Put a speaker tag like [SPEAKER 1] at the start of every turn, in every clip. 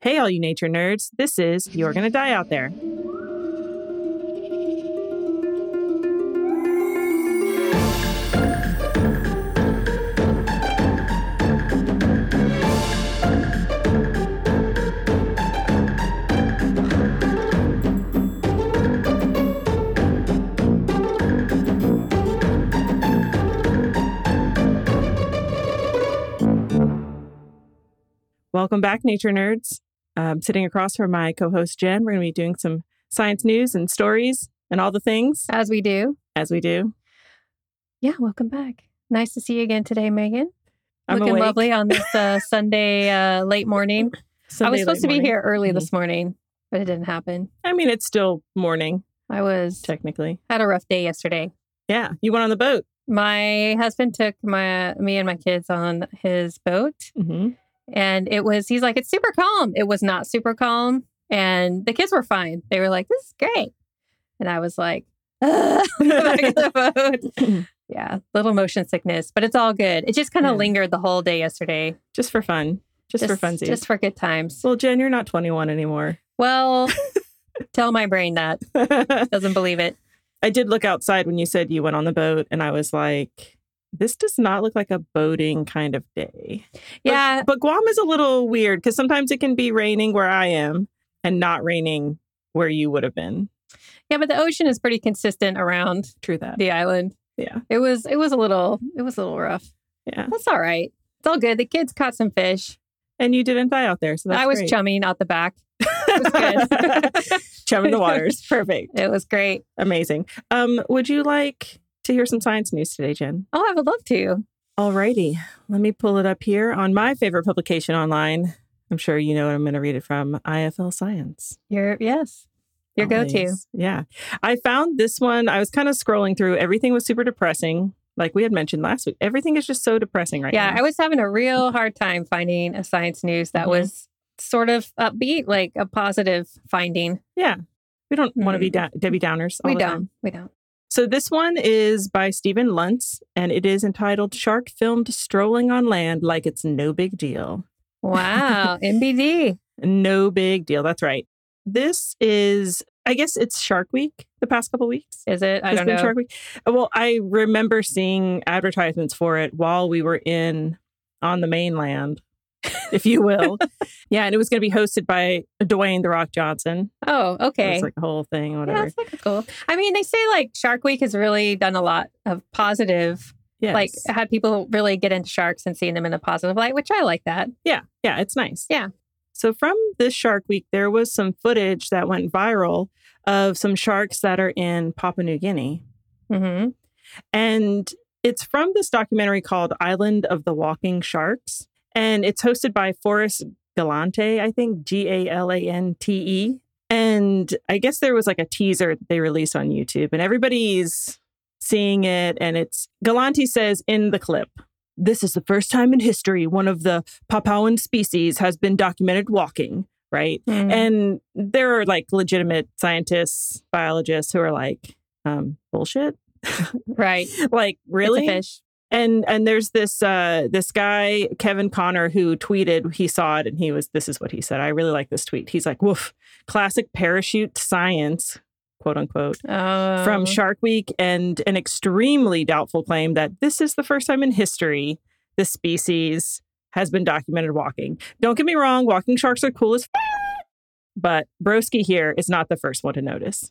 [SPEAKER 1] Hey, all you nature nerds, this is You're Gonna Die Out There. Welcome back, nature nerds. Um, sitting across from my co host, Jen, we're gonna be doing some science news and stories and all the things
[SPEAKER 2] As we do.
[SPEAKER 1] as we do.
[SPEAKER 2] Yeah, welcome back. Nice to see you again today, Megan.
[SPEAKER 1] I'm
[SPEAKER 2] Looking
[SPEAKER 1] awake.
[SPEAKER 2] lovely on this uh, Sunday uh, late morning. I
[SPEAKER 1] Sunday
[SPEAKER 2] was
[SPEAKER 1] late
[SPEAKER 2] supposed to be
[SPEAKER 1] morning. Mm-hmm.
[SPEAKER 2] here early this morning, but it didn't happen.
[SPEAKER 1] I mean, it's still morning,
[SPEAKER 2] I was
[SPEAKER 1] technically.
[SPEAKER 2] had a rough day yesterday.
[SPEAKER 1] Yeah, you went on the boat.
[SPEAKER 2] My husband took my me and my kids on his boat,
[SPEAKER 1] Mm-hmm.
[SPEAKER 2] and it was he's like it's super calm. It was not super calm, and the kids were fine. They were like this is great, and I was like. "Ugh." back in the boat. Yeah, little motion sickness, but it's all good. It just kind of
[SPEAKER 1] Yeah.
[SPEAKER 2] lingered the whole day yesterday.
[SPEAKER 1] Just for fun, just, for funsies.
[SPEAKER 2] Just for good times.
[SPEAKER 1] well, Jen, you're not 21 anymore.
[SPEAKER 2] Well, tell my brain that.
[SPEAKER 1] I
[SPEAKER 2] Doesn't believe it.
[SPEAKER 1] did look outside when you said you went on the boat, and I was like, this does not look like a boating kind of day. But-
[SPEAKER 2] Yeah.
[SPEAKER 1] Uh, But, Guam is a little weird because sometimes it can be raining where I am and not raining where you would have been.
[SPEAKER 2] Yeah, but the ocean is pretty consistent around
[SPEAKER 1] True that.
[SPEAKER 2] the island.
[SPEAKER 1] Yeah.
[SPEAKER 2] It was it was a little it was a little rough.
[SPEAKER 1] Yeah.
[SPEAKER 2] That's all right. It's all good. The kids caught some fish.
[SPEAKER 1] And you didn't die out there. So that's
[SPEAKER 2] I was
[SPEAKER 1] great.
[SPEAKER 2] chumming out the back. It was good.
[SPEAKER 1] Chum in the waters. Perfect.
[SPEAKER 2] it was great.
[SPEAKER 1] Amazing. Um, would you like to hear some science news today, Jen?
[SPEAKER 2] Oh, I would love to.
[SPEAKER 1] Alrighty. Let me pull it up here on my favorite publication online. I'm sure you know what I'm going to read it from IFL Science.
[SPEAKER 2] Your yes. Your go to.
[SPEAKER 1] Always. Yeah. I found this one. I was kind of scrolling through. Everything was super depressing. Like we had mentioned last week, everything is just so depressing right
[SPEAKER 2] Yeah,
[SPEAKER 1] now.
[SPEAKER 2] I was having a real hard time finding a science news that
[SPEAKER 1] Mhm.
[SPEAKER 2] was sort of upbeat, like a positive finding.
[SPEAKER 1] we don't want to be da- Debbie Downers. all
[SPEAKER 2] Mm-hmm. we
[SPEAKER 1] the
[SPEAKER 2] don't.
[SPEAKER 1] time.
[SPEAKER 2] We don't.
[SPEAKER 1] So this one is by Stephen Luntz, and it is entitled "Shark Filmed Strolling on Land Like It's No Big Deal."
[SPEAKER 2] Wow, MBD.
[SPEAKER 1] No big deal. That's right. This is, I guess, it's Shark Week. The past couple weeks.
[SPEAKER 2] Is it? I
[SPEAKER 1] It's
[SPEAKER 2] don't
[SPEAKER 1] been
[SPEAKER 2] know.
[SPEAKER 1] Shark Week. Uh, Well, I remember seeing advertisements for it while we were in on the mainland, if you will. yeah, and it was going to be hosted by Dwayne the Rock Johnson.
[SPEAKER 2] Oh,
[SPEAKER 1] It
[SPEAKER 2] okay.
[SPEAKER 1] was like a whole thing,
[SPEAKER 2] yeah,
[SPEAKER 1] whatever.
[SPEAKER 2] that's like cool. I mean, they say like Shark Week has really done a lot of positive,
[SPEAKER 1] Yeah,
[SPEAKER 2] like had people really get into sharks and seeing them in a positive light, which I like that.
[SPEAKER 1] yeah, yeah, it's nice.
[SPEAKER 2] Yeah.
[SPEAKER 1] So from this Shark Week, there was some footage that went viral of some sharks that are in Papua New Guinea,
[SPEAKER 2] hmm
[SPEAKER 1] and it's from this documentary called "Island of the Walking Sharks," and it's hosted by Forrest Galante, I think G A L A N T E. And I guess there was like a teaser that they released on YouTube, and everybody's seeing it. And it's Galante says in the clip, This is the first time in history one of the Papuan species has been documented walking, right?
[SPEAKER 2] mm-hmm. Mm.
[SPEAKER 1] And there are like legitimate scientists, biologists who are like, um, bullshit.
[SPEAKER 2] right,
[SPEAKER 1] like, really?
[SPEAKER 2] It's a fish.
[SPEAKER 1] and and there's this uh this guy kevin connor who tweeted he saw it and he was this is what he said i really like this tweet he's like woof classic parachute science quote unquote
[SPEAKER 2] Oh,
[SPEAKER 1] from shark week and an extremely doubtful claim that this is the first time in history this species has been documented walking don't get me wrong walking sharks are cool as f- but broski here is not the first one to notice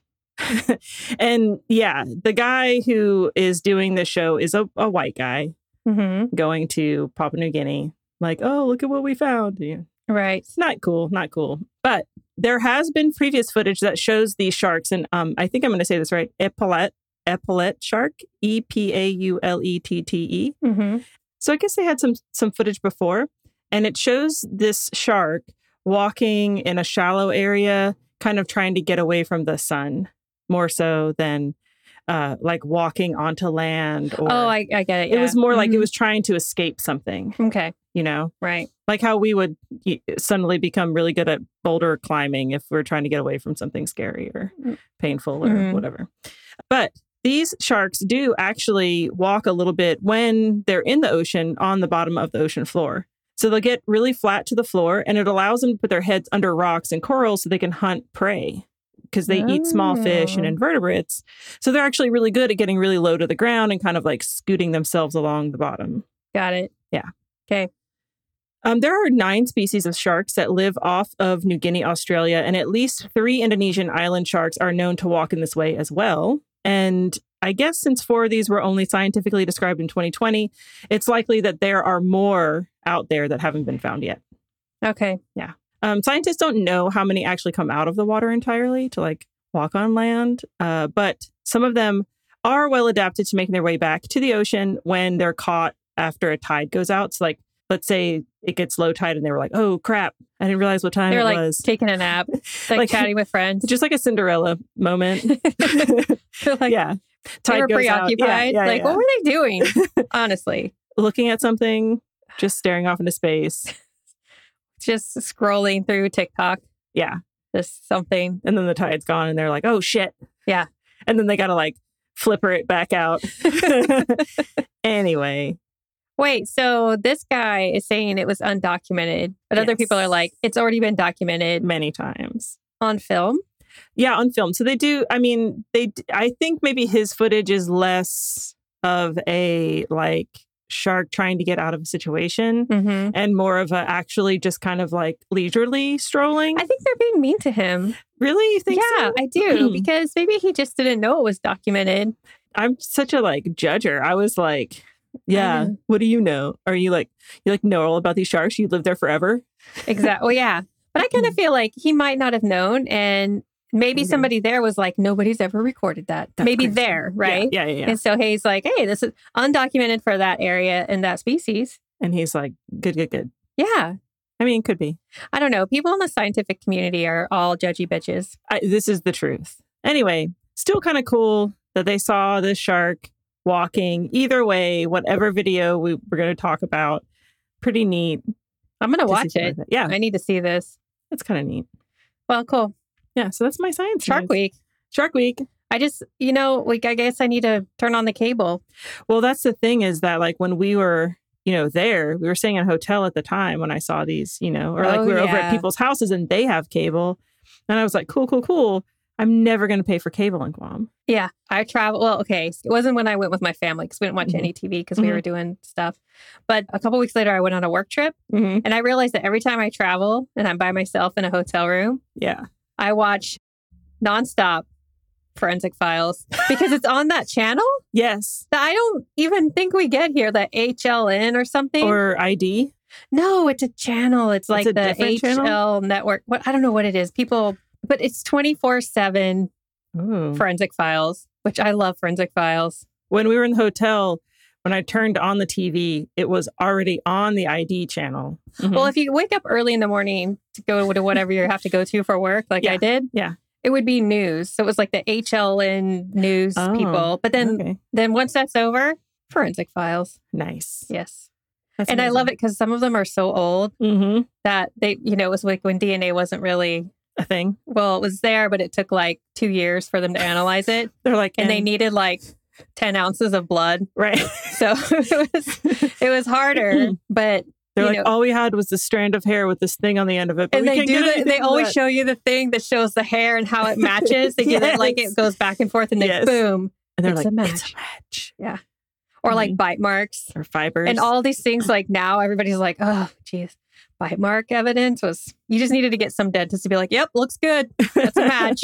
[SPEAKER 1] and yeah the guy who is doing this show is a, a white guy
[SPEAKER 2] Mhm.
[SPEAKER 1] going to Papua New Guinea, like, oh, look at what we found. Yeah.
[SPEAKER 2] right.
[SPEAKER 1] It's not cool, not cool. But there has been previous footage that shows these sharks, and um, I think I'm going to say this right, epaulette, epaulette shark, E P A U L E T T E.
[SPEAKER 2] hmm
[SPEAKER 1] So I guess they had some some footage before, and it shows this shark walking in a shallow area, kind of trying to get away from the sun, more so than uh, like walking onto land. Or
[SPEAKER 2] Oh, I, I get it.
[SPEAKER 1] it was more like it
[SPEAKER 2] Mhm.
[SPEAKER 1] was trying to escape something
[SPEAKER 2] okay,
[SPEAKER 1] you know
[SPEAKER 2] right?
[SPEAKER 1] like how we would y- suddenly become really good at boulder climbing if we're trying to get away from something scary or
[SPEAKER 2] Mm.
[SPEAKER 1] painful or
[SPEAKER 2] Mhm.
[SPEAKER 1] whatever but these sharks do actually walk a little bit when they're in the ocean on the bottom of the ocean floor So they'll get really flat to the floor and it allows them to put their heads under rocks and corals so they can hunt prey because they eat small fish and
[SPEAKER 2] Oh.
[SPEAKER 1] invertebrates. So they're actually really good at getting really low to the ground and kind of like scooting themselves along the bottom.
[SPEAKER 2] Got it.
[SPEAKER 1] Um, there are nine species of sharks that live off of New Guinea, Australia, and at least three Indonesian island sharks are known to walk in this way as well. And I guess since four of these were only scientifically described in 2020, it's likely that there are more out there that haven't been found yet.
[SPEAKER 2] Okay.
[SPEAKER 1] Um, scientists don't know how many actually come out of the water entirely to like walk on land, uh, but some of them are well adapted to making their way back to the ocean when they're caught after a tide goes out. So, like, let's say it gets low tide and they were like, oh crap, I didn't realize what time
[SPEAKER 2] They're
[SPEAKER 1] it
[SPEAKER 2] like
[SPEAKER 1] was.
[SPEAKER 2] taking a nap, like,
[SPEAKER 1] Like-
[SPEAKER 2] chatting with friends.
[SPEAKER 1] Just like a Cinderella moment.
[SPEAKER 2] They're like,
[SPEAKER 1] yeah.
[SPEAKER 2] they were
[SPEAKER 1] goes out. Yeah,
[SPEAKER 2] preoccupied.
[SPEAKER 1] yeah,
[SPEAKER 2] like,
[SPEAKER 1] yeah.
[SPEAKER 2] oh. what were they doing? Honestly,
[SPEAKER 1] looking at something, just staring off into space.
[SPEAKER 2] just scrolling through TikTok,
[SPEAKER 1] Yeah.
[SPEAKER 2] just something.
[SPEAKER 1] And then the tide's gone and they're like, oh shit.
[SPEAKER 2] Yeah.
[SPEAKER 1] And then they got to like flipper it back out. anyway,
[SPEAKER 2] Wait, so this guy is saying it was undocumented, but other people
[SPEAKER 1] Yes.
[SPEAKER 2] are like, it's already been documented
[SPEAKER 1] many times.
[SPEAKER 2] on film.
[SPEAKER 1] Yeah, on film. So they do, I mean, they, d- I think maybe his footage is less of a like shark trying to get out of a situation
[SPEAKER 2] Mm-hmm.
[SPEAKER 1] and more of a actually just kind of like leisurely strolling.
[SPEAKER 2] I think they're being mean to him.
[SPEAKER 1] really? You think
[SPEAKER 2] yeah,
[SPEAKER 1] so?
[SPEAKER 2] I do because maybe he just didn't know it was documented.
[SPEAKER 1] I'm such a like judger. I was like, yeah,
[SPEAKER 2] know.
[SPEAKER 1] what do you know? Are you like, you like know all about these sharks? You live there forever?
[SPEAKER 2] Exactly. well, yeah, but I kind of feel like he might not have known, and maybe
[SPEAKER 1] Mhm.
[SPEAKER 2] somebody there was like, nobody's ever recorded that.
[SPEAKER 1] That's
[SPEAKER 2] maybe
[SPEAKER 1] crazy.
[SPEAKER 2] there, right?
[SPEAKER 1] Yeah, yeah, yeah.
[SPEAKER 2] And so he's like, hey, this is undocumented for that area and that species.
[SPEAKER 1] And he's like, good, good, good.
[SPEAKER 2] Yeah.
[SPEAKER 1] I mean, could be.
[SPEAKER 2] I don't know. People in the scientific community are all judgy bitches.
[SPEAKER 1] I, this is the truth. Anyway, still kind of cool that they saw this shark walking. Either way, whatever video we were going to talk about, pretty neat.
[SPEAKER 2] I'm going to
[SPEAKER 1] to see
[SPEAKER 2] watch
[SPEAKER 1] something
[SPEAKER 2] it.
[SPEAKER 1] like that. Yeah,
[SPEAKER 2] I need to see this.
[SPEAKER 1] that's kind of neat.
[SPEAKER 2] Well, cool.
[SPEAKER 1] Yeah, so that's my science.
[SPEAKER 2] Shark
[SPEAKER 1] news.
[SPEAKER 2] Week.
[SPEAKER 1] Shark Week.
[SPEAKER 2] I just, you know, like, I guess I need to turn on the cable.
[SPEAKER 1] Well, that's the thing is that like when we were, you know, there, we were staying in a hotel at the time when I saw these, you know, or like
[SPEAKER 2] Oh,
[SPEAKER 1] we were over at
[SPEAKER 2] yeah.
[SPEAKER 1] people's houses and they have cable. And I was like, cool, cool, cool. I'm never going to pay for cable in Guam.
[SPEAKER 2] Yeah. I travel. Well, okay. It wasn't when I went with my family because we didn't watch
[SPEAKER 1] Mhm.
[SPEAKER 2] any TV because we
[SPEAKER 1] Mhm.
[SPEAKER 2] were doing stuff. But a couple weeks later, I went on a work trip
[SPEAKER 1] Mm-hmm.
[SPEAKER 2] and I realized that every time I travel and I'm by myself in a hotel room,
[SPEAKER 1] Yeah.
[SPEAKER 2] I watch nonstop forensic files because it's on that channel
[SPEAKER 1] Yes.
[SPEAKER 2] that I don't even think we get here, the HLN or something.
[SPEAKER 1] Or ID.
[SPEAKER 2] No, it's a channel. It's like
[SPEAKER 1] a
[SPEAKER 2] the HL
[SPEAKER 1] different channel?
[SPEAKER 2] network. What I don't know what it is. People, but it's 24/7
[SPEAKER 1] Ooh.
[SPEAKER 2] forensic files, which I love forensic files.
[SPEAKER 1] When we were in the hotel, when I turned on the TV, it was already on the ID channel. Mhm.
[SPEAKER 2] Well, if you wake up early in the morning to go to whatever you have to go to for work, like
[SPEAKER 1] Yeah,
[SPEAKER 2] I did,
[SPEAKER 1] yeah.
[SPEAKER 2] It would be news. So it was like the HLN news
[SPEAKER 1] Oh,
[SPEAKER 2] people. But then
[SPEAKER 1] okay.
[SPEAKER 2] then once that's over, forensic files.
[SPEAKER 1] nice.
[SPEAKER 2] Yes. and I love it cuz some of them are so old
[SPEAKER 1] Mm-hmm.
[SPEAKER 2] that they, you know, it was like when DNA wasn't really
[SPEAKER 1] A thing.
[SPEAKER 2] Well, it was there, but it took like two years for them to analyze it.
[SPEAKER 1] They're like,
[SPEAKER 2] And they needed like 10 ounces of blood.
[SPEAKER 1] right.
[SPEAKER 2] So it was it was harder. But
[SPEAKER 1] They're
[SPEAKER 2] you
[SPEAKER 1] like,
[SPEAKER 2] know-
[SPEAKER 1] all we had was the strand of hair with this thing on the end of it. But
[SPEAKER 2] and
[SPEAKER 1] we
[SPEAKER 2] they
[SPEAKER 1] can't
[SPEAKER 2] do
[SPEAKER 1] get
[SPEAKER 2] the,
[SPEAKER 1] anything
[SPEAKER 2] they
[SPEAKER 1] for
[SPEAKER 2] always
[SPEAKER 1] that.
[SPEAKER 2] show you the thing that shows the hair and how it matches. They do that like
[SPEAKER 1] Yes.
[SPEAKER 2] it goes back and forth and then
[SPEAKER 1] Yes.
[SPEAKER 2] boom.
[SPEAKER 1] And they're
[SPEAKER 2] It's
[SPEAKER 1] like,
[SPEAKER 2] a
[SPEAKER 1] it's
[SPEAKER 2] match."
[SPEAKER 1] a match.
[SPEAKER 2] Or like
[SPEAKER 1] Mhm.
[SPEAKER 2] bite marks.
[SPEAKER 1] Or fibers.
[SPEAKER 2] And all these things like now everybody's like, oh geez, bite mark evidence was you just needed to get some dentist to be like, Yep, looks good,
[SPEAKER 1] that's
[SPEAKER 2] a match.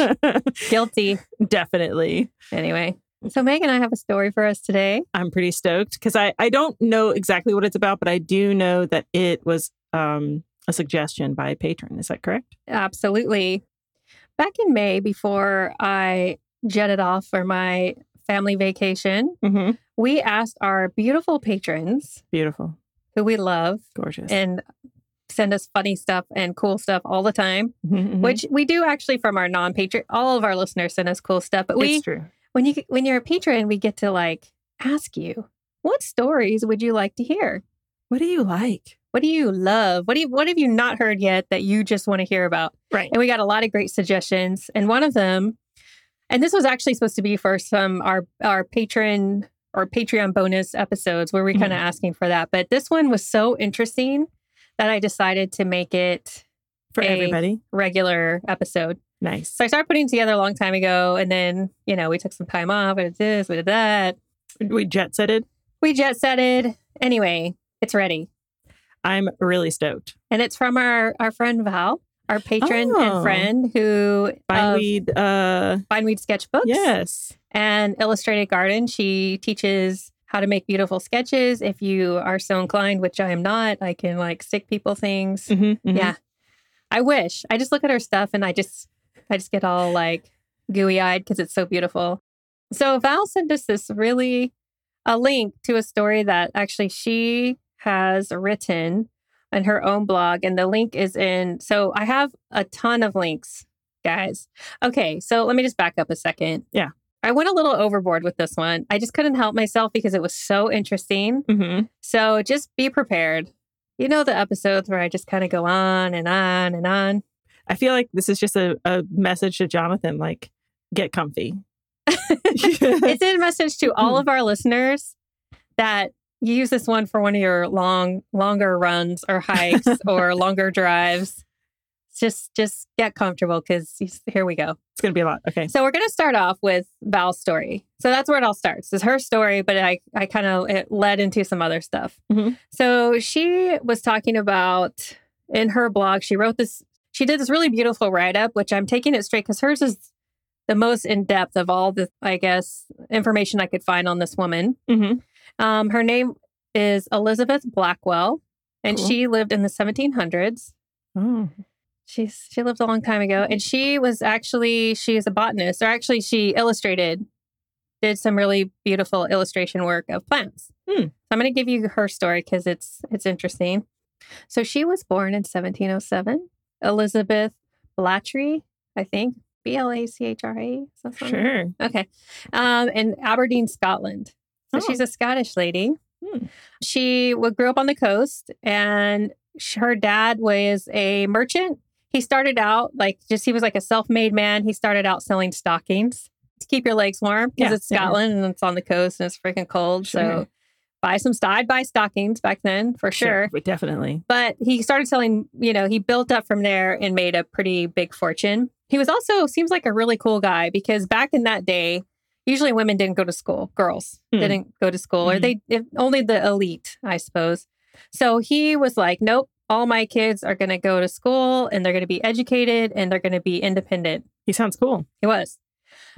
[SPEAKER 2] guilty.
[SPEAKER 1] Definitely.
[SPEAKER 2] Anyway. So Megan and I have a story for us today.
[SPEAKER 1] I'm pretty stoked because I, I don't know exactly what it's about, but I do know that it was um, a suggestion by a patron. Is that correct?
[SPEAKER 2] Absolutely. Back in May, before I jetted off for my family vacation,
[SPEAKER 1] Mm-hmm.
[SPEAKER 2] we asked our beautiful patrons
[SPEAKER 1] Beautiful.
[SPEAKER 2] who we love
[SPEAKER 1] Gorgeous.
[SPEAKER 2] and send us funny stuff and cool stuff all the time,
[SPEAKER 1] Mhm, mhm.
[SPEAKER 2] which we do actually from our non patron. All of our listeners send us cool stuff, but we,
[SPEAKER 1] it's true.
[SPEAKER 2] when you when you're a patron, we get to like ask you, what stories would you like to hear?
[SPEAKER 1] What do you like?
[SPEAKER 2] What do you love? What do you, what have you not heard yet that you just want to hear about?
[SPEAKER 1] Right.
[SPEAKER 2] And we got a lot of great suggestions. And one of them, and this was actually supposed to be for some our our patron or Patreon bonus episodes where we're kind of asking for that. But this one was so interesting that I decided to make it
[SPEAKER 1] for
[SPEAKER 2] A.
[SPEAKER 1] everybody.
[SPEAKER 2] regular episode.
[SPEAKER 1] Nice.
[SPEAKER 2] So I started putting it together a long time ago, and then you know we took some time off. We did this, we did that.
[SPEAKER 1] We jet setted.
[SPEAKER 2] We jet setted. Anyway, it's ready,
[SPEAKER 1] I'm really stoked.
[SPEAKER 2] and it's from our our friend Val, our patron
[SPEAKER 1] Oh.
[SPEAKER 2] and friend who of
[SPEAKER 1] Bindweed. Uh,
[SPEAKER 2] Vineweed Sketchbooks
[SPEAKER 1] yes.
[SPEAKER 2] and Illustrated Garden. She teaches how to make beautiful sketches. If you are so inclined, which I am not, I can like stick people things.
[SPEAKER 1] Mhm, mhm.
[SPEAKER 2] Yeah. I wish. I just look at her stuff and I just I just get all like gooey eyed because it's so beautiful. So Val sent us this really a link to a story that actually she has written on her own blog. And the link is in so I have a ton of links, guys. Okay, so let me just back up a second.
[SPEAKER 1] Yeah.
[SPEAKER 2] I went a little overboard with this one. I just couldn't help myself because it was so interesting.
[SPEAKER 1] Mhm.
[SPEAKER 2] So just be prepared. You know the episodes where I just kind of go on and on and on.
[SPEAKER 1] I feel like this is just a, a message to Jonathan, like, get comfy.
[SPEAKER 2] It's a message to all of our listeners that you use this one for one of your long, longer runs or hikes or longer drives. Just, just get comfortable because here we go.
[SPEAKER 1] It's going to be a lot. Okay.
[SPEAKER 2] So we're going to start off with Val's story. So that's where it all starts. It's her story, but I, I kind of it led into some other stuff.
[SPEAKER 1] Mhm.
[SPEAKER 2] So she was talking about in her blog, she wrote this, she did this really beautiful write up, which I'm taking it straight because hers is the most in depth of all the, I guess, information I could find on this woman.
[SPEAKER 1] Mm-hmm.
[SPEAKER 2] Um, her name is Elizabeth Blackwell, and
[SPEAKER 1] Cool.
[SPEAKER 2] she lived in the 1700s.
[SPEAKER 1] Oh.
[SPEAKER 2] She's she lived a long time ago, and she was actually she is a botanist, or actually she illustrated, did some really beautiful illustration work of plants.
[SPEAKER 1] Hmm.
[SPEAKER 2] So I'm going to give you her story because it's it's interesting. So she was born in 1707, Elizabeth Blatchry, I think B L A C H R A. something like that.
[SPEAKER 1] Sure.
[SPEAKER 2] Okay. Um, in Aberdeen, Scotland. So
[SPEAKER 1] Oh.
[SPEAKER 2] she's a Scottish lady.
[SPEAKER 1] Hmm.
[SPEAKER 2] She wa- grew up on the coast, and sh her dad was a merchant. He started out like just he was like a self-made man. He started out selling stockings to keep your legs warm because
[SPEAKER 1] Yeah,
[SPEAKER 2] it's
[SPEAKER 1] yeah, yeah.
[SPEAKER 2] Scotland and it's on the coast and it's freaking cold.
[SPEAKER 1] Sure.
[SPEAKER 2] So buy some. St- I'd buy stockings back then for sure.
[SPEAKER 1] but Definitely.
[SPEAKER 2] But he started selling, you know, he built up from there and made a pretty big fortune. He was also seems like a really cool guy because back in that day, usually women didn't go to school, girls
[SPEAKER 1] Hmm.
[SPEAKER 2] didn't go to school, or
[SPEAKER 1] Mhm.
[SPEAKER 2] they if, only the elite, I suppose. So he was like, nope, all my kids are going to go to school and they're going to be educated and they're going to be independent.
[SPEAKER 1] He sounds cool.
[SPEAKER 2] He was.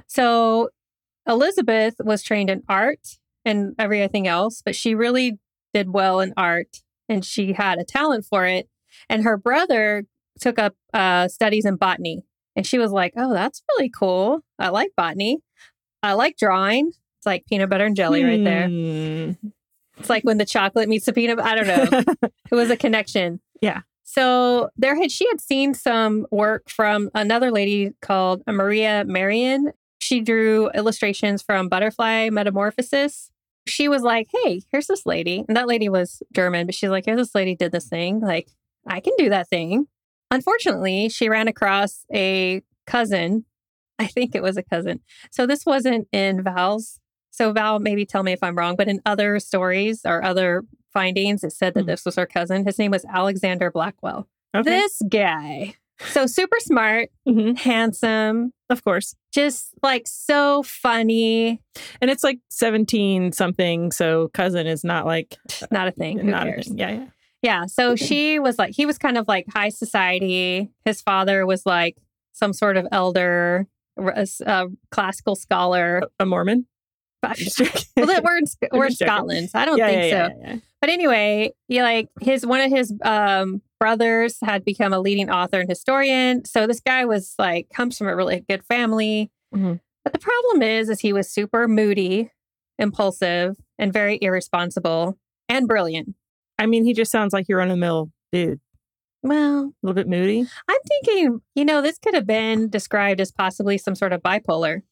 [SPEAKER 2] So Elizabeth was trained in art and everything else, but she really did well in art and she had a talent for it. And her brother took up uh, studies in botany. And she was like, oh, that's really cool. I like botany. I like drawing. It's like peanut butter and jelly right there.
[SPEAKER 1] Hmm.
[SPEAKER 2] It's like when the chocolate meets the peanut. I don't know it was a connection.
[SPEAKER 1] Yeah.
[SPEAKER 2] So there had she had seen some work from another lady called Maria Marion. She drew illustrations from Butterfly Metamorphosis. She was like, "Hey, here's this lady," and that lady was German, but she's like, "Here's this lady did this thing. Like, I can do that thing." Unfortunately, she ran across a cousin. I think it was a cousin. So this wasn't in Val's. So Val, maybe tell me if I'm wrong, but in other stories or other findings, it said that
[SPEAKER 1] Hmm.
[SPEAKER 2] this was her cousin. His name was Alexander Blackwell.
[SPEAKER 1] okay.
[SPEAKER 2] This guy. So super smart,
[SPEAKER 1] Mhm.
[SPEAKER 2] handsome,
[SPEAKER 1] Of course.
[SPEAKER 2] just like so funny.
[SPEAKER 1] And it's like 17 something. So cousin is not like,
[SPEAKER 2] Not a thing. Who
[SPEAKER 1] not a
[SPEAKER 2] cares?
[SPEAKER 1] thing. Yeah. Yeah.
[SPEAKER 2] Yeah. So she was like, he was kind of like high society. His father was like some sort of elder, r- a s- a classical scholar.
[SPEAKER 1] A- A Mormon. Just joking.
[SPEAKER 2] Well, that- we're in, Sc- we're in
[SPEAKER 1] Just joking.
[SPEAKER 2] Scotland, so I don't
[SPEAKER 1] yeah,
[SPEAKER 2] think
[SPEAKER 1] yeah,
[SPEAKER 2] so.
[SPEAKER 1] yeah, yeah, yeah.
[SPEAKER 2] But anyway, he like his one of his um brothers had become a leading author and historian. So this guy was like comes from a really good family.
[SPEAKER 1] Mhm.
[SPEAKER 2] But the problem is is he was super moody, impulsive, and very irresponsible and brilliant.
[SPEAKER 1] I mean, he just sounds like you're on the mill dude.
[SPEAKER 2] Well,
[SPEAKER 1] A little bit moody.
[SPEAKER 2] I'm thinking, you know, this could have been described as possibly some sort of bipolar.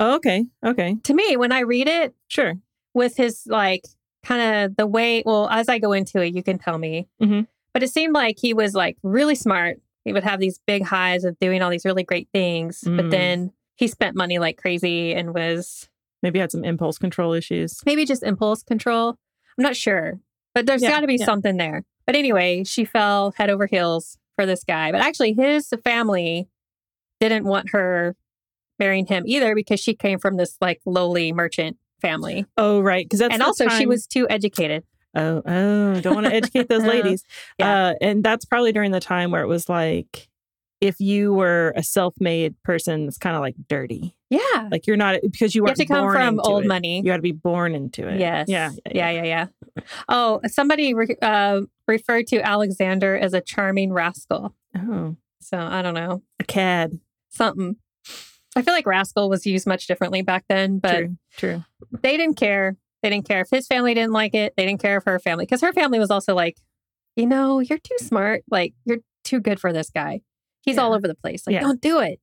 [SPEAKER 1] Oh, okay. Okay.
[SPEAKER 2] To me, when I read it,
[SPEAKER 1] Sure.
[SPEAKER 2] with his like kind of the way well as i go into it you can tell me
[SPEAKER 1] Mhm.
[SPEAKER 2] but it seemed like he was like really smart he would have these big highs of doing all these really great things
[SPEAKER 1] Mm.
[SPEAKER 2] but then he spent money like crazy and was
[SPEAKER 1] Maybe had some impulse control issues.
[SPEAKER 2] maybe just impulse control i'm not sure but there's
[SPEAKER 1] Yeah,
[SPEAKER 2] got to be
[SPEAKER 1] yeah.
[SPEAKER 2] something there But anyway, she fell head over heels for this guy. But actually, his family didn't want her marrying him either because she came from this like lowly merchant family.
[SPEAKER 1] Oh, right. Because that's
[SPEAKER 2] and
[SPEAKER 1] the
[SPEAKER 2] also, she
[SPEAKER 1] time-
[SPEAKER 2] was too educated.
[SPEAKER 1] Oh, oh, don't want to educate those ladies.
[SPEAKER 2] Yeah.
[SPEAKER 1] Uh, and that's probably during the time where it was like, if you were a self-made person, it's kind of like dirty.
[SPEAKER 2] Yeah.
[SPEAKER 1] Like you're not because you,
[SPEAKER 2] you have
[SPEAKER 1] weren't
[SPEAKER 2] to come
[SPEAKER 1] born
[SPEAKER 2] from
[SPEAKER 1] into
[SPEAKER 2] old
[SPEAKER 1] it.
[SPEAKER 2] money.
[SPEAKER 1] You got to be born into it.
[SPEAKER 2] Yes.
[SPEAKER 1] Yeah.
[SPEAKER 2] Yeah. Yeah. Yeah. Oh, somebody re- uh, referred to Alexander as a charming rascal.
[SPEAKER 1] Oh,
[SPEAKER 2] So I don't know
[SPEAKER 1] a cad.
[SPEAKER 2] something. I feel like rascal was used much differently back then, but
[SPEAKER 1] true. True.
[SPEAKER 2] they didn't care. They didn't care if his family didn't like it. They didn't care if her family, because her family was also like, you know, you're too smart. Like, you're too good for this guy. He's all
[SPEAKER 1] Yeah.
[SPEAKER 2] over the place. Like,
[SPEAKER 1] Yeah.
[SPEAKER 2] don't do it.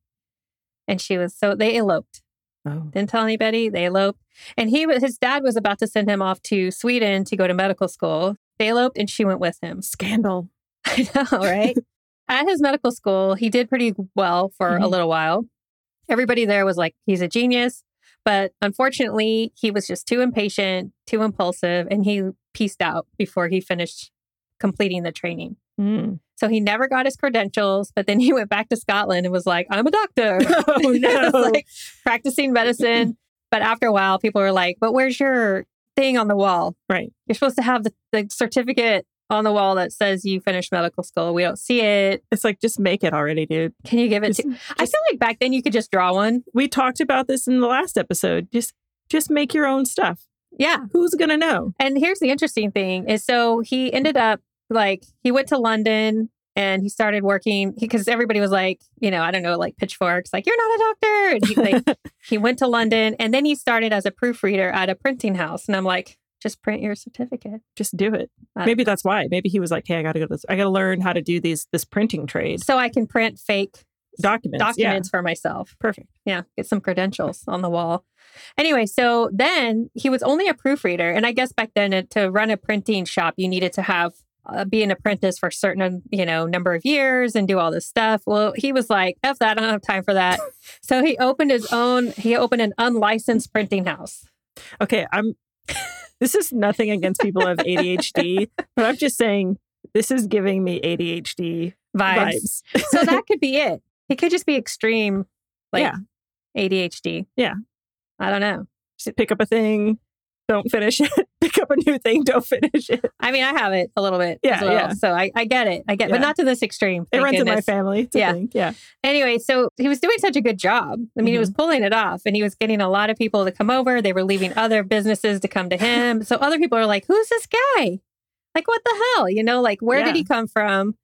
[SPEAKER 2] And she was so they eloped.
[SPEAKER 1] Oh.
[SPEAKER 2] Didn't tell anybody. They eloped. And he was his dad was about to send him off to Sweden to go to medical school. They eloped and she went with him.
[SPEAKER 1] Scandal.
[SPEAKER 2] I know, right? At his medical school, he did pretty well for a
[SPEAKER 1] Mhm.
[SPEAKER 2] little while. Everybody there was like, he's a genius. But unfortunately, he was just too impatient, too impulsive, and he pieced out before he finished completing the training.
[SPEAKER 1] Mm.
[SPEAKER 2] So he never got his credentials, but then he went back to Scotland and was like, I'm a doctor.
[SPEAKER 1] Oh,
[SPEAKER 2] It was,
[SPEAKER 1] no.
[SPEAKER 2] like practicing medicine. But after a while, people were like, but where's your thing on the wall?
[SPEAKER 1] Right.
[SPEAKER 2] You're supposed to have the, the certificate on the wall that says you finished medical school. We don't see it.
[SPEAKER 1] It's like just make it already, dude.
[SPEAKER 2] Can you give it
[SPEAKER 1] Just-
[SPEAKER 2] to I feel like back then you could just draw one.
[SPEAKER 1] We talked about this in the last episode. Just just make your own stuff.
[SPEAKER 2] Yeah.
[SPEAKER 1] Who's gonna know?
[SPEAKER 2] And here's the interesting thing is so he ended up like he went to London and he started working because everybody was like, you know, I don't know, like pitchforks, like you're not a doctor. And he, like, he went to London and then he started as a proofreader at a printing house. And I'm like, just print your certificate.
[SPEAKER 1] Just do it.
[SPEAKER 2] Uh,
[SPEAKER 1] Maybe that's why. Maybe he was like, "Hey, I got to go to this. I got to learn how to do these this printing trade
[SPEAKER 2] so I can print fake
[SPEAKER 1] documents."
[SPEAKER 2] documents for myself.
[SPEAKER 1] Yeah, perfect.
[SPEAKER 2] Yeah, get some credentials on the wall. Anyway, so then he was only a proofreader, and I guess back then uh, to run a printing shop, you needed to have uh, be an apprentice for a certain um, you know number of years and do all this stuff. Well, he was like, "F that, I don't have time for that." so he opened his own. He opened an unlicensed printing house.
[SPEAKER 1] Okay, I'm. this is nothing against people who have ADHD, but I'm just saying this is giving me ADHD
[SPEAKER 2] Vibes.
[SPEAKER 1] vibes.
[SPEAKER 2] so that could be it. It could just be extreme, like
[SPEAKER 1] Yeah.
[SPEAKER 2] ADHD.
[SPEAKER 1] Yeah.
[SPEAKER 2] I don't know.
[SPEAKER 1] Just pick up a thing, don't finish it. Pick up a new thing, don't finish it. It
[SPEAKER 2] I mean, I have it a little bit
[SPEAKER 1] Yeah,
[SPEAKER 2] as well.
[SPEAKER 1] yeah.
[SPEAKER 2] So I, I get it. I get but
[SPEAKER 1] Yeah.
[SPEAKER 2] not to this extreme. thank
[SPEAKER 1] runs in my
[SPEAKER 2] goodness.
[SPEAKER 1] family. It's a
[SPEAKER 2] Yeah.
[SPEAKER 1] thing. yeah.
[SPEAKER 2] Anyway, so he was doing such a good job. I mean, he was
[SPEAKER 1] Mm-hmm.
[SPEAKER 2] pulling it off and he was getting a lot of people to come over. They were leaving other businesses to come to him. So other people are like, who's this guy? Like, what the hell? You know, like, where
[SPEAKER 1] Yeah.
[SPEAKER 2] did he come from?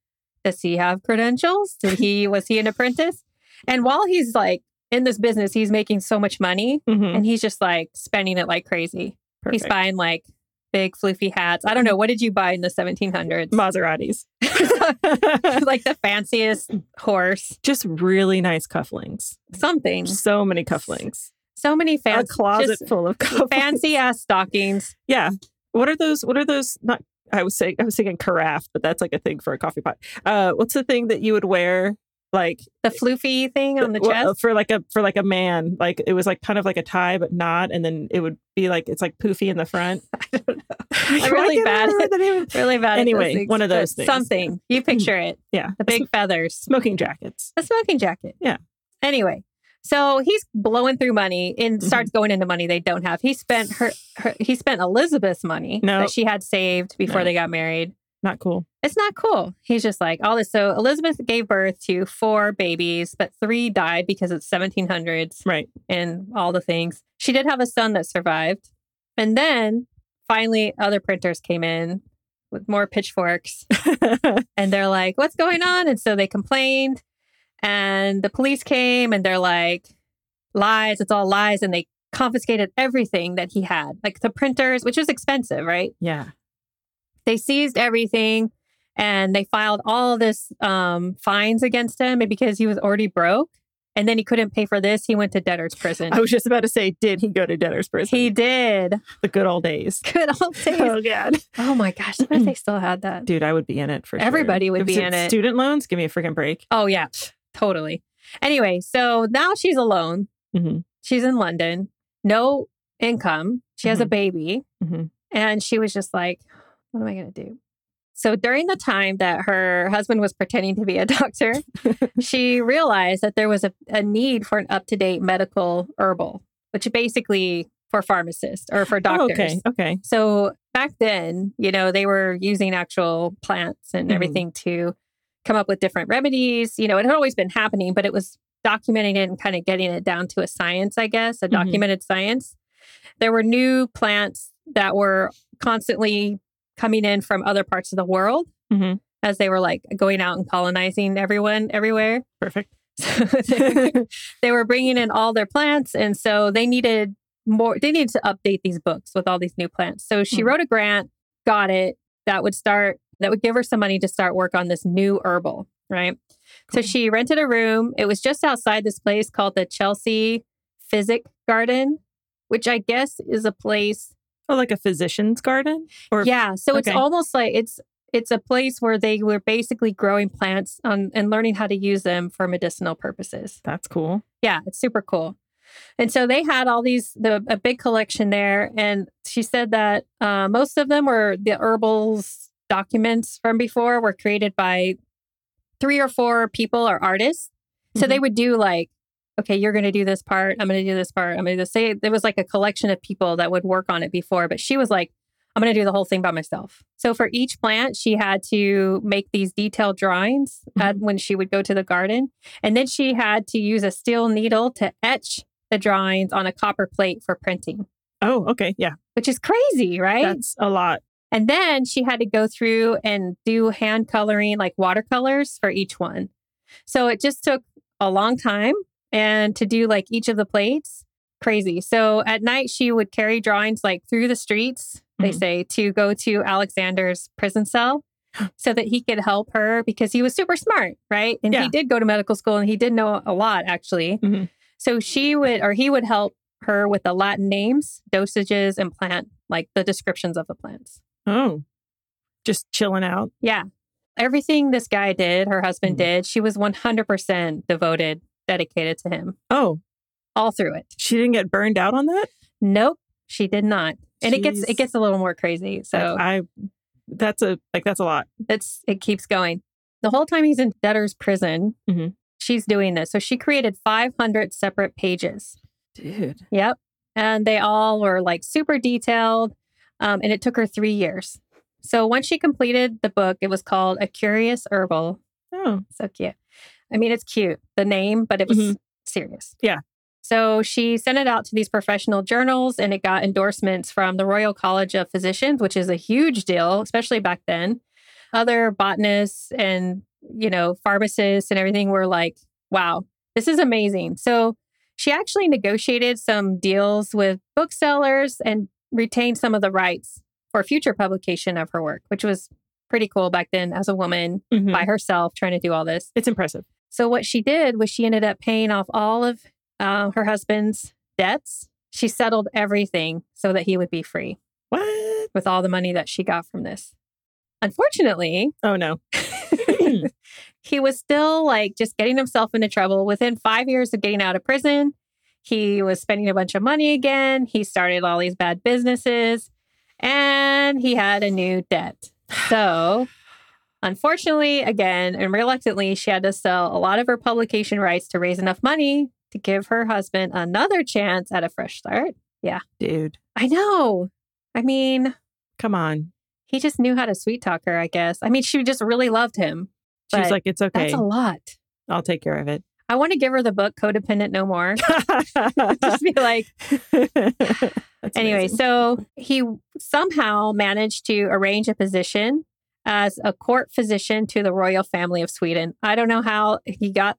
[SPEAKER 2] Does he have credentials? Did he, was he an apprentice? And while he's like in this business, he's making so much money
[SPEAKER 1] Mhm.
[SPEAKER 2] and he's just like spending it like crazy.
[SPEAKER 1] Perfect.
[SPEAKER 2] He's buying like big floofy hats. I don't know. What did you buy in the 1700s?
[SPEAKER 1] Maseratis.
[SPEAKER 2] like the fanciest horse,
[SPEAKER 1] just really nice cufflinks.
[SPEAKER 2] something.
[SPEAKER 1] So many cufflinks.
[SPEAKER 2] So many
[SPEAKER 1] A
[SPEAKER 2] fancy,
[SPEAKER 1] closet full of cufflinks.
[SPEAKER 2] fancy ass stockings.
[SPEAKER 1] Yeah. What are those? What are those? Not. I was saying. I was thinking carafe, but that's like a thing for a coffee pot. Uh, what's the thing that you would wear? Like
[SPEAKER 2] The floofy thing on the
[SPEAKER 1] well,
[SPEAKER 2] chest.
[SPEAKER 1] for like a for like a man. Like it was like kind of like a tie, but not. And then it would be like it's like poofy in the front.
[SPEAKER 2] I don't know.
[SPEAKER 1] I'm
[SPEAKER 2] really bad at- Really bad. at those
[SPEAKER 1] Anyway,
[SPEAKER 2] things,
[SPEAKER 1] one of
[SPEAKER 2] but
[SPEAKER 1] those things. Mm.
[SPEAKER 2] Something you picture it.
[SPEAKER 1] Yeah,
[SPEAKER 2] The big feathers.
[SPEAKER 1] smoking jackets.
[SPEAKER 2] A smoking jacket.
[SPEAKER 1] Yeah.
[SPEAKER 2] Anyway, so he's blowing through money and
[SPEAKER 1] Mhm.
[SPEAKER 2] starts going into money they don't have. He spent her, her he spent Elizabeth's money
[SPEAKER 1] No.
[SPEAKER 2] that she had saved before
[SPEAKER 1] No.
[SPEAKER 2] they got married.
[SPEAKER 1] Not cool.
[SPEAKER 2] it's not cool. He's just like all this. So Elizabeth gave birth to four babies, but three died because it's 1700s
[SPEAKER 1] Right.
[SPEAKER 2] and all the things. She did have a son that survived, and then finally other printers came in with more pitchforks, and they're like, "What's going on?" And so they complained, and the police came, and they're like, "Lies! It's all lies!" And they confiscated everything that he had, like the printers, which was expensive, right?
[SPEAKER 1] yeah.
[SPEAKER 2] they seized everything and they filed all this um, fines against him because he was already broke and then he couldn't pay for this he went to debtor's prison
[SPEAKER 1] I was just about to say, did he go to debtor's Oh, prison?
[SPEAKER 2] he did
[SPEAKER 1] the good old days.
[SPEAKER 2] good old days
[SPEAKER 1] Oh god,
[SPEAKER 2] oh my gosh what if they still had that
[SPEAKER 1] dude, I would be in it for sure.
[SPEAKER 2] Everybody would
[SPEAKER 1] If
[SPEAKER 2] be
[SPEAKER 1] it's
[SPEAKER 2] in it.
[SPEAKER 1] Student loans, give me a freaking break.
[SPEAKER 2] oh yeah totally anyway so now she's alone
[SPEAKER 1] Mhm.
[SPEAKER 2] she's in london no income she has a baby
[SPEAKER 1] Mhm.
[SPEAKER 2] and she was just like what am i going to do So during the time that her husband was pretending to be a doctor, she realized that there was a, a need for an up to date medical herbal, which basically for pharmacists or for
[SPEAKER 1] Oh,
[SPEAKER 2] doctors.
[SPEAKER 1] okay. Okay.
[SPEAKER 2] So back then, you know, they were using actual plants and
[SPEAKER 1] Mhm.
[SPEAKER 2] everything to come up with different remedies. You know, it had always been happening, but it was documenting it and kind of getting it down to a science, I guess, a
[SPEAKER 1] Mhm.
[SPEAKER 2] documented science. There were new plants that were constantly coming in from other parts of the world
[SPEAKER 1] hmm
[SPEAKER 2] as they were like going out and colonizing everyone everywhere.
[SPEAKER 1] Perfect.
[SPEAKER 2] So they, they were bringing in all their plants, and so they needed more. They needed to update these books with all these new plants. So she
[SPEAKER 1] Hmm.
[SPEAKER 2] wrote a grant, got it. That would start. That would give her some money to start work on this new herbal, right? So
[SPEAKER 1] Cool.
[SPEAKER 2] she rented a room. It was just outside this place called the Chelsea Physic Garden, which I guess is a place
[SPEAKER 1] Oh, like a physician's garden? Or
[SPEAKER 2] yeah so it's
[SPEAKER 1] okay.
[SPEAKER 2] almost like it's it's a place where they were basically growing plants on, and learning how to use them for medicinal purposes
[SPEAKER 1] that's cool.
[SPEAKER 2] yeah it's super cool and so they had all these the a big collection there and she said that uh, most of them were the herbals documents from before were created by three or four people or artists so they would do like okay you're going to do this part i'm going to do this part i'm going to say there was like a collection of people that would work on it before but she was like i'm going to do the whole thing by myself so for each plant she had to make these detailed drawings uh,
[SPEAKER 1] Mhm.
[SPEAKER 2] when she would go to the garden and then she had to use a steel needle to etch the drawings on a copper plate for printing
[SPEAKER 1] Oh, okay. Yeah.
[SPEAKER 2] which is crazy right
[SPEAKER 1] That's a lot.
[SPEAKER 2] and then she had to go through and do hand coloring, like watercolors for each one. So it just took a long time and to do like each of the plates, crazy. So at night, she would carry drawings like through the streets, they
[SPEAKER 1] Mhm.
[SPEAKER 2] say, to go to Alexander's prison cell so that he could help her because he was super smart, right? And
[SPEAKER 1] Yeah.
[SPEAKER 2] he did go to medical school and he did know a lot actually.
[SPEAKER 1] Mhm.
[SPEAKER 2] So she would, or he would help her with the Latin names, dosages, and plant, like the descriptions of the plants.
[SPEAKER 1] Oh, just chilling out.
[SPEAKER 2] Yeah. Everything this guy did, her husband
[SPEAKER 1] Mhm.
[SPEAKER 2] did, she was 100% devoted, dedicated to him
[SPEAKER 1] Oh,
[SPEAKER 2] all through it.
[SPEAKER 1] she didn't get burned out on that.
[SPEAKER 2] Nope, she did not. And it gets
[SPEAKER 1] Jeez.
[SPEAKER 2] it gets a little more crazy. So
[SPEAKER 1] I, I- that's a like that's a lot.
[SPEAKER 2] it's it keeps going. The whole time he's in debtor's prison,
[SPEAKER 1] Mhm.
[SPEAKER 2] she's doing this. So she created 500 separate pages.
[SPEAKER 1] Dude.
[SPEAKER 2] Yep. And they all were like super detailed. Um, and it took her three years. So once she completed the book, it was called A Curious Herbal
[SPEAKER 1] Oh.
[SPEAKER 2] So cute. I mean, it's cute, the name, but it was
[SPEAKER 1] Mhm.
[SPEAKER 2] serious.
[SPEAKER 1] Yeah.
[SPEAKER 2] So she sent it out to these professional journals and it got endorsements from the Royal College of Physicians, which is a huge deal, especially back then. Other botanists and, you know, pharmacists and everything were like, wow, this is amazing. So she actually negotiated some deals with booksellers and retained some of the rights for future publication of her work, which was pretty cool back then as a woman
[SPEAKER 1] Mhm.
[SPEAKER 2] by herself trying to do all this.
[SPEAKER 1] It's impressive.
[SPEAKER 2] So what she did was she ended up paying off all of uh, her husband's debts. She settled everything so that he would be free
[SPEAKER 1] What?
[SPEAKER 2] with all the money that she got from this. Unfortunately,
[SPEAKER 1] Oh no.
[SPEAKER 2] he was still like just getting himself into trouble. Within five years of getting out of prison, he was spending a bunch of money again. He started all these bad businesses and he had a new debt. So, unfortunately, again, and reluctantly, she had to sell a lot of her publication rights to raise enough money to give her husband another chance at a fresh start.
[SPEAKER 1] Dude.
[SPEAKER 2] I know. I mean,
[SPEAKER 1] Come on.
[SPEAKER 2] he just knew how to sweet talk her, I guess. I mean, she just really loved him.
[SPEAKER 1] She's
[SPEAKER 2] But
[SPEAKER 1] like, it's okay.
[SPEAKER 2] That's a lot.
[SPEAKER 1] I'll take care of it.
[SPEAKER 2] I want to give her the book Codependent No More. Just be like,
[SPEAKER 1] That's
[SPEAKER 2] anyway,
[SPEAKER 1] amazing.
[SPEAKER 2] so he somehow managed to arrange a position as a court physician to the royal family of Sweden. I don't know how he got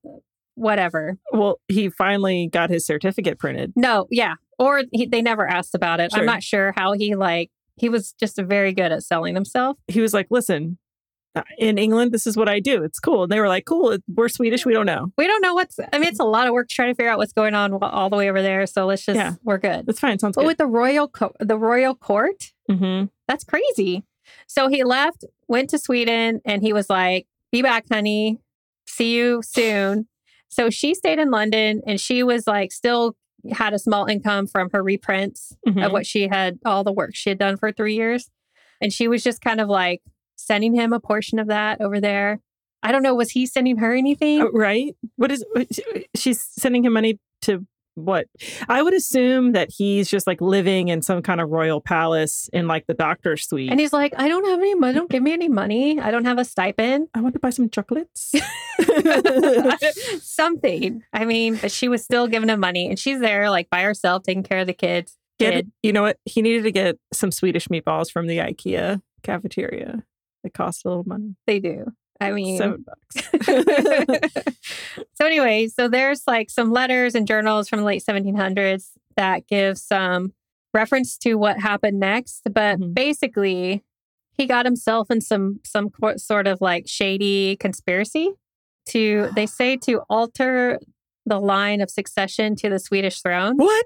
[SPEAKER 2] whatever.
[SPEAKER 1] well, he finally got his certificate printed.
[SPEAKER 2] No, yeah. Or he, they never asked about it.
[SPEAKER 1] Sure.
[SPEAKER 2] I'm not sure how he like he was just very good at selling himself.
[SPEAKER 1] He was like, listen, uh, in England, this is what I do. It's cool. And they were like, cool. We're Swedish. We don't know.
[SPEAKER 2] We don't know what's I mean it's a lot of work trying to figure out what's going on wa- all the way over there, so let's just
[SPEAKER 1] Yeah.
[SPEAKER 2] we're good.
[SPEAKER 1] That's fine. Sounds
[SPEAKER 2] But
[SPEAKER 1] good.
[SPEAKER 2] with the royal co- the royal court,
[SPEAKER 1] hmm
[SPEAKER 2] That's crazy. So he left, went to Sweden, and he was like, Be back, honey. See you soon. So she stayed in London and she was like, still had a small income from her
[SPEAKER 1] Mm-hmm.
[SPEAKER 2] reprints of what she had, all the work she had done for three years. And she was just kind of like sending him a portion of that over there. I don't know. Was he sending her anything?
[SPEAKER 1] Oh, right? What is she's sending him money to what? I would assume that he's just like living in some kind of royal palace in like the doctor's suite.
[SPEAKER 2] And he's like, I don't have any money. Don't give me any money. I don't have a stipend.
[SPEAKER 1] I want to buy some chocolates.
[SPEAKER 2] Something. I mean, but she was still giving him money, and she's there like by herself, taking care of the kids.
[SPEAKER 1] Get
[SPEAKER 2] Kid.
[SPEAKER 1] you know what? He needed to get some Swedish meatballs from the IKEA cafeteria. It cost a little money.
[SPEAKER 2] They do. I mean,
[SPEAKER 1] Seven bucks.
[SPEAKER 2] so anyway, so there's like some letters and journals from the late 1700s that give some reference to what happened next, but
[SPEAKER 1] Mhm.
[SPEAKER 2] basically he got himself in some some co- sort of like shady conspiracy to they say to alter the line of succession to the Swedish throne
[SPEAKER 1] what?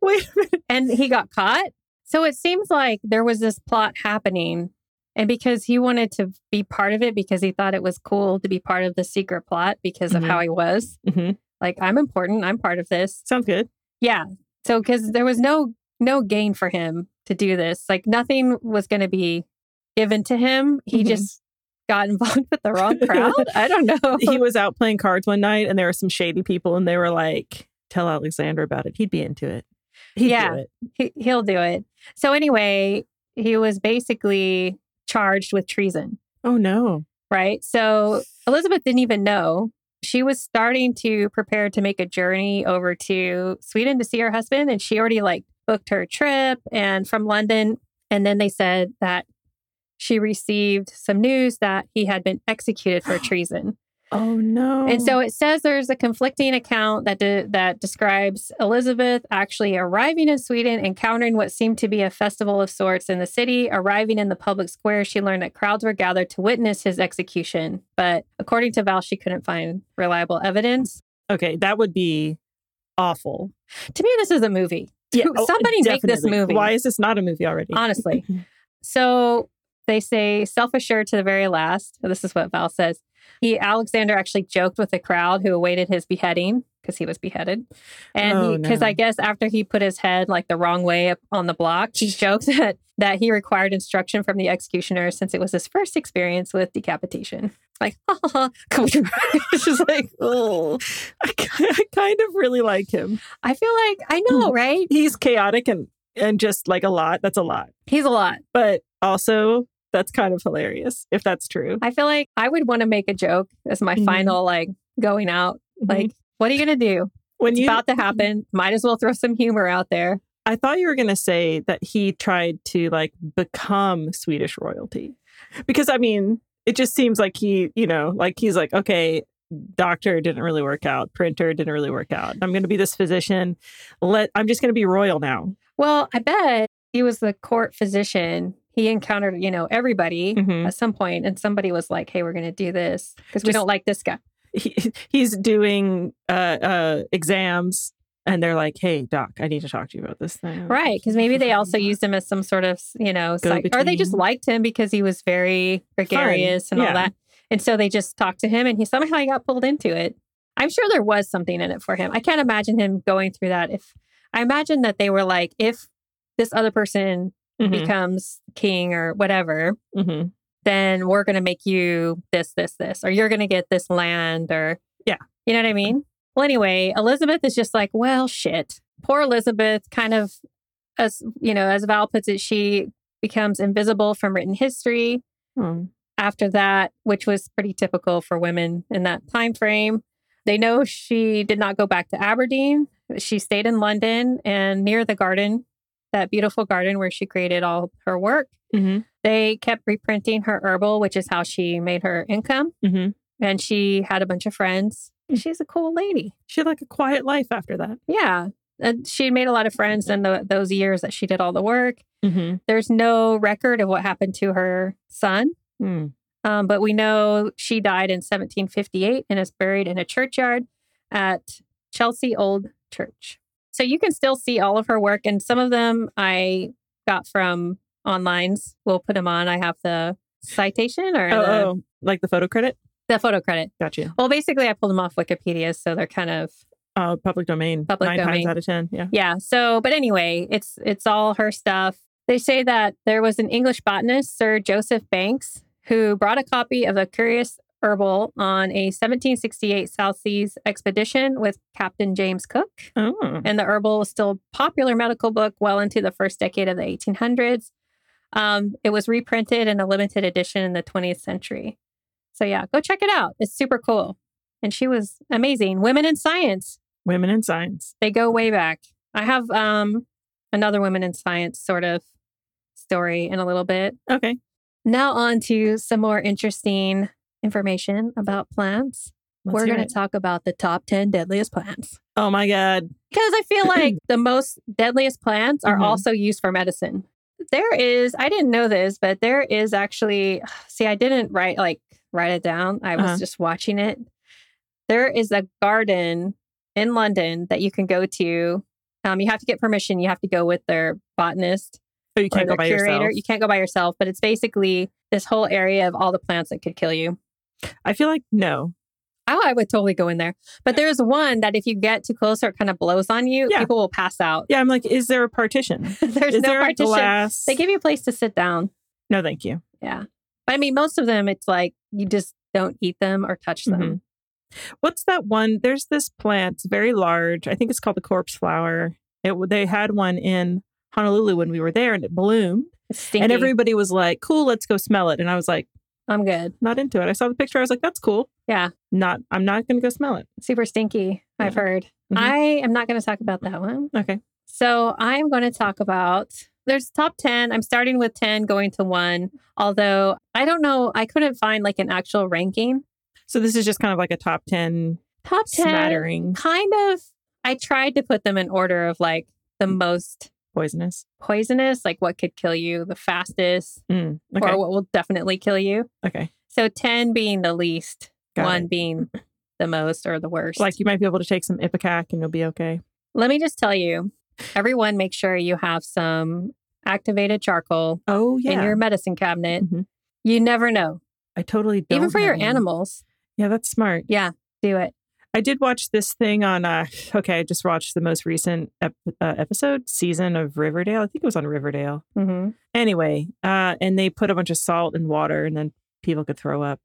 [SPEAKER 1] Wait a minute.
[SPEAKER 2] and he got caught. So it seems like there was this plot happening. And because he wanted to be part of it because he thought it was cool to be part of the secret plot because of
[SPEAKER 1] Mhm.
[SPEAKER 2] how he was.
[SPEAKER 1] Mhm.
[SPEAKER 2] Like, I'm important, I'm part of this.
[SPEAKER 1] Sounds good.
[SPEAKER 2] Yeah. So because there was no no gain for him to do this. Like nothing was gonna be given to him. He
[SPEAKER 1] Mhm.
[SPEAKER 2] just got involved with the wrong crowd. I don't know.
[SPEAKER 1] He was out playing cards one night and there were some shady people and they were like, tell Alexander about it. He'd be into it. He'd
[SPEAKER 2] Yeah.
[SPEAKER 1] do it.
[SPEAKER 2] he, he'll do it. So anyway, he was basically charged with treason.
[SPEAKER 1] Oh no.
[SPEAKER 2] right? So Elizabeth didn't even know. She was starting to prepare to make a journey over to Sweden to see her husband, and she already like booked her trip and from London. And then they said that she received some news that he had been executed for treason.
[SPEAKER 1] Oh no.
[SPEAKER 2] And so it says there's a conflicting account that de- that describes Elizabeth actually arriving in Sweden, encountering what seemed to be a festival of sorts in the city. Arriving in the public square, she learned that crowds were gathered to witness his execution. But according to Val, she couldn't find reliable evidence.
[SPEAKER 1] Okay, that would be awful.
[SPEAKER 2] To me, this is a movie.
[SPEAKER 1] oh,
[SPEAKER 2] somebody make this
[SPEAKER 1] definitely.
[SPEAKER 2] movie.
[SPEAKER 1] Why is this not a movie already?
[SPEAKER 2] Honestly. So they say self assured to the very last. This is what Val says. He, Alexander, actually joked with the crowd who awaited his beheading because he was beheaded.
[SPEAKER 1] Oh,
[SPEAKER 2] And because
[SPEAKER 1] no.
[SPEAKER 2] I guess after he put his head like the wrong way up on the block, he joked that, that he required instruction from the executioner since it was his first experience with decapitation. Like, it's just like,
[SPEAKER 1] oh, I, ki- I kind of really like him.
[SPEAKER 2] I feel like I
[SPEAKER 1] Hmm.
[SPEAKER 2] know, right?
[SPEAKER 1] He's chaotic and and just like a lot. That's a lot,
[SPEAKER 2] He's a lot.
[SPEAKER 1] but also that's kind of hilarious if that's true.
[SPEAKER 2] I feel like I would want to make a joke as my
[SPEAKER 1] Mhm.
[SPEAKER 2] final, like, going out. Like, what are you going to do?
[SPEAKER 1] when
[SPEAKER 2] it's
[SPEAKER 1] you,
[SPEAKER 2] about to happen. Might as well throw some humor out there.
[SPEAKER 1] I thought you were gonna say that he tried to like become Swedish royalty, because I mean, it just seems like he, you know, like he's like, okay, doctor didn't really work out, printer didn't really work out. I'm gonna be this physician. Let I'm just gonna be royal now.
[SPEAKER 2] Well, I bet he was the court physician. He encountered, you know, everybody
[SPEAKER 1] Mm-hmm.
[SPEAKER 2] at some point, and somebody was like, "Hey, we're going to do this because we
[SPEAKER 1] Just-
[SPEAKER 2] don't like this guy."
[SPEAKER 1] He, he's doing uh, uh, exams, and they're like, hey, doc, I need to talk to you about this thing,
[SPEAKER 2] Right? Because maybe they also used him as some sort of, you know, psych- or they just
[SPEAKER 1] between.
[SPEAKER 2] liked him because he was very gregarious and
[SPEAKER 1] yeah.
[SPEAKER 2] all that, and so they just talked to him, and he somehow he got pulled into it. I'm sure there was something in it for him. I can't imagine him going through that. If I imagine that they were like, if this other person
[SPEAKER 1] Mhm,
[SPEAKER 2] becomes king or whatever,
[SPEAKER 1] mhm.
[SPEAKER 2] then we're going to make you this, this, this, or you're going to get this land, or
[SPEAKER 1] Yeah.
[SPEAKER 2] you know what I mean? Well, anyway, Elizabeth is just like, well, shit. Poor Elizabeth, kind of, as you know, as Val puts it, she becomes invisible from written history
[SPEAKER 1] Oh.
[SPEAKER 2] after that, which was pretty typical for women in that time frame. They know she did not go back to Aberdeen. She stayed in London and near the garden, that beautiful garden where she created all her work.
[SPEAKER 1] Mhm,
[SPEAKER 2] They kept reprinting her herbal, which is how she made her income.
[SPEAKER 1] mhm.
[SPEAKER 2] And she had a bunch of friends.
[SPEAKER 1] Hmm.
[SPEAKER 2] She's a cool lady.
[SPEAKER 1] She had like a quiet life after that.
[SPEAKER 2] Yeah. And she made a lot of friends in tho- those years that she did all the work.
[SPEAKER 1] Mm-hmm.
[SPEAKER 2] There's no record of what happened to her son.
[SPEAKER 1] Mm.
[SPEAKER 2] Um, but we know she died in 1758 and is buried in a churchyard at Chelsea Old Church. So you can still see all of her work, and some of them I got from onlines. We'll put them on. I have the citation or
[SPEAKER 1] Oh,
[SPEAKER 2] the,
[SPEAKER 1] oh, like the photo credit?
[SPEAKER 2] the photo credit.
[SPEAKER 1] Gotcha.
[SPEAKER 2] Well, basically, I pulled them off Wikipedia, so they're kind of
[SPEAKER 1] Uh, public domain.
[SPEAKER 2] Public
[SPEAKER 1] Nine
[SPEAKER 2] domain.
[SPEAKER 1] times out of ten. Yeah.
[SPEAKER 2] yeah. So, but anyway, it's it's all her stuff. They say that there was an English botanist, Sir Joseph Banks, who brought a copy of a curious herbal on a 1768 South Seas expedition with Captain James Cook.
[SPEAKER 1] Oh.
[SPEAKER 2] And the herbal was still a popular medical book well into the first decade of the 1800s. Um, it was reprinted in a limited edition in the 20th century. So, yeah, go check it out. It's super cool. And she was amazing. Women in science,
[SPEAKER 1] Women in science.
[SPEAKER 2] they go way back. I have um, another women in science sort of story in a little bit.
[SPEAKER 1] Okay.
[SPEAKER 2] Now, on to some more interesting information about plants.
[SPEAKER 1] let's
[SPEAKER 2] We're
[SPEAKER 1] hear
[SPEAKER 2] going
[SPEAKER 1] it.
[SPEAKER 2] to talk about the top 10 deadliest plants.
[SPEAKER 1] Oh my God.
[SPEAKER 2] Because I feel like the most deadliest plants are
[SPEAKER 1] Mhm.
[SPEAKER 2] also used for medicine. There is, I didn't know this, but there is actually, see, I didn't write like write it down. I was
[SPEAKER 1] Uh-huh.
[SPEAKER 2] just watching it. There is a garden in London that you can go to. Um, you have to get permission. You have to go with their botanist
[SPEAKER 1] Oh, you
[SPEAKER 2] or
[SPEAKER 1] can't go
[SPEAKER 2] their
[SPEAKER 1] by
[SPEAKER 2] curator.
[SPEAKER 1] yourself.
[SPEAKER 2] You can't go by yourself, but it's basically this whole area of all the plants that could kill you.
[SPEAKER 1] I feel like no.
[SPEAKER 2] Oh, I would totally go in there. But there's one that if you get too close or it kind of blows on you,
[SPEAKER 1] Yeah.
[SPEAKER 2] people will pass out.
[SPEAKER 1] Yeah, I'm like, is there a partition?
[SPEAKER 2] There's
[SPEAKER 1] is
[SPEAKER 2] no
[SPEAKER 1] there
[SPEAKER 2] partition.
[SPEAKER 1] a glass?
[SPEAKER 2] They give you a place to sit down.
[SPEAKER 1] no, thank you.
[SPEAKER 2] Yeah. But I mean, most of them, it's like you just don't eat them or touch them.
[SPEAKER 1] Mhm. What's that one? There's this plant, it's very large. I think it's called the corpse flower. It w- they had one in Honolulu when we were there, and it bloomed.
[SPEAKER 2] It's stinky.
[SPEAKER 1] And everybody was like, "Cool, let's go smell it." And I was like,
[SPEAKER 2] I'm good.
[SPEAKER 1] "Not into it." I saw the picture. I was like, "That's cool."
[SPEAKER 2] Yeah.
[SPEAKER 1] Not. I'm not going to go smell it.
[SPEAKER 2] Super stinky, I've
[SPEAKER 1] Yeah.
[SPEAKER 2] heard.
[SPEAKER 1] Mhm.
[SPEAKER 2] I am not going to talk about that one.
[SPEAKER 1] Okay.
[SPEAKER 2] So I'm going to talk about there's top 10. I'm starting with 10, going to one. Although I don't know, I couldn't find like an actual ranking.
[SPEAKER 1] So this is just kind of like a top ten
[SPEAKER 2] Top 10,
[SPEAKER 1] smattering
[SPEAKER 2] kind of, I tried to put them in order of like the most
[SPEAKER 1] poisonous.
[SPEAKER 2] poisonous, like what could kill you the fastest,
[SPEAKER 1] Mm, okay.
[SPEAKER 2] or what will definitely kill you.
[SPEAKER 1] okay.
[SPEAKER 2] So 10 being the least,
[SPEAKER 1] Got
[SPEAKER 2] one
[SPEAKER 1] it.
[SPEAKER 2] being the most or the worst.
[SPEAKER 1] Like you might be able to take some ipecac and you'll be okay.
[SPEAKER 2] let me just tell you, everyone make sure you have some activated charcoal
[SPEAKER 1] Oh yeah.
[SPEAKER 2] in your medicine cabinet.
[SPEAKER 1] Mhm.
[SPEAKER 2] You never know.
[SPEAKER 1] I totally don't
[SPEAKER 2] Mm-hmm. Even for
[SPEAKER 1] have
[SPEAKER 2] your
[SPEAKER 1] one.
[SPEAKER 2] animals,
[SPEAKER 1] Yeah, that's smart.
[SPEAKER 2] do it.
[SPEAKER 1] I did watch this thing on. Uh, okay, I just watched the most recent ep- uh, episode season of Riverdale. I think it was on Riverdale.
[SPEAKER 2] Mhm.
[SPEAKER 1] Anyway, uh, and they put a bunch of salt and water, and then people could throw up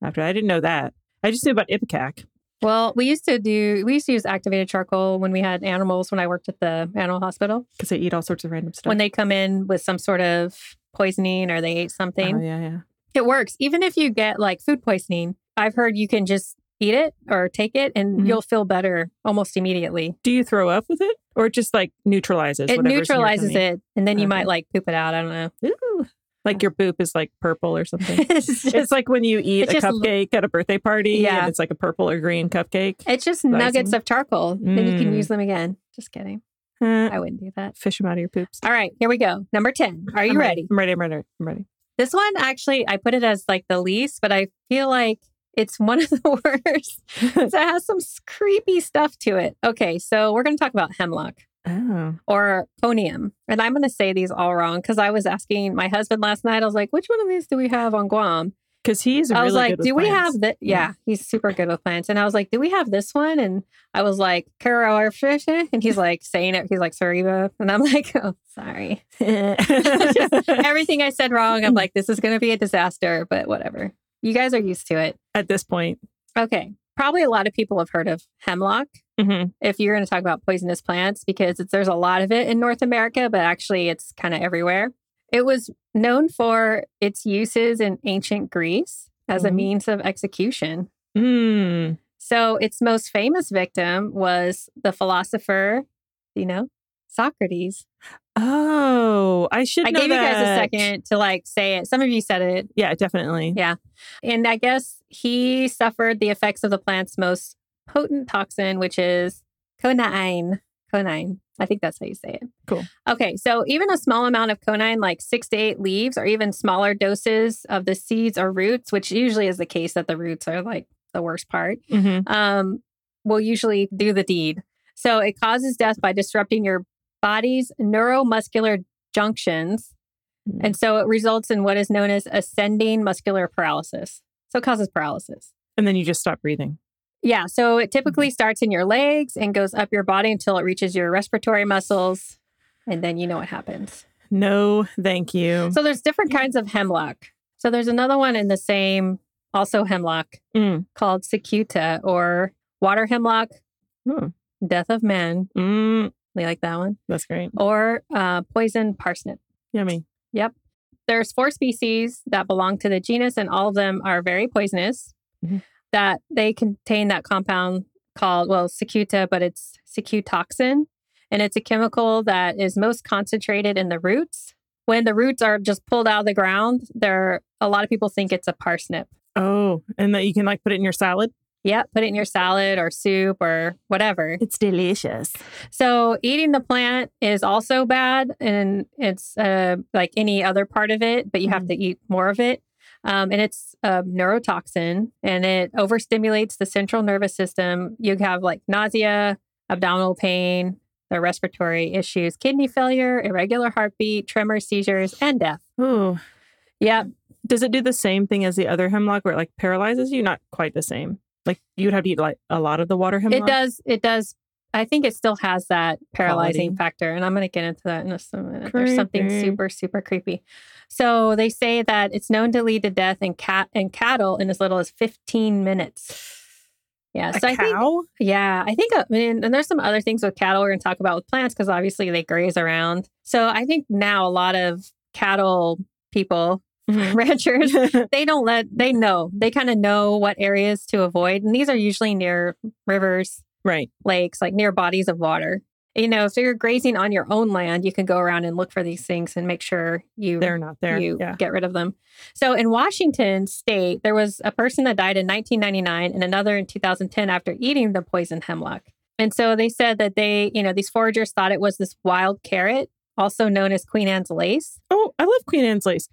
[SPEAKER 1] after. I didn't know that. I just knew about ipecac.
[SPEAKER 2] Well, we used to do, we used to use activated charcoal when we had animals when I worked at the animal hospital.
[SPEAKER 1] because they eat all sorts of random stuff.
[SPEAKER 2] When they come in with some sort of poisoning or they ate something,
[SPEAKER 1] Oh, yeah, yeah.
[SPEAKER 2] It works. Even if you get like food poisoning, I've heard you can just eat it or take it and
[SPEAKER 1] Mhm.
[SPEAKER 2] you'll feel better almost immediately.
[SPEAKER 1] Do you throw up with it, or it just like neutralizes?
[SPEAKER 2] It
[SPEAKER 1] whatever's in your
[SPEAKER 2] neutralizes
[SPEAKER 1] tummy?
[SPEAKER 2] it and then you
[SPEAKER 1] Okay.
[SPEAKER 2] might like poop it out. I don't know.
[SPEAKER 1] Ooh. Like your boop is like purple or something.
[SPEAKER 2] it's, just,
[SPEAKER 1] it's like when you eat
[SPEAKER 2] it's
[SPEAKER 1] a
[SPEAKER 2] just l-
[SPEAKER 1] cupcake at a birthday party,
[SPEAKER 2] Yeah.
[SPEAKER 1] and it's like a purple or green cupcake.
[SPEAKER 2] it's just nuggets
[SPEAKER 1] icing.
[SPEAKER 2] of charcoal. Then you can
[SPEAKER 1] Mm.
[SPEAKER 2] use them again. Just kidding.
[SPEAKER 1] Eh,
[SPEAKER 2] I wouldn't do that.
[SPEAKER 1] fish them out of your poops.
[SPEAKER 2] All right, here we go. Number 10. Are you
[SPEAKER 1] I'm
[SPEAKER 2] ready?
[SPEAKER 1] I'm ready. I'm ready. I'm ready.
[SPEAKER 2] This one actually I put it as like the least, but I feel like it's one of the worst. so it has some s- creepy stuff to it. Okay, so we're going to talk about hemlock.
[SPEAKER 1] Oh,
[SPEAKER 2] or conium. And I'm going to say these all wrong because I was asking my husband last night. I was like, which one of these do we have on Guam?
[SPEAKER 1] because he's. Really
[SPEAKER 2] I was like,
[SPEAKER 1] good with
[SPEAKER 2] do we
[SPEAKER 1] plants.
[SPEAKER 2] have that? Yeah, he's super good with plants. And I was like, do we have this one? And I was like, Carolfisha. And he's like saying it. He's like, Sariba. And I'm like, oh, sorry. Everything I said wrong. I'm like, this is going to be a disaster, but whatever. You guys are used to it.
[SPEAKER 1] At this point,
[SPEAKER 2] Okay. Probably a lot of people have heard of hemlock
[SPEAKER 1] hmm
[SPEAKER 2] if you're going to talk about poisonous plants because it's, there's a lot of it in North America, but actually it's kind of everywhere. It was known for its uses in ancient Greece as a
[SPEAKER 1] Mhm.
[SPEAKER 2] means of execution.
[SPEAKER 1] mm.
[SPEAKER 2] So its most famous victim was the philosopher, you know, Socrates.
[SPEAKER 1] oh, I should.
[SPEAKER 2] I
[SPEAKER 1] know
[SPEAKER 2] gave you guys a
[SPEAKER 1] that.
[SPEAKER 2] second to like say it. Some of you said it.
[SPEAKER 1] Yeah, definitely.
[SPEAKER 2] Yeah. And I guess he suffered the effects of the plant's most potent toxin, which is conine. Conine. I think that's how you say it.
[SPEAKER 1] Cool.
[SPEAKER 2] Okay. So even a small amount of conine, like six to eight leaves, or even smaller doses of the seeds or roots, which usually is the case that the roots are like the worst part,
[SPEAKER 1] Mhm.
[SPEAKER 2] um, will usually do the deed. So it causes death by disrupting your body's neuromuscular junctions and so it results in what is known as ascending muscular paralysis. So it causes paralysis.
[SPEAKER 1] And then you just stop breathing.
[SPEAKER 2] Yeah. So it typically starts in your legs and goes up your body until it reaches your respiratory muscles. And then you know what happens.
[SPEAKER 1] No, thank you.
[SPEAKER 2] So there's different kinds of hemlock. So there's another one in the same, also hemlock,
[SPEAKER 1] Mm.
[SPEAKER 2] called Cicuta or water hemlock,
[SPEAKER 1] Hmm.
[SPEAKER 2] death of man.
[SPEAKER 1] Mm,
[SPEAKER 2] We like that one.
[SPEAKER 1] that's great.
[SPEAKER 2] Or uh, poison parsnip.
[SPEAKER 1] Yummy.
[SPEAKER 2] There's four species that belong to the genus, and all of them are very poisonous.
[SPEAKER 1] Mhm.
[SPEAKER 2] That they contain that compound called well cicuta, but it's cicutoxin, and it's a chemical that is most concentrated in the roots. When the roots are just pulled out of the ground, there a lot of people think it's a parsnip.
[SPEAKER 1] Oh, and that you can like put it in your salad.
[SPEAKER 2] Yeah, put it in your salad or soup or whatever.
[SPEAKER 1] It's delicious.
[SPEAKER 2] So eating the plant is also bad, and it's uh, like any other part of it, but you have
[SPEAKER 1] Mhm.
[SPEAKER 2] to eat more of it. Um, and it's a neurotoxin, and it overstimulates the central nervous system. You have like nausea, abdominal pain, the respiratory issues, kidney failure, irregular heartbeat, tremors, seizures, and death.
[SPEAKER 1] Ooh.
[SPEAKER 2] Yeah,
[SPEAKER 1] Does it do the same thing as the other hemlock where it like paralyzes you? Not quite the same. Like you'd have to eat like a lot of the water hemlock.
[SPEAKER 2] It does. It does. I think it still has that paralyzing
[SPEAKER 1] Quality.
[SPEAKER 2] factor, and I'm going to get into that in just a minute. There's something
[SPEAKER 1] Creepy.
[SPEAKER 2] super, super creepy. So they say that it's known to lead to death in cat and cattle in as little as 15 minutes. Yeah.
[SPEAKER 1] A
[SPEAKER 2] So I think.
[SPEAKER 1] cow?
[SPEAKER 2] Yeah, I think. uh, I mean, and there's some other things with cattle we're going to talk about with plants because obviously they graze around. So I think now a lot of cattle people,
[SPEAKER 1] Mhm.
[SPEAKER 2] ranchers, they don't let they know they kind of know what areas to avoid, and these are usually near rivers,
[SPEAKER 1] right.
[SPEAKER 2] lakes, like near bodies of water. You know, if you're grazing on your own land, you can go around and look for these things and make sure you
[SPEAKER 1] They're not there.
[SPEAKER 2] you
[SPEAKER 1] yeah.
[SPEAKER 2] get rid of them. So in Washington state, there was a person that died in 1999 and another in 2010 after eating the poison hemlock. And so they said that they, you know, these foragers thought it was this wild carrot, also known as Queen Anne's lace.
[SPEAKER 1] Oh, I love Queen Anne's lace.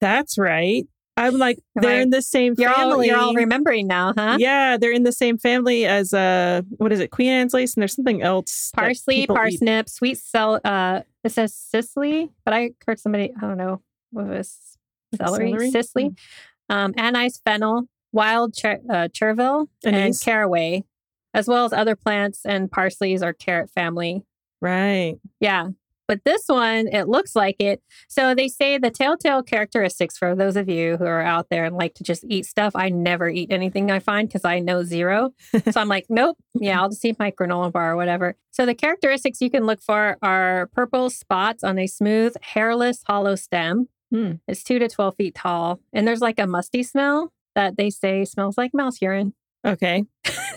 [SPEAKER 1] That's right. I'm like
[SPEAKER 2] Am
[SPEAKER 1] they're
[SPEAKER 2] I-
[SPEAKER 1] in the same
[SPEAKER 2] You're
[SPEAKER 1] family.
[SPEAKER 2] all you're all remembering now, huh?
[SPEAKER 1] Yeah, they're in the same family as uh what is it, Queen Anne's lace, and there's something else. that
[SPEAKER 2] Parsley,
[SPEAKER 1] people eat.
[SPEAKER 2] parsnip, sweet cell. Uh, it says Sicily, but I heard somebody. I don't know what was celery,
[SPEAKER 1] Celery? Hmm.
[SPEAKER 2] Sicily, um, anise, fennel, wild cher- uh, chervil, and
[SPEAKER 1] Anise.
[SPEAKER 2] caraway, as well as other plants and parsley's or carrot family.
[SPEAKER 1] Right.
[SPEAKER 2] Yeah. But this one, it looks like it. So they say the telltale characteristics for those of you who are out there and like to just eat stuff. I never eat anything I find because I know zero. so I'm like, nope. Yeah, I'll just eat my granola bar or whatever. So the characteristics you can look for are purple spots on a smooth, hairless, hollow stem.
[SPEAKER 1] Hmm.
[SPEAKER 2] It's two to 12 feet tall. And there's like a musty smell that they say smells like mouse urine
[SPEAKER 1] Okay.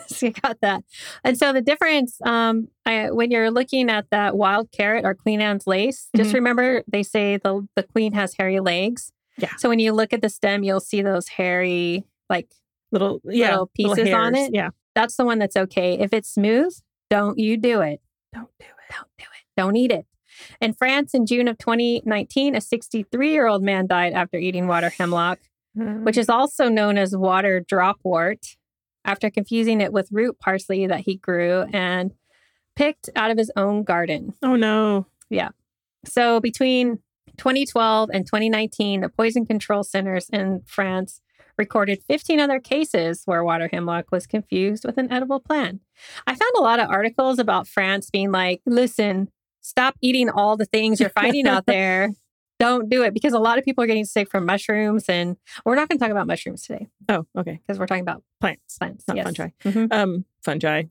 [SPEAKER 2] so you got that. And so the difference um, I, when you're looking at that wild carrot or Queen Anne's lace, just
[SPEAKER 1] Mhm.
[SPEAKER 2] remember they say the the queen has hairy legs.
[SPEAKER 1] Yeah.
[SPEAKER 2] So when you look at the stem, you'll see those hairy like
[SPEAKER 1] Little yeah.
[SPEAKER 2] Little pieces on
[SPEAKER 1] hairs.
[SPEAKER 2] it.
[SPEAKER 1] Yeah.
[SPEAKER 2] that's the one that's okay. If it's smooth, don't you do it.
[SPEAKER 1] Don't do it.
[SPEAKER 2] Don't do it. Don't eat it. In France, in June of 2019, a 63 year old man died after eating water hemlock which is also known as water dropwort, after confusing it with root parsley that he grew and picked out of his own garden.
[SPEAKER 1] oh no.
[SPEAKER 2] So between 2012 and 2019, the poison control centers in France recorded 15 other cases where water hemlock was confused with an edible plant. I found a lot of articles about France being like, listen, stop eating all the things you're finding out there. Don't do it because a lot of people are getting sick from mushrooms, and we're not going to talk about mushrooms today
[SPEAKER 1] Oh, okay.
[SPEAKER 2] because we're talking about
[SPEAKER 1] Plants.
[SPEAKER 2] plants.
[SPEAKER 1] Not
[SPEAKER 2] yes.
[SPEAKER 1] fungi.
[SPEAKER 2] Mhm.
[SPEAKER 1] Um fungi.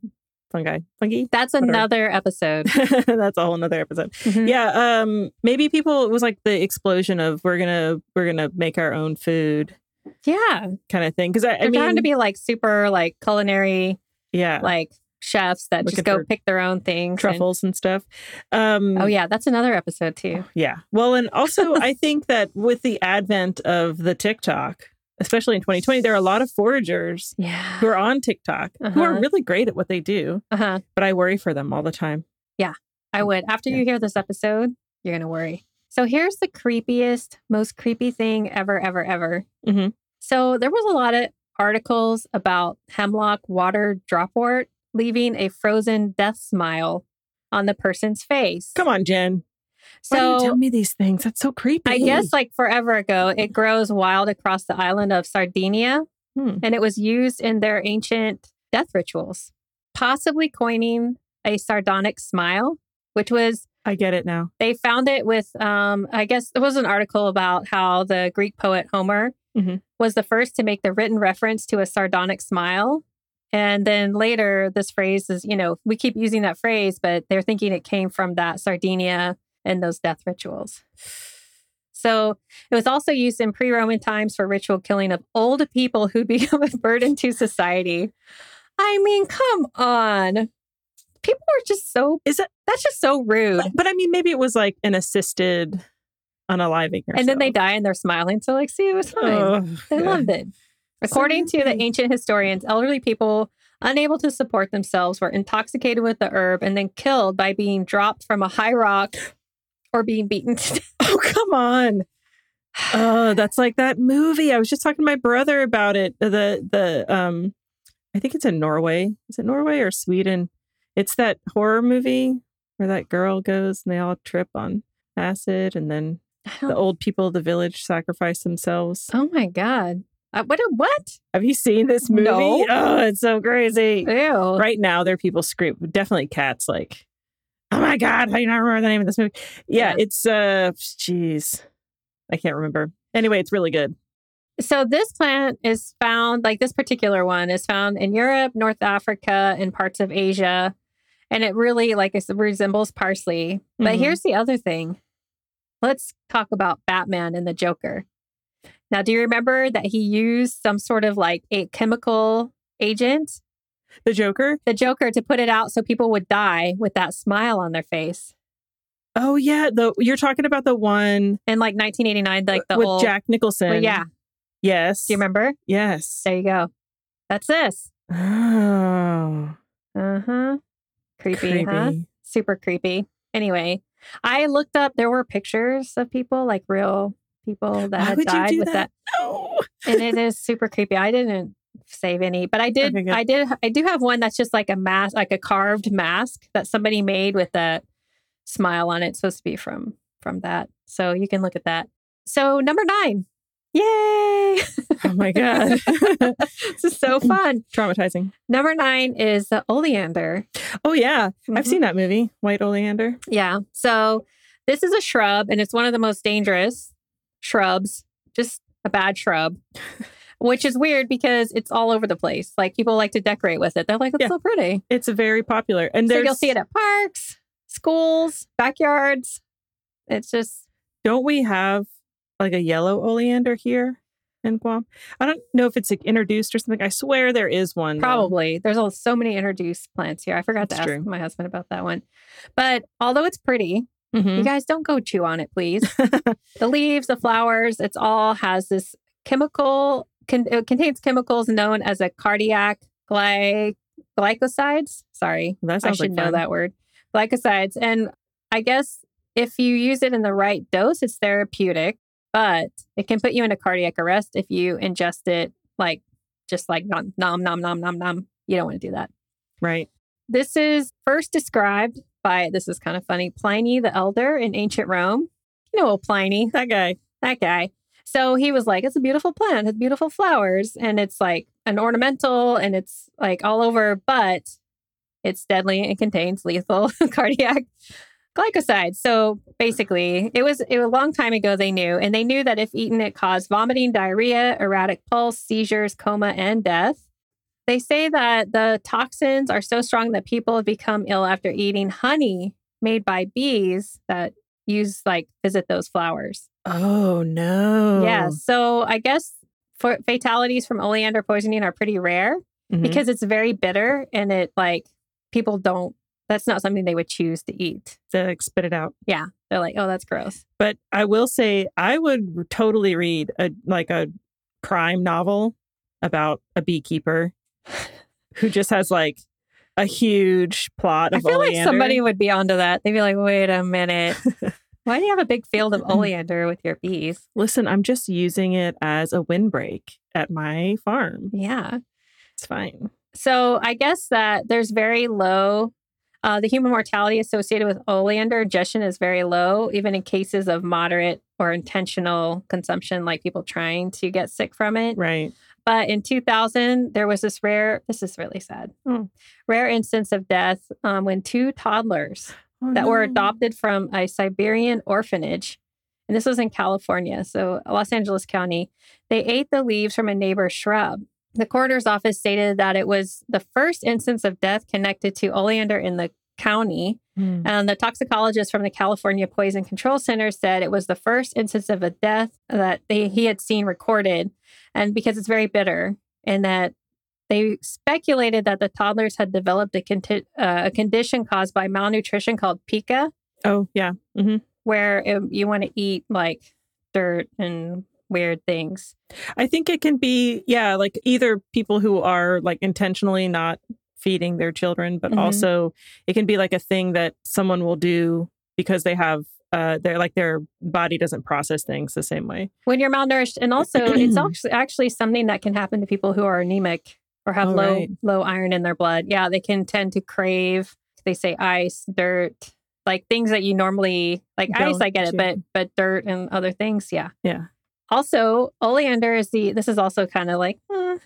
[SPEAKER 1] Fungi. Fungi.
[SPEAKER 2] That's
[SPEAKER 1] Whatever.
[SPEAKER 2] another episode.
[SPEAKER 1] That's a whole nother episode.
[SPEAKER 2] Mhm.
[SPEAKER 1] Yeah. Um maybe people it was like the explosion of we're gonna we're gonna make our own food
[SPEAKER 2] Yeah.
[SPEAKER 1] kind of thing. Cause I, I
[SPEAKER 2] They're
[SPEAKER 1] mean
[SPEAKER 2] trying to be like super like culinary,
[SPEAKER 1] yeah.
[SPEAKER 2] like chefs that
[SPEAKER 1] Looking
[SPEAKER 2] just go
[SPEAKER 1] for
[SPEAKER 2] pick their own things. and-
[SPEAKER 1] truffles and stuff. Um
[SPEAKER 2] oh yeah, that's another episode too.
[SPEAKER 1] Yeah. Well, and also I think that with the advent of the TikTok, especially in 2020, there are a lot of foragers
[SPEAKER 2] Yeah.
[SPEAKER 1] who are on TikTok who are
[SPEAKER 2] Uh-huh.
[SPEAKER 1] really great at what they do,
[SPEAKER 2] Uh-huh.
[SPEAKER 1] but I worry for them all the time.
[SPEAKER 2] I would. After you hear this episode, you're gonna worry. So here's the creepiest, most creepy thing ever, ever, ever.
[SPEAKER 1] Mhm.
[SPEAKER 2] So there was a lot of articles about hemlock water dropwort leaving a frozen death smile on the person's face.
[SPEAKER 1] Come on, Jen.
[SPEAKER 2] So
[SPEAKER 1] Why do you tell me these things? That's so creepy.
[SPEAKER 2] I guess like forever ago, it grows wild across the island of Sardinia,
[SPEAKER 1] Hmm.
[SPEAKER 2] and it was used in their ancient death rituals, possibly coining a sardonic smile, which was
[SPEAKER 1] I get it now.
[SPEAKER 2] They found it with, um, I guess it was an article about how the Greek poet Homer
[SPEAKER 1] Mhm.
[SPEAKER 2] was the first to make the written reference to a sardonic smile. And then later, this phrase is, you know, we keep using that phrase, but they're thinking it came from that Sardinia and those death rituals. So it was also used in pre Roman times for ritual killing of old people who'd become a burden to society. I mean, come on. People were just so,
[SPEAKER 1] Is it-
[SPEAKER 2] that's just so rude.
[SPEAKER 1] But, but I mean, maybe it was like an assisted unaliving yourself.
[SPEAKER 2] And then they die and they're smiling. So, like, see, it was fine.
[SPEAKER 1] Ugh,
[SPEAKER 2] they
[SPEAKER 1] Oh, yeah.
[SPEAKER 2] loved it. According to the
[SPEAKER 1] creepy.
[SPEAKER 2] ancient historians, elderly people unable to support themselves were intoxicated with the herb and then killed by being dropped from a high rock or being beaten to death.
[SPEAKER 1] Oh, come on. Oh, that's like that movie. I was just talking to my brother about it. The the um I think it's in Norway. Is it Norway or Sweden? It's that horror movie where that girl goes and they all trip on acid and then
[SPEAKER 2] I
[SPEAKER 1] the
[SPEAKER 2] don't-
[SPEAKER 1] old people of the village sacrifice themselves.
[SPEAKER 2] Oh my God. Uh, what? a- What?
[SPEAKER 1] Have you seen this movie?
[SPEAKER 2] No.
[SPEAKER 1] Oh, it's so crazy.
[SPEAKER 2] Ew.
[SPEAKER 1] Right now there are people scream definitely cats like Oh my god, how do you not remember the name of this movie? Yeah,
[SPEAKER 2] Yeah.
[SPEAKER 1] it's uh jeez. I can't remember. Anyway, it's really good.
[SPEAKER 2] So this plant is found, like this particular one, is found in Europe, North Africa, and parts of Asia, and it really, like I said, resembles parsley. But
[SPEAKER 1] Mhm.
[SPEAKER 2] here's the other thing: let's talk about Batman and the Joker. Now, do you remember that he used some sort of like a chemical agent,
[SPEAKER 1] The Joker?
[SPEAKER 2] the Joker, to put it out so people would die with that smile on their face?
[SPEAKER 1] Oh yeah, the you're talking about the one
[SPEAKER 2] In like 1989, like the
[SPEAKER 1] Uh, with
[SPEAKER 2] whole
[SPEAKER 1] Jack Nicholson.
[SPEAKER 2] Well, yeah,
[SPEAKER 1] Yes.
[SPEAKER 2] do you remember?
[SPEAKER 1] Yes.
[SPEAKER 2] There you go. That's this.
[SPEAKER 1] Oh,
[SPEAKER 2] Uh huh. creepy. huh?
[SPEAKER 1] creepy.
[SPEAKER 2] super creepy. Anyway, I looked up. There were pictures of people, like real people that
[SPEAKER 1] Why
[SPEAKER 2] had
[SPEAKER 1] would you
[SPEAKER 2] died
[SPEAKER 1] do
[SPEAKER 2] with that?
[SPEAKER 1] that? No.
[SPEAKER 2] and it is super creepy. I didn't save any, but I did.
[SPEAKER 1] Okay, good.
[SPEAKER 2] I did. I do have one that's just like a mask, like a carved mask that somebody made with a smile on it. It's supposed to be from from that, so you can look at that. So number nine, yay!
[SPEAKER 1] Oh my god.
[SPEAKER 2] this is so fun.
[SPEAKER 1] Traumatizing.
[SPEAKER 2] Number nine is the oleander.
[SPEAKER 1] Oh yeah, I've
[SPEAKER 2] Mhm.
[SPEAKER 1] seen that movie, White Oleander.
[SPEAKER 2] Yeah. So this is a shrub and it's one of the most dangerous shrubs, just a bad shrub, which is weird because it's all over the place. Like people like to decorate with it. They're like, it's
[SPEAKER 1] Yeah.
[SPEAKER 2] so pretty.
[SPEAKER 1] It's very popular, and
[SPEAKER 2] So
[SPEAKER 1] there's
[SPEAKER 2] you'll see it at parks, schools, backyards. It's just,
[SPEAKER 1] Don't we have like a yellow oleander here in Guam? I don't know if it's like, introduced or something. I swear there is one. though.
[SPEAKER 2] Probably. There's all, so many introduced plants here. I forgot
[SPEAKER 1] That's
[SPEAKER 2] to ask
[SPEAKER 1] true.
[SPEAKER 2] my husband about that one. But although it's pretty, you
[SPEAKER 1] Mhm.
[SPEAKER 2] guys don't go chew on it, please. the leaves, the flowers, it's all has this chemical, con- it contains chemicals known as a cardiac gly- glycosides. Sorry,
[SPEAKER 1] That
[SPEAKER 2] I
[SPEAKER 1] sounds
[SPEAKER 2] should
[SPEAKER 1] like
[SPEAKER 2] know
[SPEAKER 1] fun.
[SPEAKER 2] that word. Glycosides. And I guess if you use it in the right dose, it's therapeutic, but it can put you into cardiac arrest if you ingest it like just like nom, nom, nom, nom, nom, nom. You don't want to do that.
[SPEAKER 1] Right.
[SPEAKER 2] This is first described by, this is kind of funny, Pliny the Elder in ancient Rome. You know, old Pliny,
[SPEAKER 1] That guy.
[SPEAKER 2] that guy. So he was like, it's a beautiful plant, it's beautiful flowers, and it's like an ornamental and it's like all over, but it's deadly and contains lethal cardiac glycosides. So basically, it was, it was a long time ago they knew, and they knew that if eaten, it caused vomiting, diarrhea, erratic pulse, seizures, coma, and death. They say that the toxins are so strong that people have become ill after eating honey made by bees that use like visit those flowers.
[SPEAKER 1] Oh no.
[SPEAKER 2] Yeah. So I guess for fatalities from oleander poisoning are pretty rare
[SPEAKER 1] Mhm.
[SPEAKER 2] because it's very bitter and it like people don't. That's not something they would choose to eat.
[SPEAKER 1] They, like, spit it out.
[SPEAKER 2] They're like, oh, that's gross.
[SPEAKER 1] But I will say I would r- totally read a like a crime novel about a beekeeper who just has like a huge plot of
[SPEAKER 2] I feel like
[SPEAKER 1] oleander.
[SPEAKER 2] somebody would be onto that. They'd be like, wait a minute. Why do you have a big field of oleander with your bees?
[SPEAKER 1] Listen, I'm just using it as a windbreak at my farm.
[SPEAKER 2] Yeah.
[SPEAKER 1] It's fine.
[SPEAKER 2] So I guess that there's very low. Uh, the human mortality associated with oleander ingestion is very low, even in cases of moderate or intentional consumption, like people trying to get sick from it.
[SPEAKER 1] Right.
[SPEAKER 2] But in 2000, there was this rare, this is really sad,
[SPEAKER 1] Hmm.
[SPEAKER 2] rare instance of death um, when two toddlers
[SPEAKER 1] Oh,
[SPEAKER 2] that were
[SPEAKER 1] no.
[SPEAKER 2] adopted from a Siberian orphanage. And this was in California, so Los Angeles County. They ate the leaves from a neighbor's shrub. The coroner's office stated that it was the first instance of death connected to oleander in the county.
[SPEAKER 1] Mm.
[SPEAKER 2] And the toxicologist from the California Poison Control Center said it was the first instance of a death that they, he had seen recorded, and because it's very bitter, and that they speculated that the toddlers had developed a, conti- uh, a condition caused by malnutrition called pica,
[SPEAKER 1] Oh, yeah. hmm
[SPEAKER 2] where um you want to eat like dirt and weird things.
[SPEAKER 1] I think it can be, yeah, like either people who are like intentionally not feeding their children, but
[SPEAKER 2] Mhm.
[SPEAKER 1] also it can be like a thing that someone will do because they have, uh, their like their body doesn't process things the same way.
[SPEAKER 2] when you're malnourished and also it's actually actually something that can happen to people who are anemic or have
[SPEAKER 1] Oh,
[SPEAKER 2] low
[SPEAKER 1] right.
[SPEAKER 2] low iron in their blood yeah they can tend to crave they say ice dirt like things that you normally like ice
[SPEAKER 1] Don't
[SPEAKER 2] i get it
[SPEAKER 1] you-
[SPEAKER 2] but but dirt and other things yeah
[SPEAKER 1] Yeah.
[SPEAKER 2] also oleander is the this is also kind of like eh.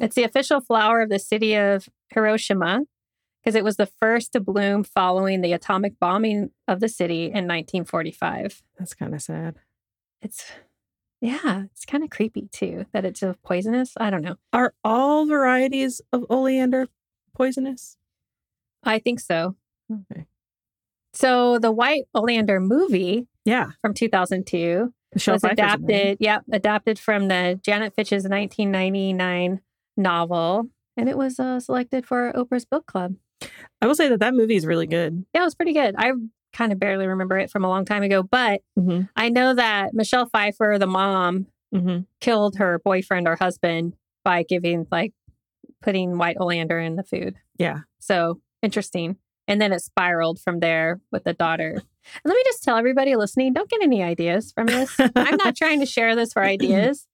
[SPEAKER 2] it's the official flower of the city of hiroshima because it was the first to bloom following the atomic bombing of the city in 1945
[SPEAKER 1] That's kind of sad.
[SPEAKER 2] it's yeah, it's kind of creepy too that it's so poisonous. I don't know.
[SPEAKER 1] Are all varieties of oleander poisonous?
[SPEAKER 2] I think so.
[SPEAKER 1] Okay.
[SPEAKER 2] So the White Oleander movie
[SPEAKER 1] Yeah.
[SPEAKER 2] from 2002
[SPEAKER 1] Michelle
[SPEAKER 2] was
[SPEAKER 1] Pfeiffer's in that, right?
[SPEAKER 2] adapted. Yep, adapted from the Janet Fitch's 1999 novel, and it was uh, selected for Oprah's book club.
[SPEAKER 1] I will say that that movie is really good.
[SPEAKER 2] Yeah, it was pretty good. I kind of barely remember it from a long time ago, but
[SPEAKER 1] Mm-hmm.
[SPEAKER 2] I know that Michelle Pfeiffer, the mom,
[SPEAKER 1] Mm-hmm.
[SPEAKER 2] killed her boyfriend or husband by giving like putting white oleander in the food.
[SPEAKER 1] Yeah.
[SPEAKER 2] So interesting. And then it spiraled from there with the daughter. And let me just tell everybody listening, don't get any ideas from this.
[SPEAKER 1] Mm-hmm.
[SPEAKER 2] I'm not trying to share this for ideas.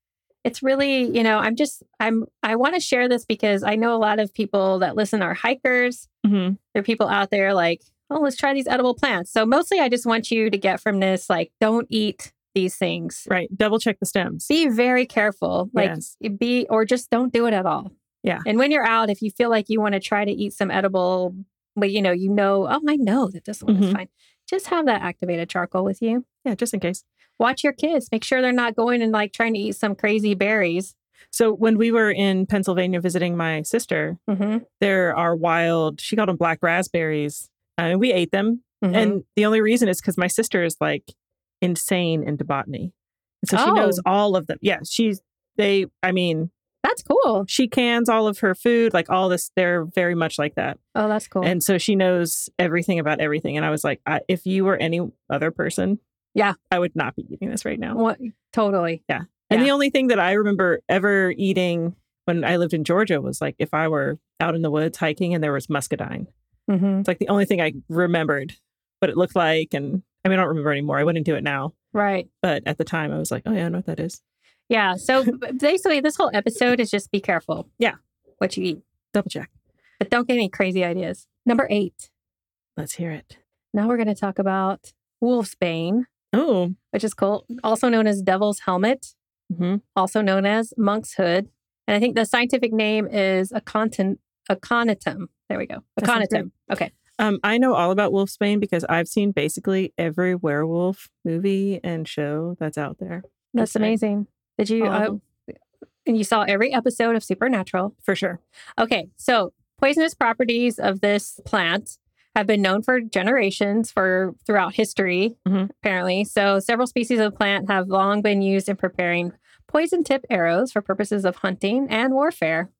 [SPEAKER 2] It's really, you know, I'm just I'm I want to share this because I know a lot of people that listen are hikers.
[SPEAKER 1] hmm
[SPEAKER 2] There are people out there like, oh, let's try these edible plants. So mostly I just want you to get from this like don't eat these things
[SPEAKER 1] Right. Double check the stems.
[SPEAKER 2] be very careful. Like
[SPEAKER 1] Yes.
[SPEAKER 2] be or just don't do it at all.
[SPEAKER 1] Yeah.
[SPEAKER 2] And when you're out, if you feel like you want to try to eat some edible, but you know, you know, oh, I know that this one is
[SPEAKER 1] Mhm.
[SPEAKER 2] fine. Just have that activated charcoal with you.
[SPEAKER 1] Yeah, just in case.
[SPEAKER 2] Watch your kids. Make sure they're not going and like trying to eat some crazy berries.
[SPEAKER 1] So when we were in Pennsylvania visiting my sister,
[SPEAKER 2] Mm-hmm.
[SPEAKER 1] there are wild she called them black raspberries uh, and we ate them
[SPEAKER 2] Mm-hmm.
[SPEAKER 1] and the only reason is because my sister is like insane into botany and so she
[SPEAKER 2] Oh.
[SPEAKER 1] knows all of them yeah she's they i mean
[SPEAKER 2] that's cool.
[SPEAKER 1] she cans all of her food like all this they're very much like that
[SPEAKER 2] Oh, that's cool.
[SPEAKER 1] and so she knows everything about everything and i was like I, if you were any other person
[SPEAKER 2] Yeah.
[SPEAKER 1] i would not be eating this right now
[SPEAKER 2] what, totally.
[SPEAKER 1] and
[SPEAKER 2] Yeah.
[SPEAKER 1] the only thing that I remember ever eating when I lived in Georgia was like if I were out in the woods hiking and there was muscadine.
[SPEAKER 2] Mm-hmm.
[SPEAKER 1] It's like the only thing I remembered what it looked like. And I mean, I don't remember anymore. I wouldn't do it now.
[SPEAKER 2] Right.
[SPEAKER 1] But at the time, I was like, oh, yeah, I know what that is.
[SPEAKER 2] Yeah. So b- basically, this whole episode is just be careful.
[SPEAKER 1] Yeah.
[SPEAKER 2] What you eat,
[SPEAKER 1] Double check.
[SPEAKER 2] but don't get any crazy ideas. Number eight.
[SPEAKER 1] Let's hear it.
[SPEAKER 2] Now we're going to talk about wolf's bane,
[SPEAKER 1] Oh,
[SPEAKER 2] which is cool, also known as devil's helmet,
[SPEAKER 1] hmm
[SPEAKER 2] also known as monk's hood. And I think the scientific name is aconitum. aconitum. There we go.
[SPEAKER 1] That sounds great.
[SPEAKER 2] Aconitum. Okay.
[SPEAKER 1] um, I know all about Wolfsbane because I've seen basically every werewolf movie and show that's out there.
[SPEAKER 2] That's
[SPEAKER 1] Okay.
[SPEAKER 2] amazing. Did you,
[SPEAKER 1] All of
[SPEAKER 2] uh,
[SPEAKER 1] them.
[SPEAKER 2] and you saw every episode of Supernatural.
[SPEAKER 1] For sure.
[SPEAKER 2] Okay. So poisonous properties of this plant have been known for generations for throughout history,
[SPEAKER 1] Mhm.
[SPEAKER 2] apparently. So several species of the plant have long been used in preparing poison tip arrows for purposes of hunting and warfare.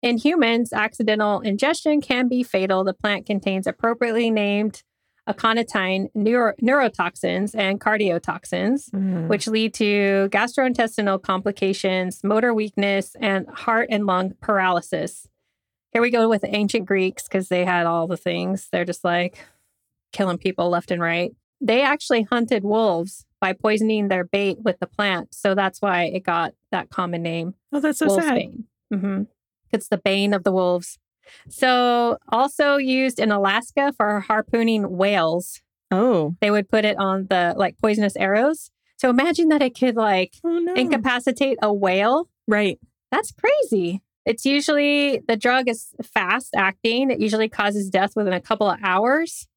[SPEAKER 2] In humans, accidental ingestion can be fatal. The plant contains appropriately named aconitine neuro- neurotoxins and cardiotoxins
[SPEAKER 1] Mm.
[SPEAKER 2] which lead to gastrointestinal complications, motor weakness, and heart and lung paralysis. Here we go with the ancient Greeks because they had all the things. They're just like killing people left and right. They actually hunted wolves by poisoning their bait with the plant. So that's why it got that common name
[SPEAKER 1] oh, that's so
[SPEAKER 2] wolf's
[SPEAKER 1] sad.
[SPEAKER 2] bane. hmm It's the bane of the wolves. So, also used in Alaska for harpooning whales.
[SPEAKER 1] Oh,
[SPEAKER 2] They would put it on the like poisonous arrows. So imagine that it could like
[SPEAKER 1] oh no.
[SPEAKER 2] incapacitate a whale.
[SPEAKER 1] right.
[SPEAKER 2] That's crazy. It's usually the drug is fast acting. It usually causes death within a couple of hours.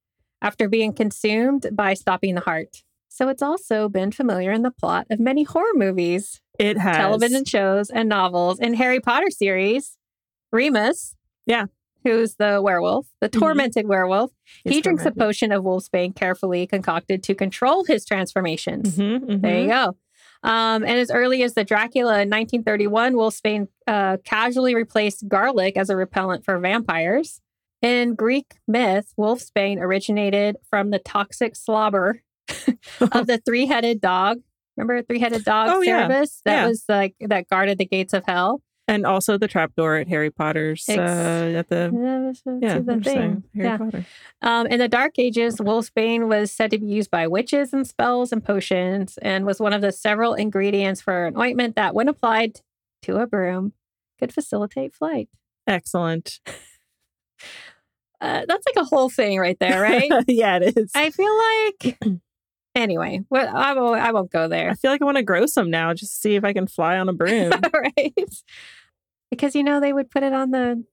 [SPEAKER 2] after being consumed by stopping the heart. So it's also been familiar in the plot of many horror movies,
[SPEAKER 1] It has
[SPEAKER 2] television shows, and novels. In Harry Potter series, Remus,
[SPEAKER 1] Yeah.
[SPEAKER 2] who's the werewolf, the
[SPEAKER 1] Mhm.
[SPEAKER 2] tormented werewolf,
[SPEAKER 1] It's
[SPEAKER 2] he drinks a
[SPEAKER 1] tormented.
[SPEAKER 2] potion of wolfsbane carefully concocted to control his transformations.
[SPEAKER 1] Mhm, mhm.
[SPEAKER 2] There you go. Um, and as early as the Dracula in 1931, wolfsbane uh, casually replaced garlic as a repellent for vampires. In Greek myth, wolfsbane originated from the toxic slobber of the three-headed dog. Remember three-headed dog
[SPEAKER 1] Oh, yeah.
[SPEAKER 2] Cerberus? That
[SPEAKER 1] Yeah.
[SPEAKER 2] was like that guarded the gates of hell.
[SPEAKER 1] And also the trapdoor at Harry Potter's
[SPEAKER 2] Ex-
[SPEAKER 1] uh, at the
[SPEAKER 2] Yeah, that's- that's
[SPEAKER 1] yeah,
[SPEAKER 2] the
[SPEAKER 1] I'm just saying,
[SPEAKER 2] thing.
[SPEAKER 1] Harry
[SPEAKER 2] Yeah.
[SPEAKER 1] Potter.
[SPEAKER 2] Um, in the Dark Ages, wolfsbane was said to be used by witches and spells and potions, and was one of the several ingredients for an ointment that, when applied to a broom, could facilitate flight.
[SPEAKER 1] Excellent.
[SPEAKER 2] Uh, that's like a whole thing right there, right?
[SPEAKER 1] yeah, it is. I,
[SPEAKER 2] I feel like. Anyway, well, I won't. I won't go there.
[SPEAKER 1] feel like I want to grow some now just to see if I can fly on a broom.
[SPEAKER 2] right? Because you know they would put it on the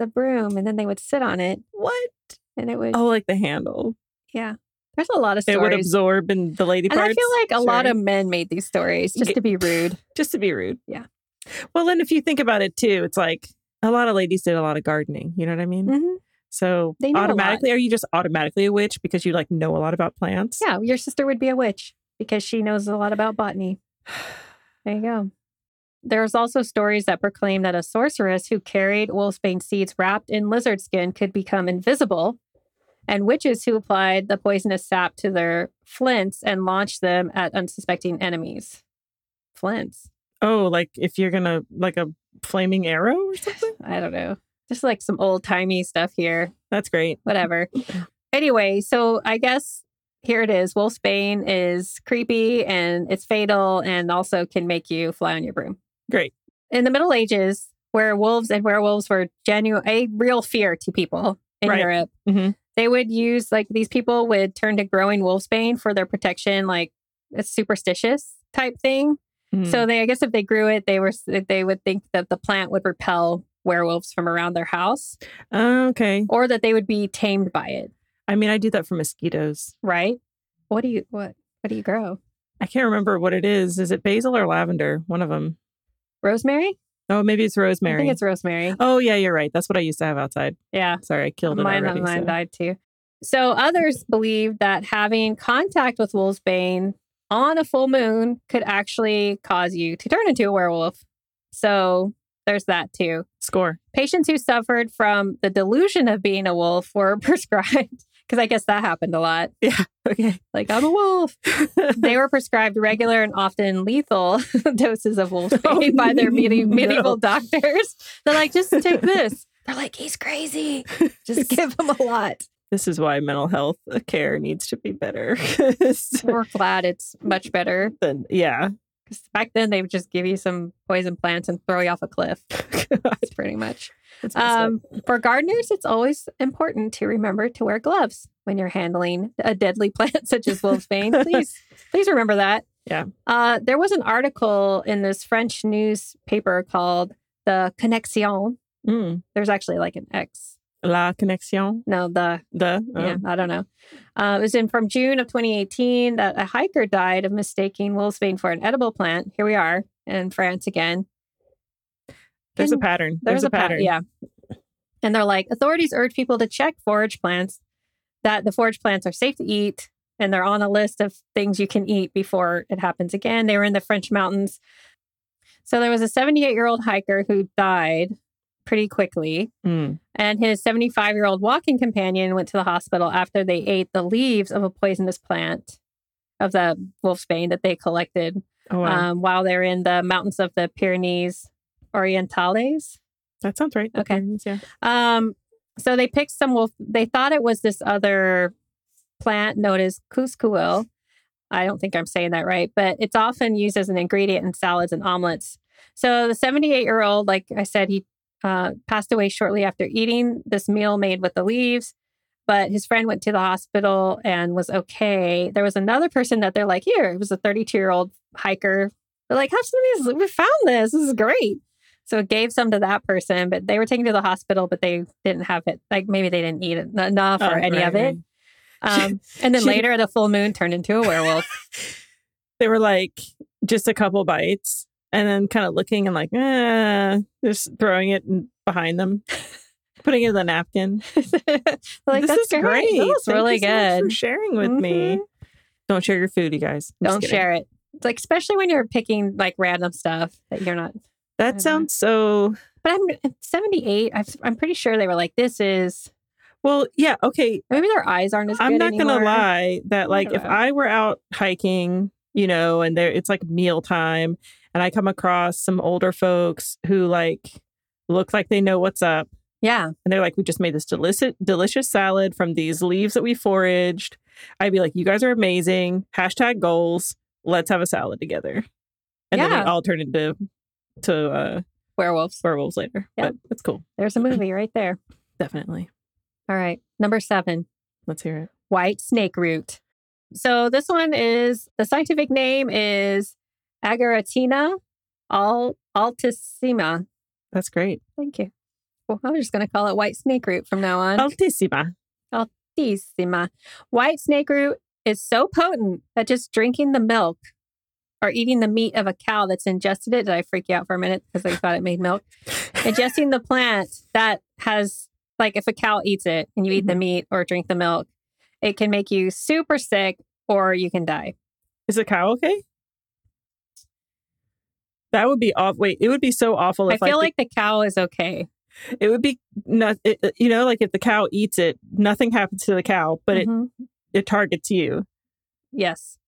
[SPEAKER 2] the broom, and then they would sit on it,
[SPEAKER 1] what?
[SPEAKER 2] and it would.
[SPEAKER 1] Oh, like the handle.
[SPEAKER 2] Yeah, there's a lot of
[SPEAKER 1] It would
[SPEAKER 2] stories.
[SPEAKER 1] absorb in the lady
[SPEAKER 2] and
[SPEAKER 1] parts.
[SPEAKER 2] I feel like a lot
[SPEAKER 1] Sure.
[SPEAKER 2] of men made these stories just
[SPEAKER 1] Yeah.
[SPEAKER 2] to be rude.
[SPEAKER 1] just to be rude.
[SPEAKER 2] Yeah.
[SPEAKER 1] Well, and if you think about it too, it's like a lot of ladies did a lot of gardening. You know what I mean?
[SPEAKER 2] hmm
[SPEAKER 1] So
[SPEAKER 2] They know a lot.
[SPEAKER 1] automatically, are you just automatically a witch because you like know a lot about plants?
[SPEAKER 2] Yeah, your sister would be a witch because she knows a lot about botany. There you go. There's also stories that proclaim that a sorceress who carried wolfsbane seeds wrapped in lizard skin could become invisible, and witches who applied the poisonous sap to their flints and launched them at unsuspecting enemies. Flints.
[SPEAKER 1] Oh, like if you're gonna like a flaming arrow or something.
[SPEAKER 2] I don't know. Just like some old timey stuff here.
[SPEAKER 1] That's great.
[SPEAKER 2] whatever. anyway, so I guess here it is. Wolfsbane is creepy and it's fatal and also can make you fly on your broom.
[SPEAKER 1] Great.
[SPEAKER 2] In the Middle Ages, where wolves and werewolves were genuine a real fear to people in
[SPEAKER 1] Right.
[SPEAKER 2] Europe.
[SPEAKER 1] Mhm.
[SPEAKER 2] They would use like these people would turn to growing wolfsbane for their protection, like a superstitious type thing.
[SPEAKER 1] Mm.
[SPEAKER 2] So they, I guess, if they grew it, they were they would think that the plant would repel werewolves from around their house,
[SPEAKER 1] Oh, okay.
[SPEAKER 2] or that they would be tamed by it.
[SPEAKER 1] I mean, I do that for mosquitoes.
[SPEAKER 2] right? What do you what what do you grow?
[SPEAKER 1] I can't remember what it is. Is it basil or lavender? One of them.
[SPEAKER 2] Rosemary?
[SPEAKER 1] Oh, maybe it's rosemary.
[SPEAKER 2] I think it's rosemary.
[SPEAKER 1] oh, yeah, you're right. That's what I used to have outside.
[SPEAKER 2] Yeah,
[SPEAKER 1] Sorry, I killed it
[SPEAKER 2] mine
[SPEAKER 1] already.
[SPEAKER 2] mine
[SPEAKER 1] so-
[SPEAKER 2] died too. So others believe that having contact with wolfsbane on a full moon could actually cause you to turn into a werewolf. So there's that too.
[SPEAKER 1] Score.
[SPEAKER 2] Patients who suffered from the delusion of being a wolf were prescribed because I guess that happened a lot.
[SPEAKER 1] Okay.
[SPEAKER 2] Like I'm a wolf. they were prescribed regular and often lethal doses of wolfsbane
[SPEAKER 1] Oh,
[SPEAKER 2] by their medi-
[SPEAKER 1] no.
[SPEAKER 2] medieval doctors. They're like, just take this. They're like, he's crazy. Just give him a lot.
[SPEAKER 1] This is why mental health care needs to be better.
[SPEAKER 2] We're glad it's much better
[SPEAKER 1] then, yeah.
[SPEAKER 2] because back then they would just give you some poison plants and throw you off a cliff. That's pretty much.
[SPEAKER 1] That's messed up.
[SPEAKER 2] Um, for gardeners, it's always important to remember to wear gloves when you're handling a deadly plant such as wolfsbane. please, please remember that.
[SPEAKER 1] Yeah.
[SPEAKER 2] Uh, there was an article in this French newspaper called the Connexion.
[SPEAKER 1] Mm.
[SPEAKER 2] There's actually like an X.
[SPEAKER 1] La connexion.
[SPEAKER 2] No, the
[SPEAKER 1] The. oh.
[SPEAKER 2] yeah, I don't know. Uh, it was in from June of 2018 that a hiker died of mistaking wolfsbane for an edible plant. Here we are in France again.
[SPEAKER 1] There's a
[SPEAKER 2] Can-
[SPEAKER 1] pattern.
[SPEAKER 2] There's, a pattern. Yeah. And they're like, authorities urge people to check forage plants that the forage plants are safe to eat. And they're on a list of things you can eat before it happens again. They were in the French mountains. So there was a 78 year old hiker who died pretty quickly.
[SPEAKER 1] Mm.
[SPEAKER 2] And his 75 year old walking companion went to the hospital after they ate the leaves of a poisonous plant of the wolfsbane that they collected
[SPEAKER 1] Oh, wow.
[SPEAKER 2] um, while they were in the mountains of the Pyrenees Orientales.
[SPEAKER 1] that sounds right. The
[SPEAKER 2] okay.
[SPEAKER 1] patterns, Yeah.
[SPEAKER 2] Um, so they picked some wolf. They thought it was this other plant known as couscous. I don't think I'm saying that right, but it's often used as an ingredient in salads and omelets. So the 78 year old, like I said, he uh, passed away shortly after eating this meal made with the leaves. But his friend went to the hospital and was okay. There was another person that they're like, here, it was a 32 year old hiker. They're like, have some of these. We found this. This is great. So it gave some to that person, but they were taken to the hospital, but they didn't have it. Like maybe they didn't eat it enough
[SPEAKER 1] Oh,
[SPEAKER 2] or any
[SPEAKER 1] right,
[SPEAKER 2] of it.
[SPEAKER 1] right.
[SPEAKER 2] Um, and then
[SPEAKER 1] She-
[SPEAKER 2] later at a full moon, turned into a werewolf.
[SPEAKER 1] They were like just a couple bites and then kind of looking and like, eh, just throwing it in- behind them, putting it in the napkin. this
[SPEAKER 2] like that's
[SPEAKER 1] is great.
[SPEAKER 2] That's
[SPEAKER 1] Thank
[SPEAKER 2] really
[SPEAKER 1] you so much for
[SPEAKER 2] good. sharing
[SPEAKER 1] sharing with me. Don't share your food, you guys. I'm just
[SPEAKER 2] Don't
[SPEAKER 1] kidding.
[SPEAKER 2] share it. It's like especially when you're picking like random stuff that you're not.
[SPEAKER 1] That sounds so.
[SPEAKER 2] But I'm at 78. I've, I'm pretty sure they were like, this is
[SPEAKER 1] Well, yeah, okay.
[SPEAKER 2] maybe their eyes aren't as.
[SPEAKER 1] I'm
[SPEAKER 2] good
[SPEAKER 1] not
[SPEAKER 2] anymore.
[SPEAKER 1] gonna lie that like if
[SPEAKER 2] Whatever.
[SPEAKER 1] I were out hiking, you know, and there it's like meal time, and I come across some older folks who like look like they know what's up,
[SPEAKER 2] Yeah,
[SPEAKER 1] and they're like, "We just made this delicious delicious salad from these leaves that we foraged." I'd be like, "You guys are amazing." Hashtag goals. Let's have a salad together, and then
[SPEAKER 2] Yeah.
[SPEAKER 1] we all turn into to uh,
[SPEAKER 2] werewolves.
[SPEAKER 1] werewolves later.
[SPEAKER 2] Yep.
[SPEAKER 1] But that's cool.
[SPEAKER 2] There's a movie right there.
[SPEAKER 1] Definitely.
[SPEAKER 2] All right, number seven.
[SPEAKER 1] Let's hear it.
[SPEAKER 2] white snake root. So this one is the scientific name is Agaratina al- altissima.
[SPEAKER 1] That's great.
[SPEAKER 2] Thank you. Well, I'm just going to call it white snake root from now
[SPEAKER 1] Oh.
[SPEAKER 2] on.
[SPEAKER 1] Altissima.
[SPEAKER 2] Altissima. White snake root is so potent that just drinking the milk or eating the meat of a cow that's ingested it. Did I freak you out for a minute because I thought it made milk? Ingesting the plant that has, like, if a cow eats it and you eat
[SPEAKER 1] Mm-hmm.
[SPEAKER 2] the meat or drink the milk, it can make you super sick or you can die.
[SPEAKER 1] Is the cow okay? That would be off. Wait, it would be so awful if
[SPEAKER 2] I feel
[SPEAKER 1] the-
[SPEAKER 2] like the cow is okay.
[SPEAKER 1] it would be not. It, it- you know, like if the cow eats it, nothing happens to the cow, but
[SPEAKER 2] Mhm.
[SPEAKER 1] it, it targets you.
[SPEAKER 2] yes.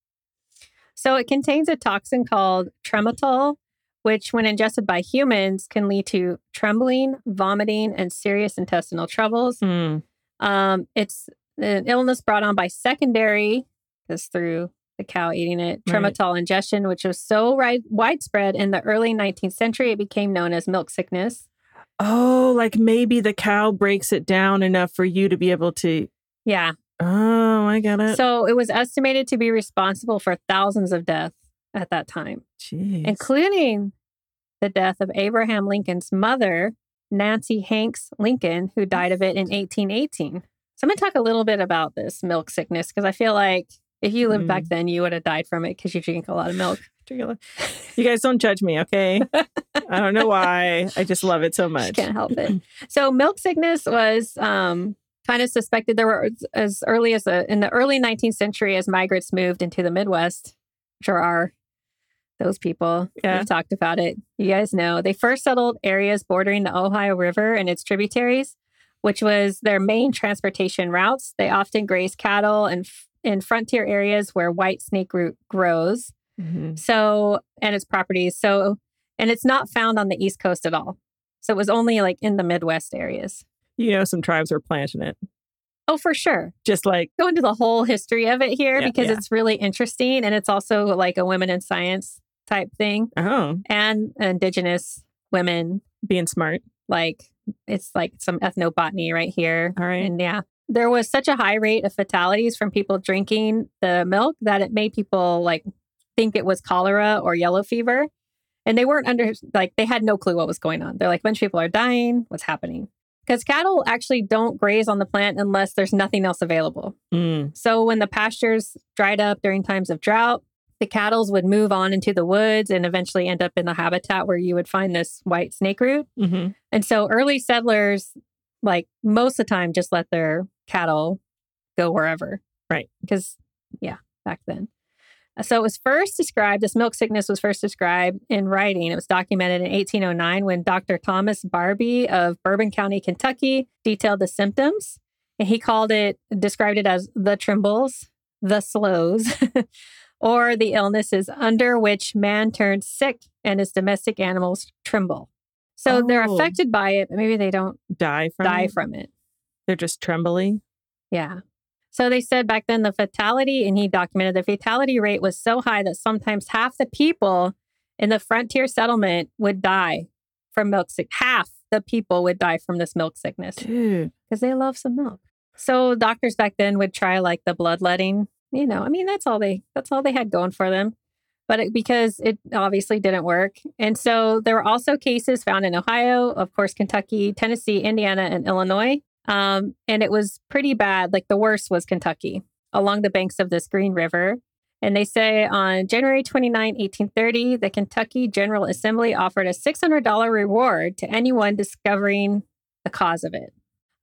[SPEAKER 2] So it contains a toxin called trematol, which, when ingested by humans, can lead to trembling, vomiting, and serious intestinal troubles.
[SPEAKER 1] Hmm.
[SPEAKER 2] Um, it's an illness brought on by secondary, because through the cow eating it,
[SPEAKER 1] Right.
[SPEAKER 2] trematol ingestion, which was so ri- widespread in the early 19th century, it became known as milk sickness.
[SPEAKER 1] Oh, like maybe the cow breaks it down enough for you to be able to.
[SPEAKER 2] Yeah.
[SPEAKER 1] Oh, I got it.
[SPEAKER 2] So it was estimated to be responsible for thousands of deaths at that time,
[SPEAKER 1] Jeez.
[SPEAKER 2] including the death of Abraham Lincoln's mother, Nancy Hanks Lincoln, who died of it in 1818. So I'm going to talk a little bit about this milk sickness because I feel like if you lived back then, you would have died from it because you drink a lot of milk.
[SPEAKER 1] you guys don't judge me, okay? I don't know why. I just love it so
[SPEAKER 2] Just
[SPEAKER 1] much.
[SPEAKER 2] can't help it. So milk sickness was um, kind of suspected. There were as early as the, in the early 19th century as migrants moved into the Midwest, which are our those people.
[SPEAKER 1] Yeah.
[SPEAKER 2] We've talked about it. You guys know they first settled areas bordering the Ohio River and its tributaries, which was their main transportation routes. They often grazed cattle and f- in frontier areas where white snake root grows.
[SPEAKER 1] Mhm.
[SPEAKER 2] So, and its properties. So, and it's not found on the East Coast at all. So it was only like in the Midwest areas.
[SPEAKER 1] You know, some tribes are planting it,
[SPEAKER 2] Oh, for sure.
[SPEAKER 1] just like
[SPEAKER 2] Go into the whole history of it here
[SPEAKER 1] Yeah,
[SPEAKER 2] because
[SPEAKER 1] yeah.
[SPEAKER 2] it's really interesting. And it's also like a women in science type thing
[SPEAKER 1] oh,
[SPEAKER 2] and indigenous women.
[SPEAKER 1] being smart.
[SPEAKER 2] Like it's like some ethnobotany right here.
[SPEAKER 1] All right.
[SPEAKER 2] And yeah, there was such a high rate of fatalities from people drinking the milk that it made people like think it was cholera or yellow fever. And they weren't under, like, they had no clue what was going on. They're like, a bunch of people are dying. What's happening? Because cattle actually don't graze on the plant unless there's nothing else available.
[SPEAKER 1] Mm.
[SPEAKER 2] So when the pastures dried up during times of drought, the cattles would move on into the woods and eventually end up in the habitat where you would find this white snake root.
[SPEAKER 1] hmm
[SPEAKER 2] And so early settlers, like most of the time, just let their cattle go wherever.
[SPEAKER 1] Right.
[SPEAKER 2] Because, yeah, back then. So it was first described, this milk sickness was first described in writing. It was documented in 1809 when Dr. Thomas Barbie of Bourbon County, Kentucky, detailed the symptoms. And he called it, described it as the trembles, the slows, or the illnesses under which man turns sick and his domestic animals tremble. So they're
[SPEAKER 1] Oh.
[SPEAKER 2] affected by it, but maybe they don't
[SPEAKER 1] die from
[SPEAKER 2] die
[SPEAKER 1] it?
[SPEAKER 2] from it.
[SPEAKER 1] they're just trembly
[SPEAKER 2] Yeah. So they said back then the fatality, and he documented the fatality rate was so high that sometimes half the people in the frontier settlement would die from milk sick. Half the people would die from this milk sickness
[SPEAKER 1] dude
[SPEAKER 2] because they love some milk. So doctors back then would try like the bloodletting. You know, I mean that's all they that's all they had going for them. But it, because it obviously didn't work, and so there were also cases found in Ohio, of course, Kentucky, Tennessee, Indiana, and Illinois Um, and it was pretty bad. Like the worst was Kentucky along the banks of this Green River. And they say on January 29, 1830, the Kentucky General Assembly offered a $600 reward to anyone discovering the cause of it.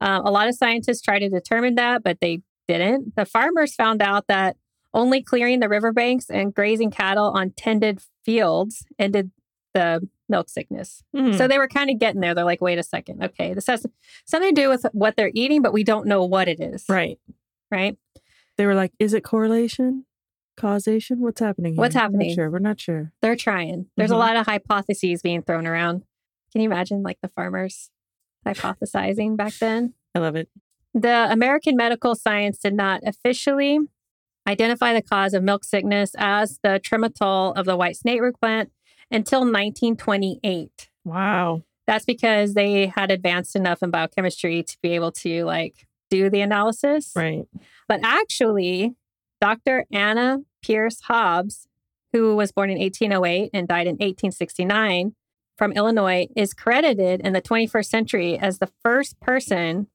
[SPEAKER 2] Um, a lot of scientists tried to determine that, but they didn't. The farmers found out that only clearing the riverbanks and grazing cattle on tended fields ended the milk sickness.
[SPEAKER 1] Mhm.
[SPEAKER 2] So they were kind of getting there. They're like, wait a second. Okay, this has something to do with what they're eating, but we don't know what it is.
[SPEAKER 1] right.
[SPEAKER 2] Right.
[SPEAKER 1] They were like, is it correlation? Causation? What's happening here?
[SPEAKER 2] What's
[SPEAKER 1] We're not
[SPEAKER 2] happening?
[SPEAKER 1] sure. We're not sure.
[SPEAKER 2] They're trying. There's
[SPEAKER 1] Mhm.
[SPEAKER 2] a lot of hypotheses being thrown around. Can you imagine like the farmers hypothesizing back then?
[SPEAKER 1] I love it.
[SPEAKER 2] The American medical science did not officially identify the cause of milk sickness as the trematol of the white snake root plant until 1928.
[SPEAKER 1] Wow.
[SPEAKER 2] That's because they had advanced enough in biochemistry to be able to like do the analysis.
[SPEAKER 1] Right.
[SPEAKER 2] But actually, Dr. Anna Pierce Hobbs, who was born in 1808 and died in 1869 from Illinois, is credited in the 21st century as the first person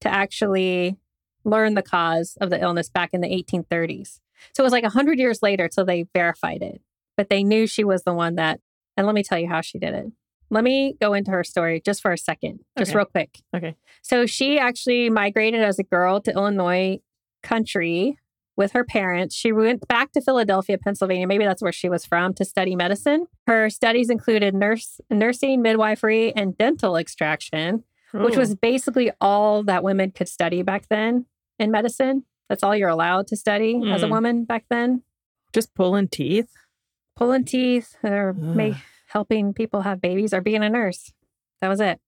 [SPEAKER 2] to actually learn the cause of the illness back in the 1830s. So it was like 100 years later till they verified it. But they knew she was the one that, and let me tell you how she did it. Let me go into her story just for a second, just
[SPEAKER 1] Okay.
[SPEAKER 2] real quick.
[SPEAKER 1] Okay.
[SPEAKER 2] So she actually migrated as a girl to Illinois country with her parents. She went back to Philadelphia, Pennsylvania. Maybe that's where she was from to study medicine. Her studies included nurse, nursing, midwifery, and dental extraction, which
[SPEAKER 1] Ooh.
[SPEAKER 2] was basically all that women could study back then in medicine. That's all you're allowed to study as a
[SPEAKER 1] Mm.
[SPEAKER 2] woman back then.
[SPEAKER 1] Oh, just pulling teeth.
[SPEAKER 2] Pulling teeth or
[SPEAKER 1] Ugh.
[SPEAKER 2] may, helping people have babies or being a nurse. That was it.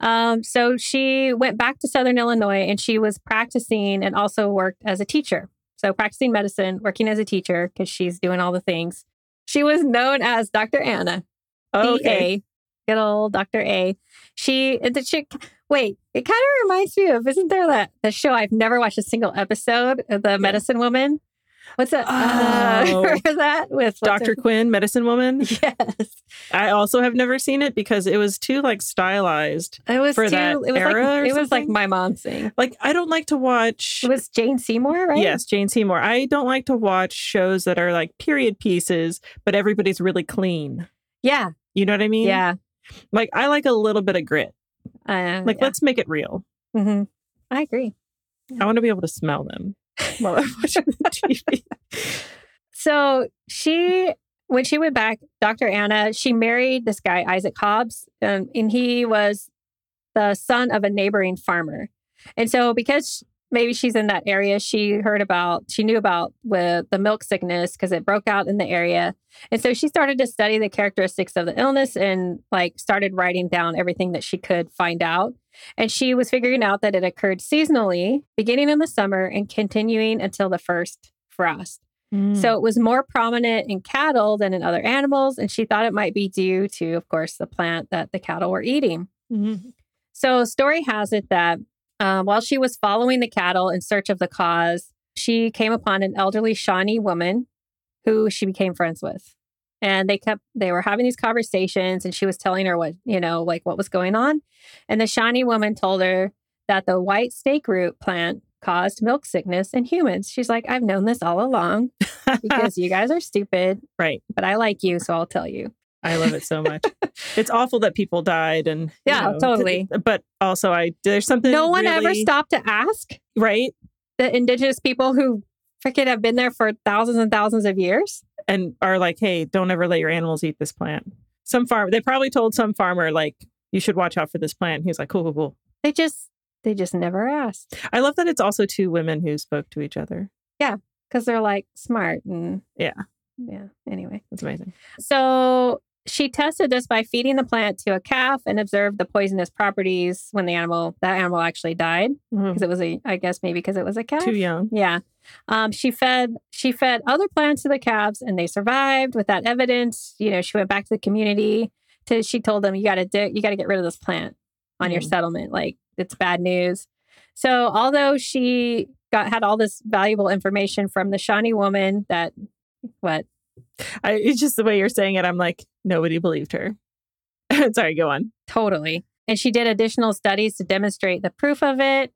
[SPEAKER 2] Um, so she went back to Southern Illinois and she was practicing and also worked as a teacher. So practicing medicine, working as a teacher because she's doing all the things. She was known as Dr. Anna.
[SPEAKER 1] Oh,
[SPEAKER 2] DA. Good old Dr. A. She the chick wait, it kind of reminds me of isn't there that the show I've never watched a single episode of the medicine woman? What's that? uh,
[SPEAKER 1] Oh.
[SPEAKER 2] remember that with what's
[SPEAKER 1] Dr. Quinn, medicine woman.
[SPEAKER 2] her- Yes.
[SPEAKER 1] I also have never seen it because it was too like stylized.
[SPEAKER 2] It was
[SPEAKER 1] for
[SPEAKER 2] too.
[SPEAKER 1] that
[SPEAKER 2] it was
[SPEAKER 1] era or
[SPEAKER 2] like it was like
[SPEAKER 1] something?
[SPEAKER 2] my mom's thing.
[SPEAKER 1] Like I don't like to watch
[SPEAKER 2] It was Jane Seymour, right?
[SPEAKER 1] Yes, Jane Seymour. I don't like to watch shows that are like period pieces, but everybody's really clean.
[SPEAKER 2] Yeah.
[SPEAKER 1] You know what I mean?
[SPEAKER 2] Yeah.
[SPEAKER 1] Like I like a little bit of grit.
[SPEAKER 2] Uh,
[SPEAKER 1] Like let's make it real.
[SPEAKER 2] hmm I agree.
[SPEAKER 1] I want to be able to smell them while I'm watching the TV.
[SPEAKER 2] So she, when she went back, Dr. Anna, she married this guy Isaac Hobbs, um, and he was the son of a neighboring farmer. And so, because maybe she's in that area, she heard about, she knew about with the milk sickness because it broke out in the area, and so she started to study the characteristics of the illness and like started writing down everything that she could find out. And she was figuring out that it occurred seasonally, beginning in the summer and continuing until the first frost. Mm.
[SPEAKER 1] Mm.
[SPEAKER 2] So it was more prominent in cattle than in other animals. And she thought it might be due to, of course, the plant that the cattle were eating.
[SPEAKER 1] Mhm.
[SPEAKER 2] So, story has it that uh, while she was following the cattle in search of the cause, she came upon an elderly Shawnee woman who she became friends with. And they kept, they were having these conversations, and she was telling her what, you know, like what was going on. And the Shawnee woman told her that the white snake root plant caused milk sickness in humans. She's like, I've known this all along because you guys are stupid,
[SPEAKER 1] right.
[SPEAKER 2] but I like you, so I'll tell you.
[SPEAKER 1] I love it so much. it's awful that people died and you
[SPEAKER 2] Yeah,
[SPEAKER 1] know,
[SPEAKER 2] totally.
[SPEAKER 1] But also I there's something
[SPEAKER 2] No one ever
[SPEAKER 1] really-
[SPEAKER 2] stopped to ask
[SPEAKER 1] right?
[SPEAKER 2] the indigenous people who freaking have been there for thousands and thousands of years.
[SPEAKER 1] and are like, "Hey, don't ever let your animals eat this plant." Some farm they probably told some farmer like, "You should watch out for this plant." He was like, "Cool, cool, cool."
[SPEAKER 2] They just they just never asked
[SPEAKER 1] I love that it's also two women who spoke to each other.
[SPEAKER 2] because they're like smart and
[SPEAKER 1] Yeah.
[SPEAKER 2] yeah. Anyway,
[SPEAKER 1] That's amazing.
[SPEAKER 2] so she tested this by feeding the plant to a calf and observed the poisonous properties when the animal that animal actually died
[SPEAKER 1] Mhm.
[SPEAKER 2] because it was a I guess maybe because it was a calf.
[SPEAKER 1] Too young.
[SPEAKER 2] Yeah. Um, she fed she fed other plants to the calves and they survived with that evidence. You know, she went back to the community to she told them you gotta di- you gotta get rid of this plant on your
[SPEAKER 1] Mm.
[SPEAKER 2] settlement. Like it's bad news. So although she got had all this valuable information from the Shawnee woman that what
[SPEAKER 1] I, it's just the way you're saying it. I'm like, nobody believed her. Sorry, go on.
[SPEAKER 2] totally. And she did additional studies to demonstrate the proof of it.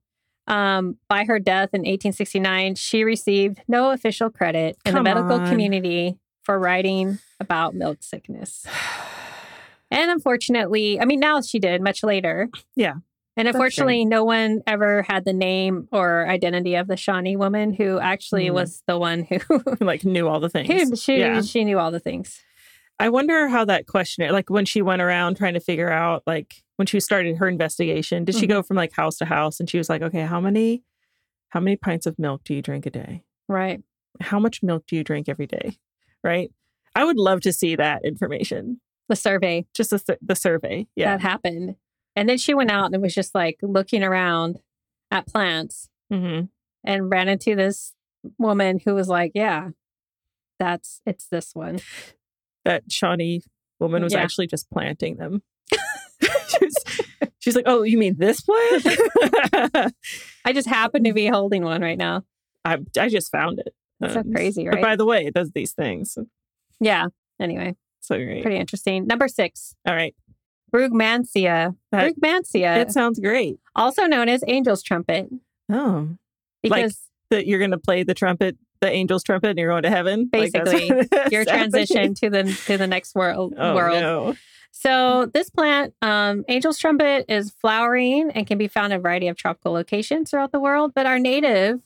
[SPEAKER 2] Um, by her death in 1869, she received no official credit in
[SPEAKER 1] Come
[SPEAKER 2] the medical
[SPEAKER 1] on.
[SPEAKER 2] community for writing about milk sickness. And unfortunately, I mean, now she did much later.
[SPEAKER 1] Yeah.
[SPEAKER 2] And
[SPEAKER 1] That's a
[SPEAKER 2] unfortunately, no one ever had the name or identity of the Shawnee woman who actually
[SPEAKER 1] Mm.
[SPEAKER 2] was the one who,
[SPEAKER 1] like knew all the things.
[SPEAKER 2] who she,
[SPEAKER 1] Yeah.
[SPEAKER 2] she knew all the things.
[SPEAKER 1] I wonder how that questionnaire, like when she went around trying to figure out, like when she started her investigation, did she go from like house to house and she was like, okay, how many, how many pints of milk do you drink a day?
[SPEAKER 2] Right.
[SPEAKER 1] How much milk do you drink every day? Right. I would love to see that information.
[SPEAKER 2] The survey
[SPEAKER 1] Just the, sur- the survey. Yeah.
[SPEAKER 2] that happened. And then she went out and was just like looking around at plants
[SPEAKER 1] Mm-hmm.
[SPEAKER 2] and ran into this woman who was like, yeah, that's it's this one.
[SPEAKER 1] That Shawnee woman was
[SPEAKER 2] Yeah.
[SPEAKER 1] actually just planting them. she's, she's like, oh, you mean this plant?
[SPEAKER 2] I just happen
[SPEAKER 1] Mm.
[SPEAKER 2] to be holding one right now.
[SPEAKER 1] I, I just found it.
[SPEAKER 2] That's so
[SPEAKER 1] Um,
[SPEAKER 2] crazy,
[SPEAKER 1] But
[SPEAKER 2] right?
[SPEAKER 1] by the way, it does these things.
[SPEAKER 2] Yeah. Anyway,
[SPEAKER 1] So great.
[SPEAKER 2] pretty interesting. Number six,
[SPEAKER 1] All right.
[SPEAKER 2] Brugmansia.
[SPEAKER 1] That-
[SPEAKER 2] Brugmansia,
[SPEAKER 1] It sounds great.
[SPEAKER 2] also known as angel's trumpet,
[SPEAKER 1] Oh, Like,
[SPEAKER 2] because
[SPEAKER 1] that you're going to play the trumpet, the angel's trumpet, and you're going to heaven. Like, that's
[SPEAKER 2] Basically,
[SPEAKER 1] what it
[SPEAKER 2] your
[SPEAKER 1] sounds like.
[SPEAKER 2] transition to the to the next world
[SPEAKER 1] Oh,
[SPEAKER 2] world.
[SPEAKER 1] no.
[SPEAKER 2] So this plant, um, angel's trumpet, is flowering and can be found in a variety of tropical locations throughout the world, but are native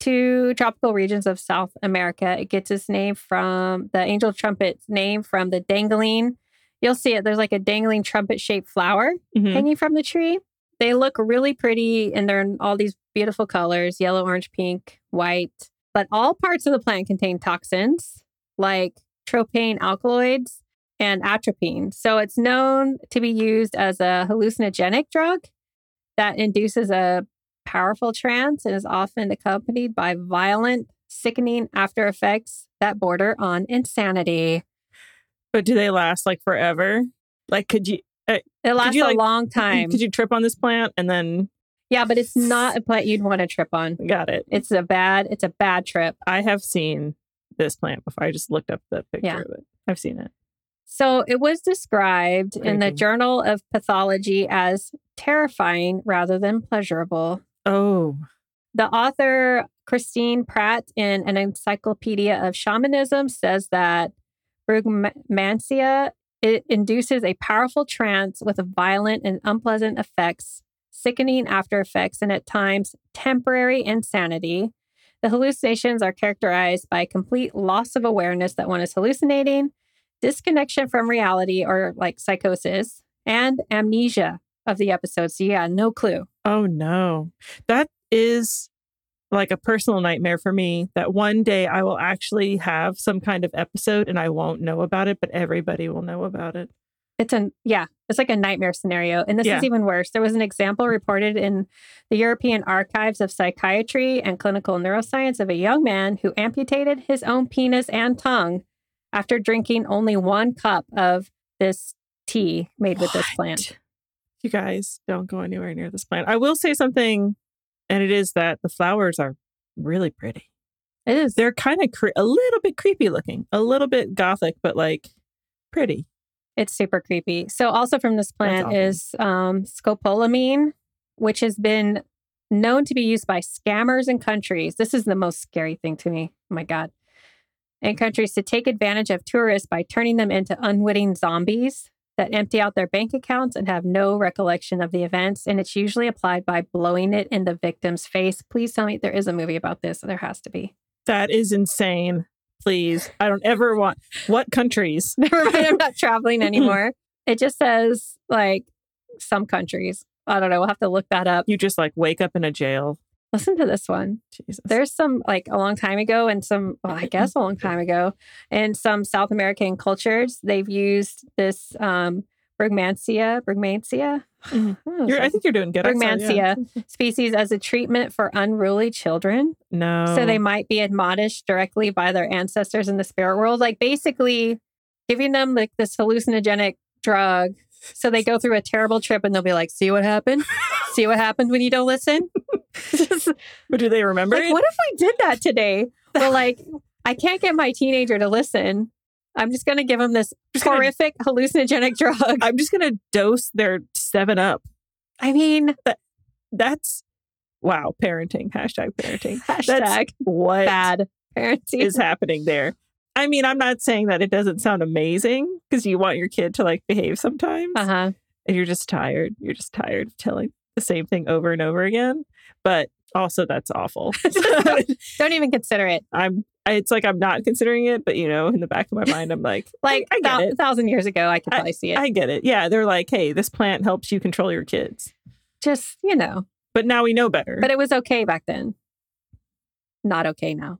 [SPEAKER 2] to tropical regions of South America. It gets its name from the angel trumpet's name from the dangling. You'll see it. There's like a dangling trumpet shaped flower
[SPEAKER 1] Mhm.
[SPEAKER 2] hanging from the tree. They look really pretty and they're in all these beautiful colors yellow, orange, pink, white. But all parts of the plant contain toxins like tropane alkaloids and atropine. So it's known to be used as a hallucinogenic drug that induces a powerful trance and is often accompanied by violent, sickening after effects that border on insanity.
[SPEAKER 1] But do they last like forever? Like, could you
[SPEAKER 2] It lasts
[SPEAKER 1] you,
[SPEAKER 2] a
[SPEAKER 1] like-
[SPEAKER 2] long time.
[SPEAKER 1] could you trip on this plant and then
[SPEAKER 2] yeah, but it's not a plant you'd want to trip on.
[SPEAKER 1] got it?
[SPEAKER 2] It's a bad, it's a bad trip.
[SPEAKER 1] I have seen this plant before. I just looked up the picture
[SPEAKER 2] Yeah.
[SPEAKER 1] of it. I've seen it.
[SPEAKER 2] So it was described in the
[SPEAKER 1] Creepy.
[SPEAKER 2] Journal of Pathology as terrifying rather than pleasurable.
[SPEAKER 1] Oh,
[SPEAKER 2] The author Christine Pratt in an encyclopedia of shamanism says that brugmansia it induces a powerful trance with violent and unpleasant effects, sickening after effects, and at times temporary insanity. The hallucinations are characterized by complete loss of awareness that one is hallucinating, disconnection from reality or like psychosis, and amnesia of the episode. So yeah, no clue.
[SPEAKER 1] oh no. That is like a personal nightmare for me that one day I will actually have some kind of episode and I won't know about it, but everybody will know about it.
[SPEAKER 2] It's an yeah, it's like a nightmare scenario. And this
[SPEAKER 1] Yeah.
[SPEAKER 2] is even worse. There was an example reported in the European Archives of Psychiatry and Clinical Neuroscience of a young man who amputated his own penis and tongue after drinking only one cup of this tea made with this plant.
[SPEAKER 1] you guys don't go anywhere near this plant. I will say something, and it is that the flowers are really pretty.
[SPEAKER 2] It is
[SPEAKER 1] They're kind of cre- a little bit creepy looking, a little bit gothic, but like pretty.
[SPEAKER 2] It's super creepy. So also from this plant
[SPEAKER 1] awful.
[SPEAKER 2] is um, scopolamine, which has been known to be used by scammers in countries. This is the most scary thing to me. Oh my god. In countries to take advantage of tourists by turning them into unwitting zombies that empty out their bank accounts and have no recollection of the events. And it's usually applied by blowing it in the victim's face. Please tell me there is a movie about this. There has to be.
[SPEAKER 1] That is insane. Please, I don't ever want what countries.
[SPEAKER 2] Never mind, I'm not traveling anymore. It just says like some countries. I don't know. We'll have to look that up.
[SPEAKER 1] You just like wake up in a jail.
[SPEAKER 2] Listen to this one.
[SPEAKER 1] Jesus.
[SPEAKER 2] There's some like a long time ago, and some, well, I guess a long time ago, in some South American cultures, they've used this um, Brugmansia, Brugmansia.
[SPEAKER 1] Mhm.
[SPEAKER 2] Oh,
[SPEAKER 1] You're, I
[SPEAKER 2] sorry.
[SPEAKER 1] think you're doing good. I saw- yeah.
[SPEAKER 2] Brugmansia species as a treatment for unruly children.
[SPEAKER 1] No.
[SPEAKER 2] So they might be admonished directly by their ancestors in the spirit world, like basically giving them like this hallucinogenic drug. So they go through a terrible trip and they'll be like, see what happened? see what happened when you don't listen? Just
[SPEAKER 1] But do they remember
[SPEAKER 2] like,
[SPEAKER 1] it?
[SPEAKER 2] what if we did that today? Well, like, I can't get my teenager to listen. I'm just going to give them this
[SPEAKER 1] Just gonna-
[SPEAKER 2] horrific hallucinogenic drug.
[SPEAKER 1] I'm just gonna dose their seven up.
[SPEAKER 2] I mean,
[SPEAKER 1] That's wow, parenting. Hashtag parenting.
[SPEAKER 2] hashtag
[SPEAKER 1] What is
[SPEAKER 2] bad parenting.
[SPEAKER 1] happening there? I mean, I'm not saying that it doesn't sound amazing because you want your kid to like behave sometimes.
[SPEAKER 2] uh huh.
[SPEAKER 1] and you're just tired. You're just tired of telling the same thing over and over again. But also, that's awful.
[SPEAKER 2] Don't even consider it.
[SPEAKER 1] I'm. I- It's like I'm not considering it, but you know, in the back of my mind, I'm like,
[SPEAKER 2] Like
[SPEAKER 1] I, I get
[SPEAKER 2] thou-
[SPEAKER 1] it.
[SPEAKER 2] a thousand years ago, I could probably see it.
[SPEAKER 1] I get it. Yeah, they're like, hey, this plant helps you control your kids,
[SPEAKER 2] just you know,
[SPEAKER 1] but now we know better.
[SPEAKER 2] but it was okay back then. Not okay now.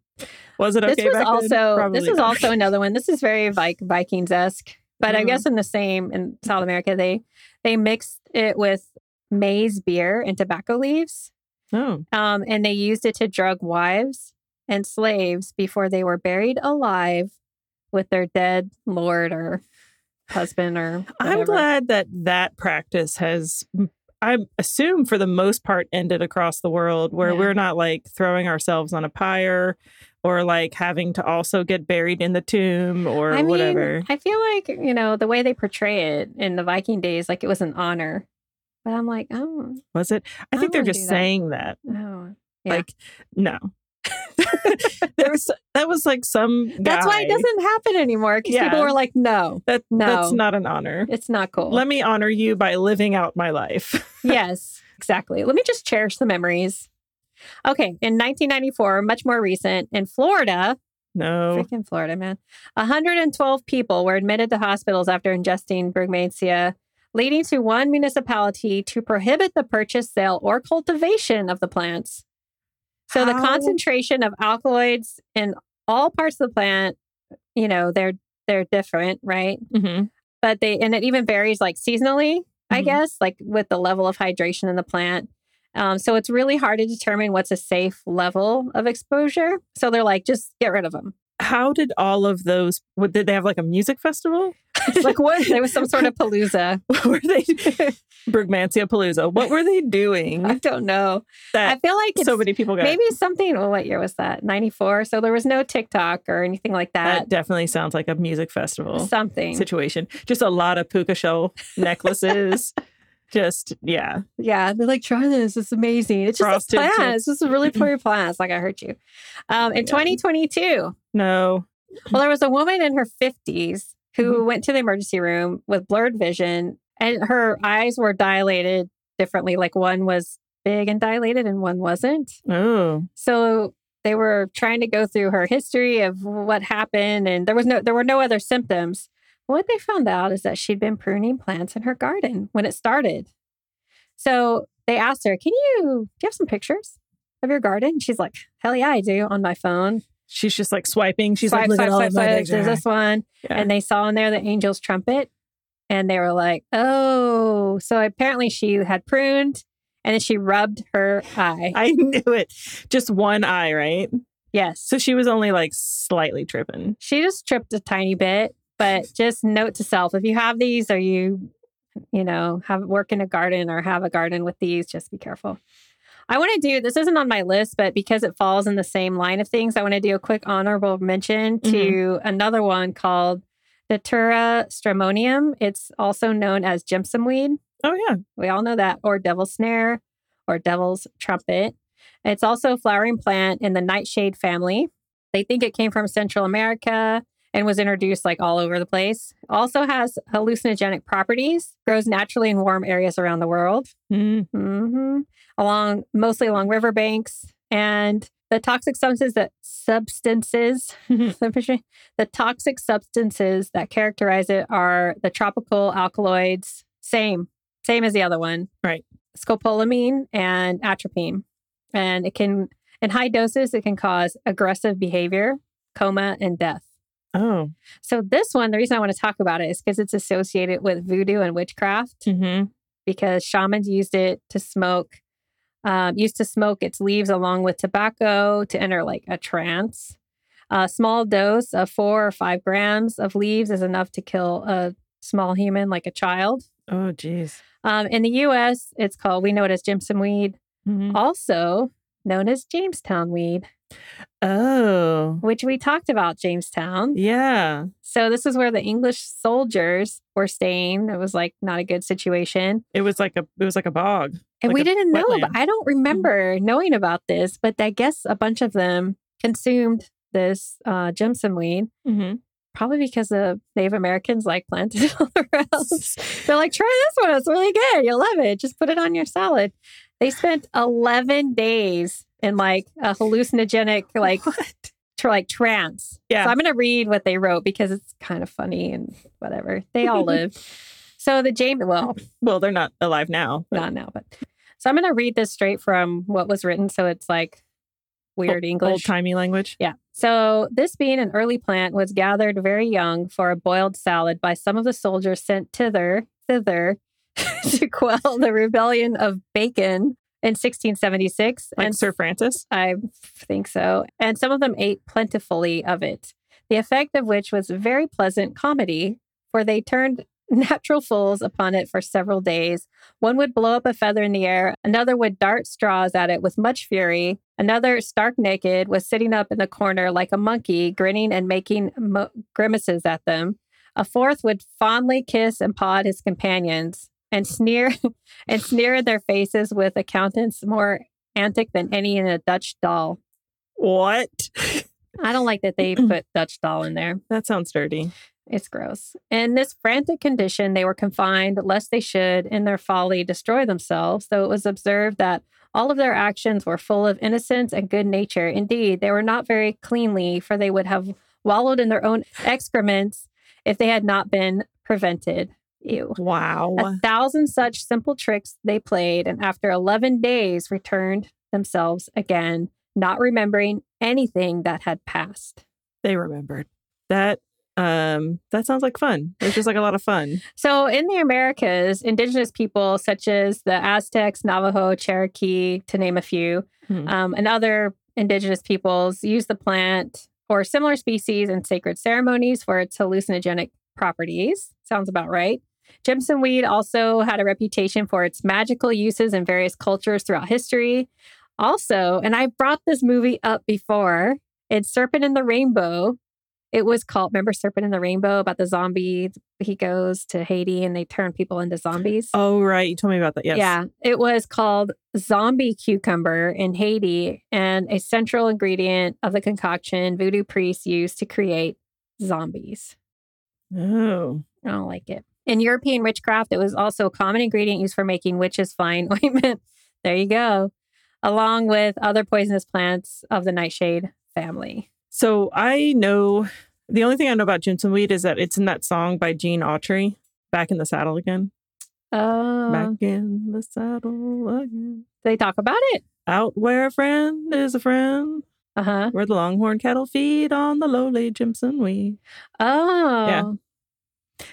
[SPEAKER 1] was it okay?
[SPEAKER 2] this was
[SPEAKER 1] back then?
[SPEAKER 2] also
[SPEAKER 1] Probably
[SPEAKER 2] this was
[SPEAKER 1] not.
[SPEAKER 2] also another one. This is very like Vikings esque, but I
[SPEAKER 1] Mhm.
[SPEAKER 2] guess in the same in South America they they mixed it with maize beer and tobacco leaves,
[SPEAKER 1] Oh,
[SPEAKER 2] um, and they used it to drug wives and slaves before they were buried alive with their dead lord or husband or
[SPEAKER 1] I'm
[SPEAKER 2] whatever.
[SPEAKER 1] glad that that practice has. I assume for the most part ended across the world where
[SPEAKER 2] Yeah.
[SPEAKER 1] we're not like throwing ourselves on a pyre or like having to also get buried in the tomb or
[SPEAKER 2] I mean,
[SPEAKER 1] whatever.
[SPEAKER 2] I feel like, you know, the way they portray it in the Viking days, like it was an honor. But I'm like, oh,
[SPEAKER 1] Was it? I
[SPEAKER 2] I
[SPEAKER 1] think they're
[SPEAKER 2] wouldn't
[SPEAKER 1] just
[SPEAKER 2] do that.
[SPEAKER 1] saying that.
[SPEAKER 2] no. Yeah.
[SPEAKER 1] Like, no. there was that was like some.
[SPEAKER 2] That's why it
[SPEAKER 1] guy.
[SPEAKER 2] doesn't happen anymore because
[SPEAKER 1] Yeah.
[SPEAKER 2] people were like, no,
[SPEAKER 1] That that's
[SPEAKER 2] No.
[SPEAKER 1] not an honor.
[SPEAKER 2] it's not cool.
[SPEAKER 1] Let me honor you by living out my life.
[SPEAKER 2] yes, exactly. Let me just cherish the memories. Okay. In 1994, much more recent, in Florida,
[SPEAKER 1] no.
[SPEAKER 2] Freaking Florida, man. 112 people were admitted to hospitals after ingesting Brugmansia, leading to one municipality to prohibit the purchase, sale, or cultivation of the plants. So the
[SPEAKER 1] How-
[SPEAKER 2] concentration of alkaloids in all parts of the plant, you know, they're they're different, right?
[SPEAKER 1] Mm-hmm.
[SPEAKER 2] But they and it even varies like seasonally, I
[SPEAKER 1] Mhm.
[SPEAKER 2] guess, like with the level of hydration in the plant. Um, so it's really hard to determine what's a safe level of exposure. So they're like, just get rid of them.
[SPEAKER 1] How did all of those? What, did they have like a music festival? Like what?
[SPEAKER 2] there was some sort of palooza.
[SPEAKER 1] were they? Brugmansia Palooza. What were they
[SPEAKER 2] I
[SPEAKER 1] doing
[SPEAKER 2] don't know. I
[SPEAKER 1] that
[SPEAKER 2] feel like it's
[SPEAKER 1] so many people got?
[SPEAKER 2] maybe something. Well, what year was that? 94. So there was no TikTok or anything like that.
[SPEAKER 1] that definitely sounds like a music festival.
[SPEAKER 2] something.
[SPEAKER 1] situation. Just a lot of puka shell necklaces. Just yeah.
[SPEAKER 2] yeah. They're like, try this. It's amazing. It's just a
[SPEAKER 1] Frosted
[SPEAKER 2] plant.
[SPEAKER 1] tips.
[SPEAKER 2] It's just a really poor plant. It's like, I hurt you. Um, in
[SPEAKER 1] God.
[SPEAKER 2] 2022,
[SPEAKER 1] No.
[SPEAKER 2] well, there was a woman in her 50s who went to the emergency room with blurred vision and her eyes were dilated differently. Like one was big and dilated and one wasn't.
[SPEAKER 1] Oh.
[SPEAKER 2] So they were trying to go through her history of what happened, and there was no there were no other symptoms. What they found out is that she'd been pruning plants in her garden when it started. So they asked her, "Can you do you have some pictures of your garden?" She's like, "Hell yeah, I do on my phone."
[SPEAKER 1] She's just like swiping. She's like,
[SPEAKER 2] Swipe,
[SPEAKER 1] look
[SPEAKER 2] swipe,
[SPEAKER 1] at all
[SPEAKER 2] swipe,
[SPEAKER 1] of my
[SPEAKER 2] swipe,
[SPEAKER 1] pictures.
[SPEAKER 2] There's this one,
[SPEAKER 1] Yeah.
[SPEAKER 2] and they saw in there the angel's trumpet, and they were like, "Oh!" So apparently she had pruned, and then she rubbed her eye.
[SPEAKER 1] I knew it. Just one eye, right?
[SPEAKER 2] Yes.
[SPEAKER 1] So she was only like slightly tripping.
[SPEAKER 2] she just tripped a tiny bit but just note to self if you have these or you you know have work in a garden or have a garden with these just be careful i want to do this isn't on my list but because it falls in the same line of things i want to do a quick honorable mention to another one called datura stramonium it's also known as gypsum weed
[SPEAKER 1] Oh yeah.
[SPEAKER 2] we all know that, or devil's snare, or devil's trumpet. It's also a flowering plant in the nightshade family. They think it came from Central America and was introduced like all over the place. Also has hallucinogenic properties. Grows naturally in warm areas around the world,
[SPEAKER 1] Mm.
[SPEAKER 2] hmm along mostly along riverbanks. And the toxic substances that substances the toxic substances that characterize it are the tropical alkaloids, same, same as the other one.
[SPEAKER 1] Right.
[SPEAKER 2] Scopolamine and atropine. And it can, in high doses, it can cause aggressive behavior, coma, and death.
[SPEAKER 1] Oh.
[SPEAKER 2] So, this one, the reason I want to talk about it is because it's associated with voodoo and witchcraft
[SPEAKER 1] hmm
[SPEAKER 2] because shamans used it to smoke, um, used to smoke its leaves along with tobacco to enter like a trance. A small dose of four or five grams of leaves is enough to kill a small human, like a child.
[SPEAKER 1] Oh geez.
[SPEAKER 2] Um, in the US, it's called, we know it as gypsum weed.
[SPEAKER 1] Mhm.
[SPEAKER 2] Also known as Jamestown weed,
[SPEAKER 1] Oh,
[SPEAKER 2] which we talked about Jamestown.
[SPEAKER 1] yeah.
[SPEAKER 2] So this is where the English soldiers were staying. It was like not a good situation.
[SPEAKER 1] It was like a it was like a bog.
[SPEAKER 2] And
[SPEAKER 1] Like
[SPEAKER 2] we
[SPEAKER 1] a
[SPEAKER 2] didn't know.
[SPEAKER 1] wetland. Mm-hmm.
[SPEAKER 2] but I don't remember knowing about this, but I guess a bunch of them consumed this uh, Jimson weed,
[SPEAKER 1] Mm-hmm.
[SPEAKER 2] probably because the Native Americans like planted it all around. They're like, try this one. It's really good. You'll love it. Just put it on your salad. They spent 11 days in like a hallucinogenic, like, tr- like trance.
[SPEAKER 1] Yeah.
[SPEAKER 2] So I'm going to read what they wrote because it's kind of funny and whatever. They all lived. So the James, well,
[SPEAKER 1] Well, they're not alive now. but-
[SPEAKER 2] not now, but so I'm going to read this straight from what was written. So it's like weird English.
[SPEAKER 1] Old timey language.
[SPEAKER 2] Yeah. So, this being an early plant was gathered very young for a boiled salad by some of the soldiers sent thither, thither to quell the rebellion of Bacon in 1676.
[SPEAKER 1] Like
[SPEAKER 2] and
[SPEAKER 1] Sir Francis.
[SPEAKER 2] I think so. And some of them ate plentifully of it, the effect of which was very pleasant comedy, for they turned natural fools upon it for several days. One would blow up a feather in the air, another would dart straws at it with much fury, another, stark naked, was sitting up in the corner like a monkey, grinning and making mo- grimaces at them. A fourth would fondly kiss and pod his companions and sneer and sneer in their faces with accountants more antic than any in a Dutch doll.
[SPEAKER 1] What?
[SPEAKER 2] I don't like that they put Dutch doll in there.
[SPEAKER 1] that sounds dirty.
[SPEAKER 2] It's gross. In this frantic condition, they were confined, lest they should, in their folly, destroy themselves. Though it was observed that all of their actions were full of innocence and good nature. Indeed, they were not very cleanly, for they would have wallowed in their own excrements if they had not been prevented. Ew.
[SPEAKER 1] Wow.
[SPEAKER 2] A thousand such simple tricks they played, and after 11 days returned themselves again, not remembering anything that had passed.
[SPEAKER 1] They remembered. That um that sounds like fun. It was just like a lot of fun.
[SPEAKER 2] So, in the Americas, indigenous people such as the Aztecs, Navajo, Cherokee, to name a few,
[SPEAKER 1] Hmm.
[SPEAKER 2] um, and other indigenous peoples use the plant or similar species in sacred ceremonies for its hallucinogenic properties. Sounds about right. Jimson weed also had a reputation for its magical uses in various cultures throughout history. Also, and I brought this movie up before, it's Serpent in the Rainbow. It was called, remember Serpent in the Rainbow about the zombie? He goes to Haiti and they turn people into zombies.
[SPEAKER 1] Oh right. You told me about that. Yes.
[SPEAKER 2] Yeah, it was called zombie cucumber in Haiti and a central ingredient of the concoction voodoo priests used to create zombies.
[SPEAKER 1] Oh.
[SPEAKER 2] I don't like it. In European witchcraft, it was also a common ingredient used for making witches' fine ointment. there you go. Along with other poisonous plants of the nightshade family.
[SPEAKER 1] So I know the only thing I know about Jimson Weed is that it's in that song by Gene Autry, Back in the Saddle Again.
[SPEAKER 2] Oh,
[SPEAKER 1] Back in the saddle again.
[SPEAKER 2] they talk about it.
[SPEAKER 1] Out where a friend is a friend,
[SPEAKER 2] Uh huh.
[SPEAKER 1] where the longhorn cattle feed on the lowly Jimson Weed.
[SPEAKER 2] Oh,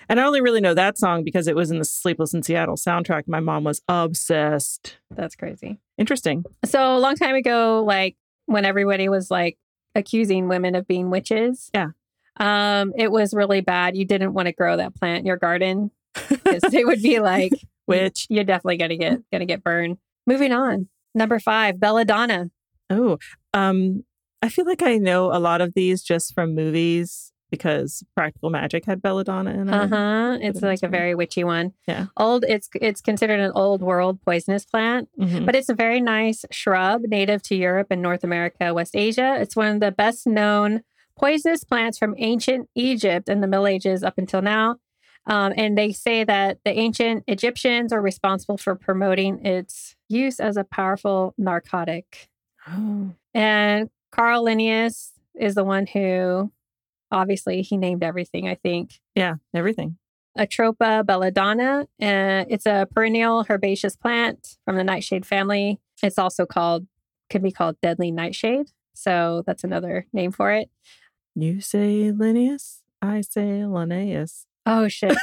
[SPEAKER 1] And I only really know that song because it was in the Sleepless in Seattle soundtrack. My mom was obsessed.
[SPEAKER 2] that's crazy.
[SPEAKER 1] Interesting.
[SPEAKER 2] So a long time ago, like when everybody was like accusing women of being witches.
[SPEAKER 1] Yeah.
[SPEAKER 2] Um, it was really bad. You didn't want to grow that plant in your garden because they would be like,
[SPEAKER 1] Which,
[SPEAKER 2] you're definitely gonna get gonna get burned. Moving on. Number five, Belladonna.
[SPEAKER 1] oh, um, I feel like I know a lot of these just from movies because Practical Magic had Belladonna in it.
[SPEAKER 2] Uh-huh. It's
[SPEAKER 1] Belladonna's
[SPEAKER 2] like
[SPEAKER 1] fine.
[SPEAKER 2] a very witchy one.
[SPEAKER 1] Mm. Yeah.
[SPEAKER 2] Old it's it's considered an old world poisonous plant.
[SPEAKER 1] Mhm.
[SPEAKER 2] But it's a very nice shrub native to Europe and North America, West Asia. It's one of the best known poisonous plants from ancient Egypt and the Middle Ages up until now. Um, and they say that the ancient Egyptians are responsible for promoting its use as a powerful narcotic.
[SPEAKER 1] Oh.
[SPEAKER 2] And Carl Linnaeus is the one who, obviously, he named everything, I think.
[SPEAKER 1] Yeah, everything.
[SPEAKER 2] Atropa belladonna. Uh, it's a perennial herbaceous plant from the nightshade family. It's also called, could be called deadly nightshade. So that's another name for it.
[SPEAKER 1] You say Linnaeus, I say Linnaeus.
[SPEAKER 2] Oh, shit.
[SPEAKER 1] it's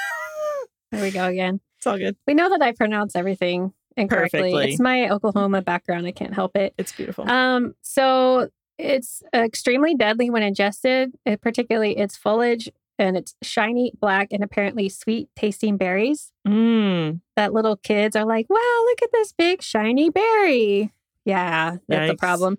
[SPEAKER 2] There we go again.
[SPEAKER 1] all good.
[SPEAKER 2] We know that I pronounce everything incorrectly.
[SPEAKER 1] Perfectly.
[SPEAKER 2] It's my Oklahoma background. I can't help it.
[SPEAKER 1] It's beautiful.
[SPEAKER 2] Um, so it's extremely deadly when ingested, uh, particularly its foliage and its shiny, black, and apparently sweet tasting berries.
[SPEAKER 1] mm.
[SPEAKER 2] that little kids are like, wow, look at this big shiny berry. Yeah, that's a
[SPEAKER 1] Yikes.
[SPEAKER 2] problem.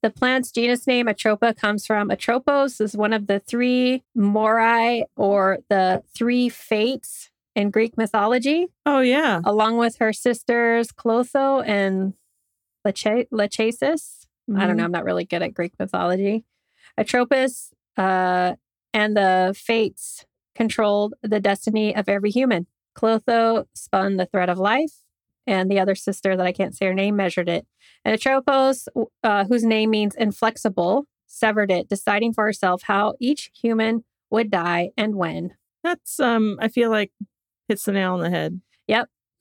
[SPEAKER 2] The plant's genus name, Atropa, comes from Atropos, is one of the three morai or the three fates in Greek mythology,
[SPEAKER 1] Oh yeah.
[SPEAKER 2] along with her sisters Clotho and Lache- Lachesis. I
[SPEAKER 1] Mm-hmm.
[SPEAKER 2] don't know. I'm not really good at Greek mythology. Atropos uh, and the fates controlled the destiny of every human. Clotho spun the thread of life, and the other sister that I can't say her name measured it. And Atropos, uh, whose name means inflexible, severed it, deciding for herself how each human would die and when.
[SPEAKER 1] That's um I feel like hits the nail on the head.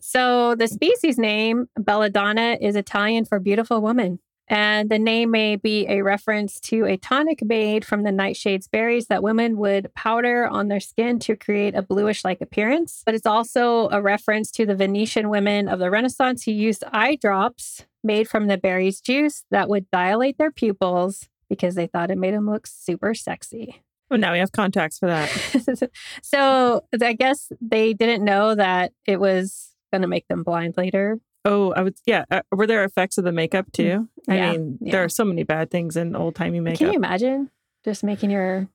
[SPEAKER 2] So the species name belladonna is Italian for beautiful woman. And the name may be a reference to a tonic made from the nightshade's berries that women would powder on their skin to create a bluish like appearance. But it's also a reference to the Venetian women of the Renaissance who used eye drops made from the berries' juice that would dilate their pupils because they thought it made them look super sexy
[SPEAKER 1] Well now we have contacts for that.
[SPEAKER 2] so I guess they didn't know that it was going to make them blind later.
[SPEAKER 1] Oh, I would yeah, uh, were there effects of the makeup too? I
[SPEAKER 2] Mm. Yeah,
[SPEAKER 1] mean,
[SPEAKER 2] yeah.
[SPEAKER 1] there are so many bad things in old-timey makeup.
[SPEAKER 2] Can you imagine just making your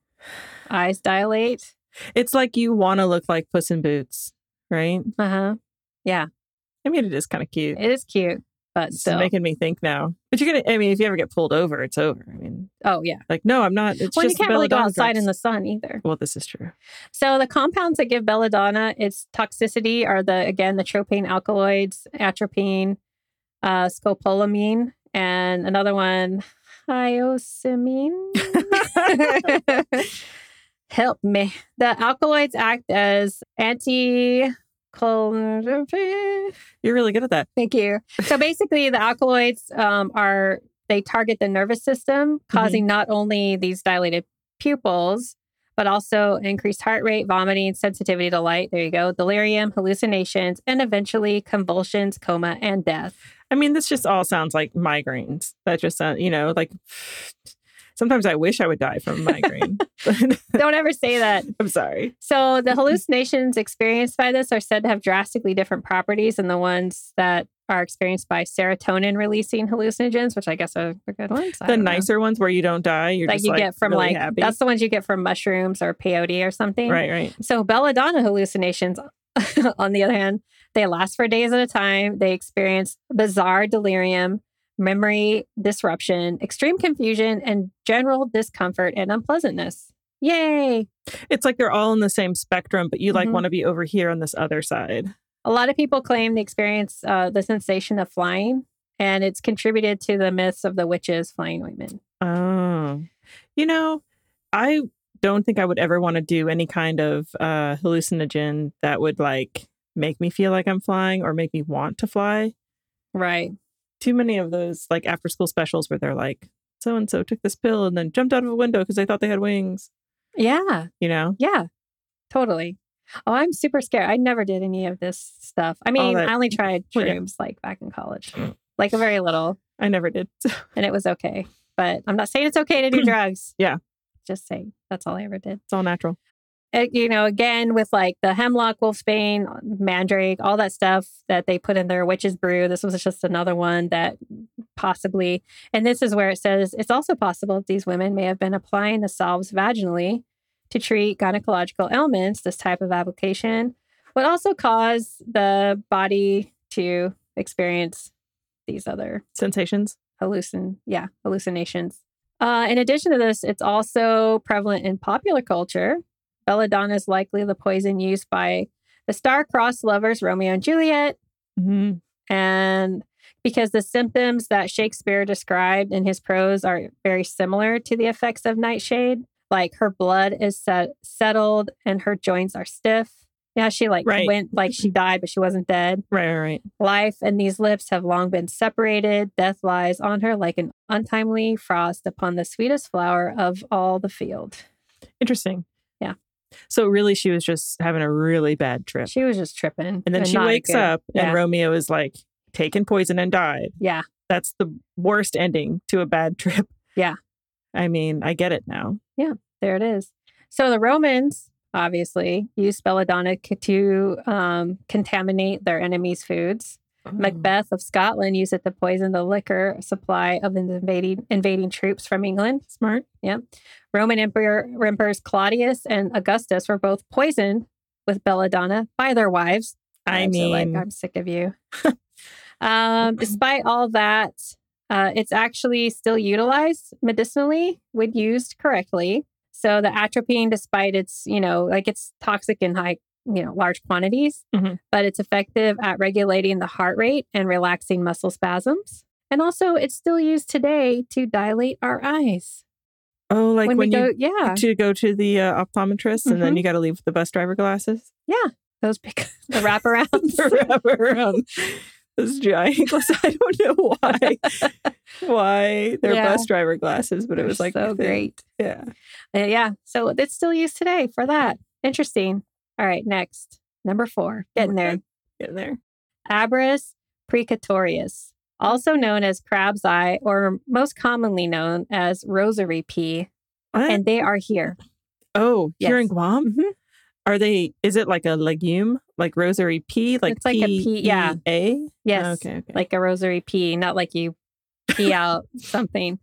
[SPEAKER 2] eyes dilate?
[SPEAKER 1] It's like you want to look like Puss in Boots, right?
[SPEAKER 2] Uh huh.
[SPEAKER 1] I mean, it is kind of cute.
[SPEAKER 2] It is cute, but
[SPEAKER 1] It's
[SPEAKER 2] still.
[SPEAKER 1] making me think now. But you're gonna. I mean, if you ever get pulled over, it's over. I mean,
[SPEAKER 2] oh, yeah.
[SPEAKER 1] like, no, I'm not. It's
[SPEAKER 2] Well, you
[SPEAKER 1] just
[SPEAKER 2] can't really go
[SPEAKER 1] belladonna
[SPEAKER 2] outside in
[SPEAKER 1] drugs.
[SPEAKER 2] the sun either.
[SPEAKER 1] Well, this is true.
[SPEAKER 2] So the compounds that give belladonna its toxicity are the again the tropane alkaloids, atropine, uh, scopolamine, and another one, hyosamine. Help me. The alkaloids act as anti. Thank
[SPEAKER 1] You're really good at that.
[SPEAKER 2] you. So basically, the alkaloids um, are they target the nervous system, causing not only these dilated pupils, but also increased heart rate, vomiting, sensitivity to light. There you go. Delirium, hallucinations, and eventually convulsions, coma, and death.
[SPEAKER 1] I mean, this just all sounds like migraines. That just sound, you know, like. Sometimes I wish I would die from a migraine. but
[SPEAKER 2] Don't ever say that.
[SPEAKER 1] I'm sorry.
[SPEAKER 2] So the hallucinations experienced by this are said to have drastically different properties than the ones that are experienced by serotonin releasing hallucinogens, which I guess are the good ones. I
[SPEAKER 1] the
[SPEAKER 2] don't know.
[SPEAKER 1] nicer ones where you don't die, you're
[SPEAKER 2] Like
[SPEAKER 1] just
[SPEAKER 2] you
[SPEAKER 1] like
[SPEAKER 2] get from
[SPEAKER 1] really
[SPEAKER 2] like
[SPEAKER 1] happy.
[SPEAKER 2] that's the ones you get from mushrooms or peyote or something.
[SPEAKER 1] right, right.
[SPEAKER 2] So belladonna hallucinations, on the other hand, they last for days at a time. They experience bizarre delirium, memory disruption, extreme confusion, and general discomfort and unpleasantness. Yay!
[SPEAKER 1] It's like they're all in the same spectrum, but you like
[SPEAKER 2] Mhm.
[SPEAKER 1] want to be over here on this other side.
[SPEAKER 2] A lot of people claim they experience uh, the sensation of flying, and it's contributed to the myths of the witches flying women.
[SPEAKER 1] Oh, you know, I don't think I would ever want to do any kind of uh, hallucinogen that would like make me feel like I'm flying or make me want to fly.
[SPEAKER 2] Right.
[SPEAKER 1] Too many of those like after school specials where they're like, so and so took this pill and then jumped out of a window because they thought they had wings,
[SPEAKER 2] Yeah.
[SPEAKER 1] you know?
[SPEAKER 2] Yeah, totally. Oh, I'm super scared. I never did any of this stuff. I mean,
[SPEAKER 1] that-
[SPEAKER 2] I only tried
[SPEAKER 1] Well, yeah.
[SPEAKER 2] shrooms like back in college, like a very little,
[SPEAKER 1] I never did. That's
[SPEAKER 2] and it was okay. But I'm not saying it's okay to do drugs.
[SPEAKER 1] Yeah.
[SPEAKER 2] Just saying that's all I ever did.
[SPEAKER 1] all natural.
[SPEAKER 2] Uh, you know, again, with like the hemlock, wolfsbane, mandrake, all that stuff that they put in their witch's brew. This was just another one that possibly, and this is where it says it's also possible that these women may have been applying the salves vaginally to treat gynecological ailments. This type of application would also cause the body to experience these other
[SPEAKER 1] Sensations.
[SPEAKER 2] hallucin yeah hallucinations uh, in addition to this it's also prevalent in popular culture belladonna is likely the poison used by the star-crossed lovers romeo and juliet
[SPEAKER 1] Mhm.
[SPEAKER 2] and because the symptoms that shakespeare described in his prose are very similar to the effects of nightshade like her blood is set- settled and her joints are stiff yeah she like
[SPEAKER 1] Right.
[SPEAKER 2] went like she died but she wasn't dead
[SPEAKER 1] Right, right, right.
[SPEAKER 2] Life and these lips have long been separated. Death lies on her like an untimely frost upon the sweetest flower of all the field.
[SPEAKER 1] Interesting.
[SPEAKER 2] Yeah.
[SPEAKER 1] So really, she was just having a really bad trip.
[SPEAKER 2] She was just tripping.
[SPEAKER 1] And then she
[SPEAKER 2] not a
[SPEAKER 1] wakes
[SPEAKER 2] good-
[SPEAKER 1] up
[SPEAKER 2] yeah.
[SPEAKER 1] and Romeo is like taken poison and died.
[SPEAKER 2] Yeah.
[SPEAKER 1] That's the worst ending to a bad trip.
[SPEAKER 2] Yeah.
[SPEAKER 1] I mean, I get it now.
[SPEAKER 2] There it is. So the Romans obviously used belladonna c- to um, contaminate their enemies' foods.
[SPEAKER 1] Mm-hmm.
[SPEAKER 2] Macbeth of Scotland used it to poison the liquor supply of the invading invading troops from England.
[SPEAKER 1] Smart.
[SPEAKER 2] Roman emperor, emperors Claudius and Augustus were both poisoned with belladonna by their wives.
[SPEAKER 1] I
[SPEAKER 2] Wives are like,
[SPEAKER 1] mean,
[SPEAKER 2] I'm sick of you. um, despite all that, uh, it's actually still utilized medicinally when used correctly. So the atropine, despite its, you know, like it's toxic in high, you know, large quantities,
[SPEAKER 1] Mhm.
[SPEAKER 2] but it's effective at regulating the heart rate and relaxing muscle spasms. And also, it's still used today to dilate our eyes.
[SPEAKER 1] oh, like when,
[SPEAKER 2] we
[SPEAKER 1] you
[SPEAKER 2] go, yeah,
[SPEAKER 1] to go to the uh, optometrist and then
[SPEAKER 2] Mhm.
[SPEAKER 1] you got to leave with the bus driver glasses.
[SPEAKER 2] those big, the wraparounds.
[SPEAKER 1] Forever. Um, those giant glasses. I don't know why. why they're
[SPEAKER 2] Yeah.
[SPEAKER 1] bus driver glasses, but it
[SPEAKER 2] They're
[SPEAKER 1] was like a
[SPEAKER 2] so
[SPEAKER 1] thing.
[SPEAKER 2] great.
[SPEAKER 1] Yeah.
[SPEAKER 2] Uh, yeah. So it's still used today for that. Interesting. All right. Next. Number four. Getting there.
[SPEAKER 1] Getting there.
[SPEAKER 2] Abrus precatorius, also known as crab's eye or most commonly known as rosary pea.
[SPEAKER 1] What?
[SPEAKER 2] And they are here.
[SPEAKER 1] oh, here in
[SPEAKER 2] Yes.
[SPEAKER 1] Guam,
[SPEAKER 2] Mhm.
[SPEAKER 1] are they? Is it like a legume, like rosary pea? Like E
[SPEAKER 2] It's like a pea, yeah.
[SPEAKER 1] A.
[SPEAKER 2] Yes.
[SPEAKER 1] Okay. okay.
[SPEAKER 2] Like a rosary pea, not like you pee out something.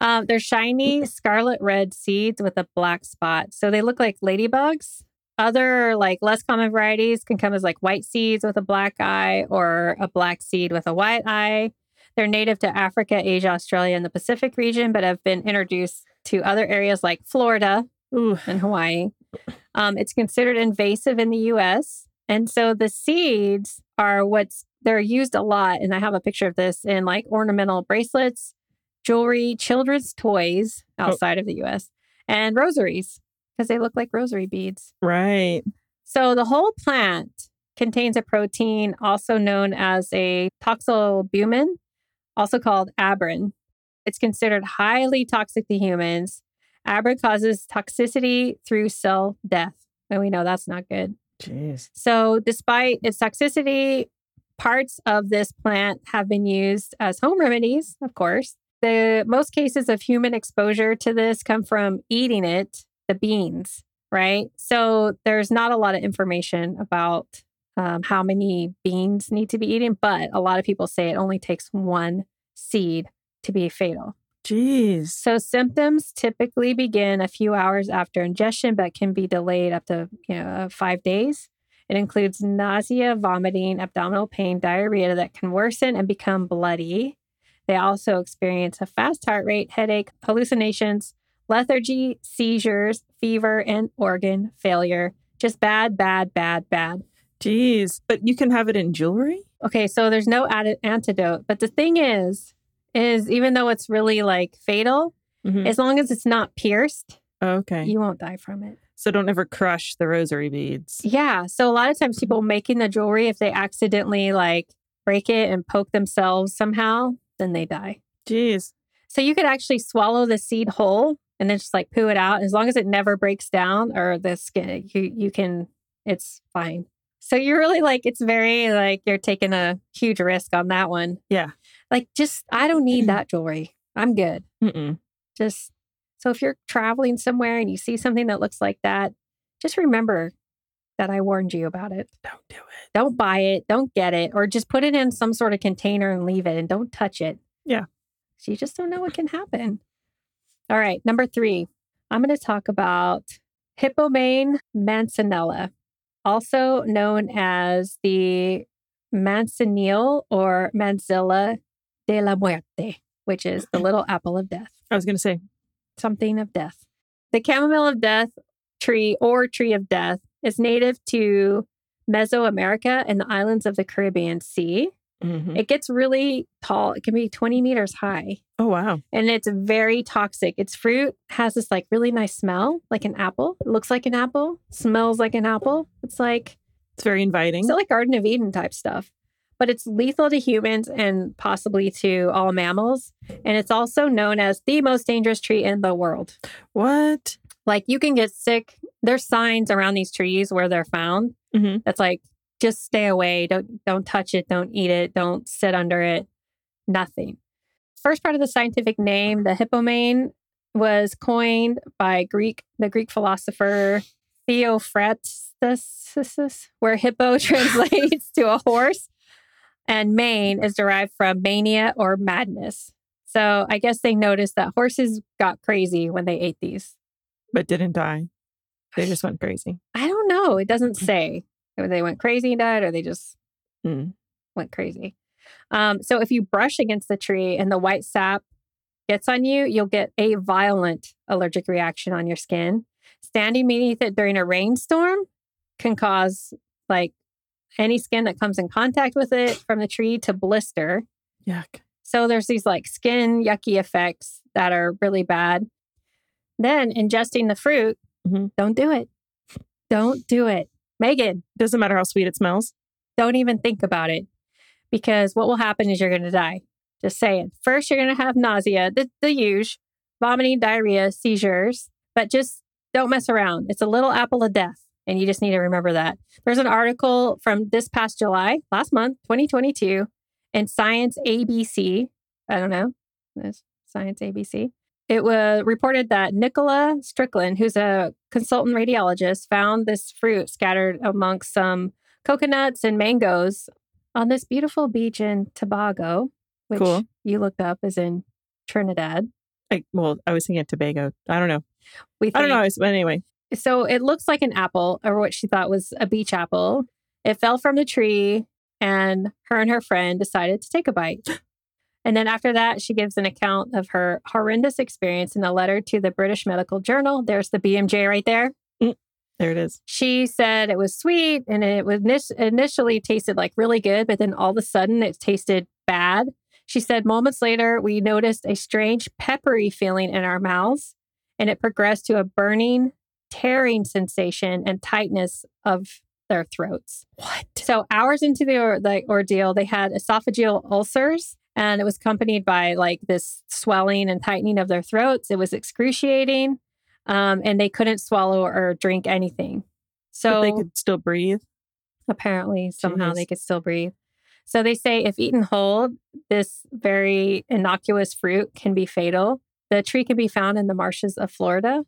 [SPEAKER 2] Um, they're shiny scarlet red seeds with a black spot. So they look like ladybugs. Other like less common varieties can come as like white seeds with a black eye or a black seed with a white eye. They're native to Africa, Asia, Australia, and the Pacific region, but have been introduced to other areas like Florida,
[SPEAKER 1] Ooh.
[SPEAKER 2] in Hawaii. Um, it's considered invasive in the U.S. And so the seeds are what's they're used a lot. And I have a picture of this in like ornamental bracelets, jewelry, children's toys outside of the U.S. and rosaries because they look like rosary beads.
[SPEAKER 1] Right.
[SPEAKER 2] So the whole plant contains a protein also known as a toxalbumin, also called abrin. It's considered highly toxic to humans. Abrin causes toxicity through cell death, and we know that's not good.
[SPEAKER 1] Jeez.
[SPEAKER 2] So, despite its toxicity, parts of this plant have been used as home remedies, of course. The most cases of human exposure to this come from eating it, the beans, right? So, there's not a lot of information about um, how many beans need to be eaten, but a lot of people say it only takes one seed to be fatal.
[SPEAKER 1] Jeez.
[SPEAKER 2] So symptoms typically begin a few hours after ingestion, but can be delayed up to you know uh, five days. It includes nausea, vomiting, abdominal pain, diarrhea that can worsen and become bloody. They also experience a fast heart rate, headache, hallucinations, lethargy, seizures, fever, and organ failure. Just bad, bad, bad, bad.
[SPEAKER 1] Jeez. But you can have it in jewelry.
[SPEAKER 2] Okay, so there's no added antidote. But the thing is, is even though it's really like fatal,
[SPEAKER 1] Mhm.
[SPEAKER 2] as long as it's not pierced,
[SPEAKER 1] Okay.
[SPEAKER 2] you won't die from it.
[SPEAKER 1] So don't ever crush the rosary beads.
[SPEAKER 2] Yeah. So a lot of times
[SPEAKER 1] Mm-hmm.
[SPEAKER 2] people making the jewelry, if they accidentally like break it and poke themselves somehow, then they die.
[SPEAKER 1] Jeez.
[SPEAKER 2] So you could actually swallow the seed whole and then just like poo it out. As long as it never breaks down or the skin, you you can it's fine. So you're really like it's very like you're taking a huge risk on that one.
[SPEAKER 1] Yeah.
[SPEAKER 2] Like just I don't need that jewelry. I'm good.
[SPEAKER 1] Mm-mm.
[SPEAKER 2] just so if you're traveling somewhere and you see something that looks like that, just remember that I warned you about it.
[SPEAKER 1] Don't do it.
[SPEAKER 2] Don't buy it, don't get it, or just put it in some sort of container and leave it and don't touch it.
[SPEAKER 1] Yeah.
[SPEAKER 2] So you just don't know what can happen. All right, number three, I'm going to talk about Hippomane mancinella, also known as the manzanil or manzilla de la muerte, which is the little apple of death
[SPEAKER 1] I was gonna say.
[SPEAKER 2] something of death. The chamomile of death tree or tree of death is native to Mesoamerica and the islands of the Caribbean Sea.
[SPEAKER 1] mhm.
[SPEAKER 2] It gets really tall, it can be 20 meters high,
[SPEAKER 1] Oh wow.
[SPEAKER 2] and it's very toxic. Its fruit has this like really nice smell, like an apple. It looks like an apple, smells like an apple. It's like
[SPEAKER 1] It's very inviting.
[SPEAKER 2] it's like Garden of Eden type stuff. But it's lethal to humans and possibly to all mammals. And it's also known as the most dangerous tree in the world.
[SPEAKER 1] what?
[SPEAKER 2] Like you can get sick. There's signs around these trees where they're found
[SPEAKER 1] Mhm.
[SPEAKER 2] that's like just stay away. Don't don't touch it. Don't eat it. Don't sit under it. Nothing. First part of the scientific name, the hippomane, was coined by Greek the Greek philosopher Theophrastus, where hippo translates to a horse. And mane is derived from mania or madness. So I guess they noticed that horses got crazy when they ate these.
[SPEAKER 1] but didn't die. They just went crazy.
[SPEAKER 2] I don't know. It doesn't say whether they went crazy and died or they just
[SPEAKER 1] Hmm.
[SPEAKER 2] went crazy. Um, so if you brush against the tree and the white sap gets on you, you'll get a violent allergic reaction on your skin. Standing beneath it during a rainstorm can cause like any skin that comes in contact with it from the tree to blister.
[SPEAKER 1] Yuck.
[SPEAKER 2] So there's these like skin yucky effects that are really bad. Then ingesting the fruit,
[SPEAKER 1] Mhm.
[SPEAKER 2] don't do it. Don't do it. Megan,
[SPEAKER 1] Doesn't matter how sweet it smells.
[SPEAKER 2] don't even think about it because what will happen is you're going to die. Just saying. First, you're going to have nausea, the, the huge, vomiting, diarrhea, seizures, but just don't mess around. It's a little apple of death. And you just need to remember that. There's an article from this past July, last month, 2022, in Science ABC. I don't know. That's Science ABC. It was reported that Nicola Strickland, who's a consultant radiologist, found this fruit scattered amongst some coconuts and mangoes on this beautiful beach in Tobago, which
[SPEAKER 1] Cool.
[SPEAKER 2] you looked up is in Trinidad.
[SPEAKER 1] Like, well, I was thinking Tobago. I don't know.
[SPEAKER 2] We think.
[SPEAKER 1] I don't know. But anyway,
[SPEAKER 2] So it looks like an apple, or what she thought was a beach apple. It fell from the tree, and her and her friend decided to take a bite. And then after that, she gives an account of her horrendous experience in a letter to the British Medical Journal. There's the BMJ right there.
[SPEAKER 1] there it is.
[SPEAKER 2] She said it was sweet and it was init- initially tasted like really good, but then all of a sudden it tasted bad. She said moments later, we noticed a strange peppery feeling in our mouths and it progressed to a burning, tearing sensation and tightness of their throats.
[SPEAKER 1] What?
[SPEAKER 2] So, hours into the, or- the ordeal, they had esophageal ulcers and it was accompanied by like this swelling and tightening of their throats. It was excruciating um, and they couldn't swallow or drink anything. So,
[SPEAKER 1] but they could still breathe.
[SPEAKER 2] apparently somehow
[SPEAKER 1] Jeez.
[SPEAKER 2] they could still breathe. So they say if eaten whole, this very innocuous fruit can be fatal. The tree can be found in the marshes of Florida,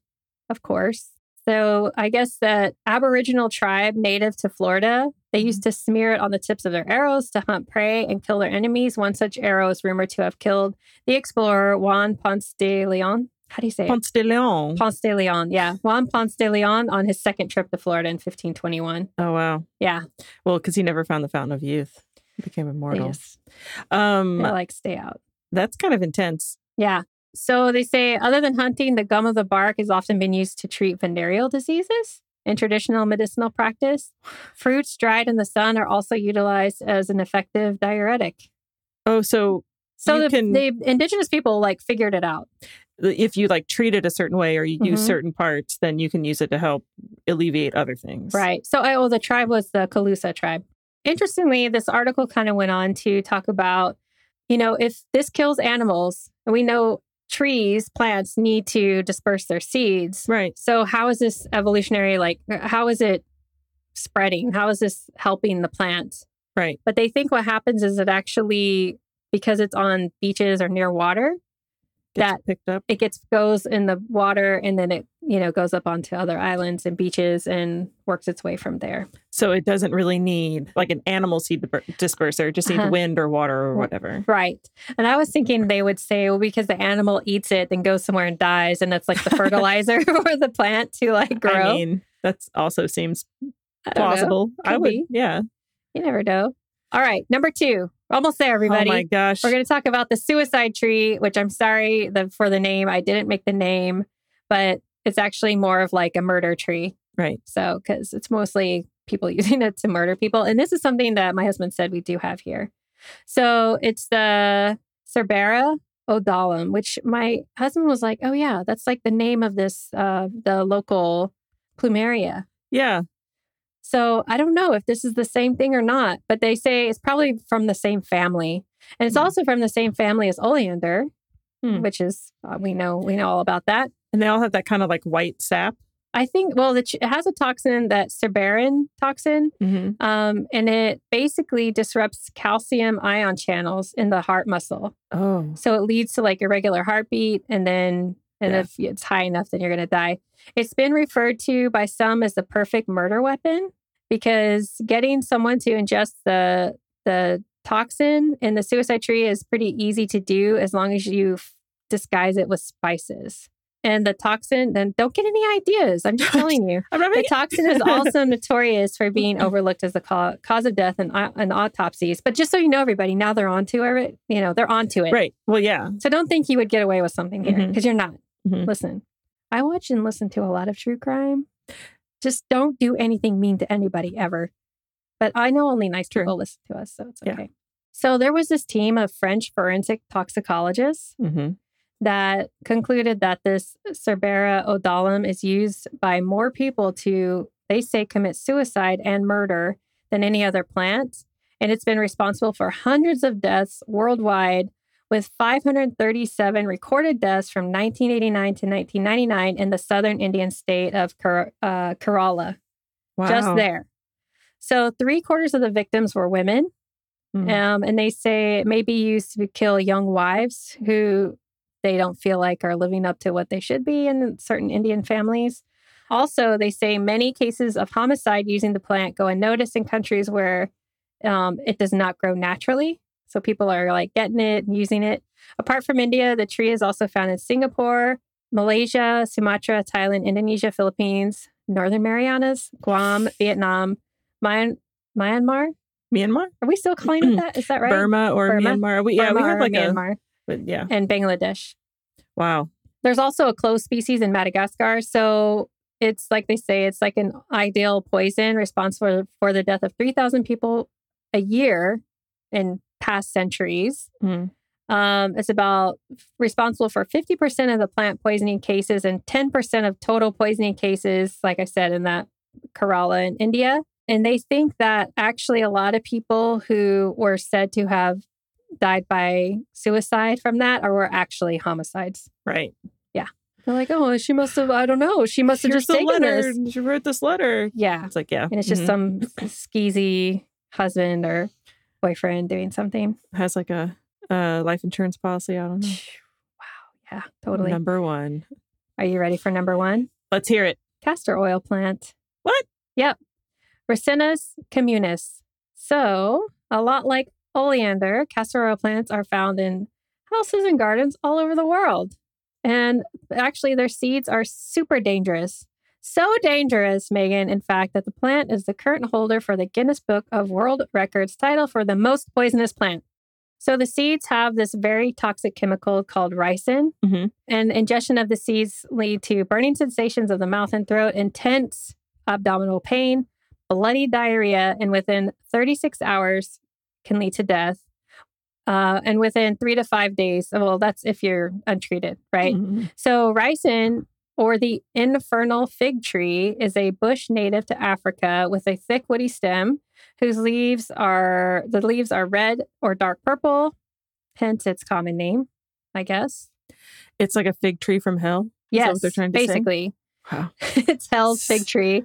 [SPEAKER 2] of course. So I guess that Aboriginal tribe native to Florida, they used
[SPEAKER 1] Mm-hmm.
[SPEAKER 2] to smear it on the tips of their arrows to hunt prey and kill their enemies. One such arrow is rumored to have killed the explorer Juan Ponce de Leon. How do you say it?
[SPEAKER 1] Ponce de Leon.
[SPEAKER 2] Ponce de Leon. Yeah. Juan Ponce de Leon on his second trip to Florida in 1521.
[SPEAKER 1] oh wow.
[SPEAKER 2] Yeah.
[SPEAKER 1] Well, because he never found the fountain of youth. He became
[SPEAKER 2] They
[SPEAKER 1] immortal.
[SPEAKER 2] just
[SPEAKER 1] Um,
[SPEAKER 2] They like stay out.
[SPEAKER 1] that's kind of intense.
[SPEAKER 2] Yeah. So they say, other than hunting, the gum of the bark has often been used to treat venereal diseases in traditional medicinal practice. Fruits dried in the sun are also utilized as an effective diuretic.
[SPEAKER 1] Oh, so
[SPEAKER 2] So
[SPEAKER 1] You
[SPEAKER 2] the,
[SPEAKER 1] can-
[SPEAKER 2] the indigenous people like figured it out.
[SPEAKER 1] uh, if you like treat it a certain way or you use
[SPEAKER 2] Mhm.
[SPEAKER 1] certain parts, then you can use it to help alleviate other things.
[SPEAKER 2] Right. So, oh, the tribe was the Calusa tribe. Interestingly, this article kind of went on to talk about, you know, if this kills animals, and we know trees, plants need to disperse their seeds.
[SPEAKER 1] Right.
[SPEAKER 2] So how is this evolutionary like uh, how is it spreading? How is this helping the plant?
[SPEAKER 1] Right.
[SPEAKER 2] But they think what happens is it actually because it's on beaches or near water,
[SPEAKER 1] Gets
[SPEAKER 2] That-
[SPEAKER 1] picked up.
[SPEAKER 2] it gets goes in the water and then it, you know, goes up onto other islands and beaches and works its way from there.
[SPEAKER 1] So it doesn't really need like an animal seed disper- disperser. It just needs
[SPEAKER 2] Uh-huh.
[SPEAKER 1] wind or water or
[SPEAKER 2] Wh-
[SPEAKER 1] whatever.
[SPEAKER 2] Right. And I was thinking they would say, well, because the animal eats it then goes somewhere and dies and that's like the fertilizer for the plant to like grow.
[SPEAKER 1] I mean, that's also seems
[SPEAKER 2] I don't know.
[SPEAKER 1] plausible. I
[SPEAKER 2] Could
[SPEAKER 1] would,
[SPEAKER 2] be.
[SPEAKER 1] yeah. Oh
[SPEAKER 2] You never know. All right. Number two. Almost there, everybody.
[SPEAKER 1] Oh my gosh.
[SPEAKER 2] We're going to talk about the suicide tree, which I'm sorry the, for the name. I didn't make the name, but it's actually more of like a murder tree.
[SPEAKER 1] Right.
[SPEAKER 2] So, because it's mostly people using it to murder people. And this is something that my husband said we do have here. So, it's the Cerbera odalum, which my husband was like, oh, yeah, that's like the name of this, uh, the local plumeria.
[SPEAKER 1] yeah.
[SPEAKER 2] So I don't know if this is the same thing or not, but they say it's probably from the same family. And it's
[SPEAKER 1] Hmm.
[SPEAKER 2] also from the same family as oleander,
[SPEAKER 1] Hmm.
[SPEAKER 2] which is uh, we know we know all about that.
[SPEAKER 1] And they all have that kind of like white sap.
[SPEAKER 2] I think well, the, ch- it has a toxin that cerberin toxin,
[SPEAKER 1] Mm-hmm.
[SPEAKER 2] um, and it basically disrupts calcium ion channels in the heart muscle.
[SPEAKER 1] Oh.
[SPEAKER 2] So it leads to like irregular heartbeat, and then and
[SPEAKER 1] Yeah.
[SPEAKER 2] if it's high enough, then you're going to die. It's been referred to by some as the perfect murder weapon because getting someone to ingest the the toxin in the suicide tree is pretty easy to do as long as you f- disguise it with spices. And the toxin, then don't get any ideas. I'm just telling you.
[SPEAKER 1] I'm not
[SPEAKER 2] The
[SPEAKER 1] making-
[SPEAKER 2] toxin is also notorious for being overlooked as the ca- cause of death in, au- in autopsies. But just so you know, everybody, now they're onto it. You know, they're onto it.
[SPEAKER 1] right. Well, yeah.
[SPEAKER 2] So don't think you would get away with something here
[SPEAKER 1] Mhm.
[SPEAKER 2] because you're not.
[SPEAKER 1] Mhm.
[SPEAKER 2] Listen, I watch and listen to a lot of true crime. Just don't do anything mean to anybody ever. But I know only nice
[SPEAKER 1] True.
[SPEAKER 2] people listen to us, so it's
[SPEAKER 1] Yeah.
[SPEAKER 2] okay. So there was this team of French forensic toxicologists
[SPEAKER 1] Mm-hmm.
[SPEAKER 2] that concluded that this Cerbera odalum is used by more people to, they say, commit suicide and murder than any other plant. And it's been responsible for hundreds of deaths worldwide, with 537 recorded deaths from 1989 to 1999 in the southern Indian state of Ker- uh, Kerala,
[SPEAKER 1] Wow.
[SPEAKER 2] just there. So, three quarters of the victims were women.
[SPEAKER 1] Mm.
[SPEAKER 2] Um, and they say it may be used to kill young wives who they don't feel like are living up to what they should be in certain Indian families. Also, they say many cases of homicide using the plant go unnoticed in countries where um, it does not grow naturally. So people are like getting it and using it. Apart from India, the tree is also found in Singapore, Malaysia, Sumatra, Thailand, Indonesia, Philippines, Northern Marianas, Guam, Vietnam, Myan- Myanmar,
[SPEAKER 1] Myanmar,
[SPEAKER 2] are we still calling it that? Is that right?
[SPEAKER 1] Burma, or
[SPEAKER 2] Burma?
[SPEAKER 1] Myanmar? We, yeah,
[SPEAKER 2] Burma
[SPEAKER 1] we have
[SPEAKER 2] or
[SPEAKER 1] like a.
[SPEAKER 2] Myanmar
[SPEAKER 1] but yeah.
[SPEAKER 2] and Bangladesh.
[SPEAKER 1] Wow.
[SPEAKER 2] There's also a closed species in Madagascar. So it's like they say, it's like an ideal poison responsible for the death of 3,000 people a year in past centuries.
[SPEAKER 1] Mm.
[SPEAKER 2] Um, it's about responsible for 50% of the plant poisoning cases and 10% of total poisoning cases, like I said, in that Kerala in India. And they think that actually a lot of people who were said to have died by suicide from that or were actually homicides.
[SPEAKER 1] Right.
[SPEAKER 2] They're like, oh, she must have, I don't know, she must have
[SPEAKER 1] Here's
[SPEAKER 2] just
[SPEAKER 1] the
[SPEAKER 2] taken
[SPEAKER 1] letter.
[SPEAKER 2] this.
[SPEAKER 1] She wrote this letter.
[SPEAKER 2] Yeah.
[SPEAKER 1] It's like yeah,
[SPEAKER 2] And it's just
[SPEAKER 1] mhm.
[SPEAKER 2] some skeezy husband or boyfriend doing something.
[SPEAKER 1] mm-hmm. has like a uh, life insurance policy. I don't know.
[SPEAKER 2] Wow. Yeah, totally.
[SPEAKER 1] Number one.
[SPEAKER 2] Are you ready for number one?
[SPEAKER 1] Let's hear it.
[SPEAKER 2] Castor oil plant.
[SPEAKER 1] What?
[SPEAKER 2] Yep. Ricinus communis. So, a lot like oleander, castor oil plants are found in houses and gardens all over the world. And actually, their seeds are super dangerous. So dangerous, Megan, in fact, that the plant is the current holder for the Guinness Book of World Records title for the most poisonous plant. So, the seeds have this very toxic chemical called ricin,
[SPEAKER 1] Mhm.
[SPEAKER 2] and ingestion of the seeds lead to burning sensations of the mouth and throat, intense abdominal pain, bloody diarrhea, and within 36 hours can lead to death. Uh, and within three to five days, well, that's if you're untreated, right?
[SPEAKER 1] Mhm.
[SPEAKER 2] So, ricin or the infernal fig tree is a bush native to Africa with a thick woody stem whose leaves are the leaves are red or dark purple, hence its common name, I guess.
[SPEAKER 1] It's like a fig tree from hell. Is
[SPEAKER 2] Yes,
[SPEAKER 1] that what they're trying to say?
[SPEAKER 2] basically.
[SPEAKER 1] Wow.
[SPEAKER 2] it's hell's fig tree.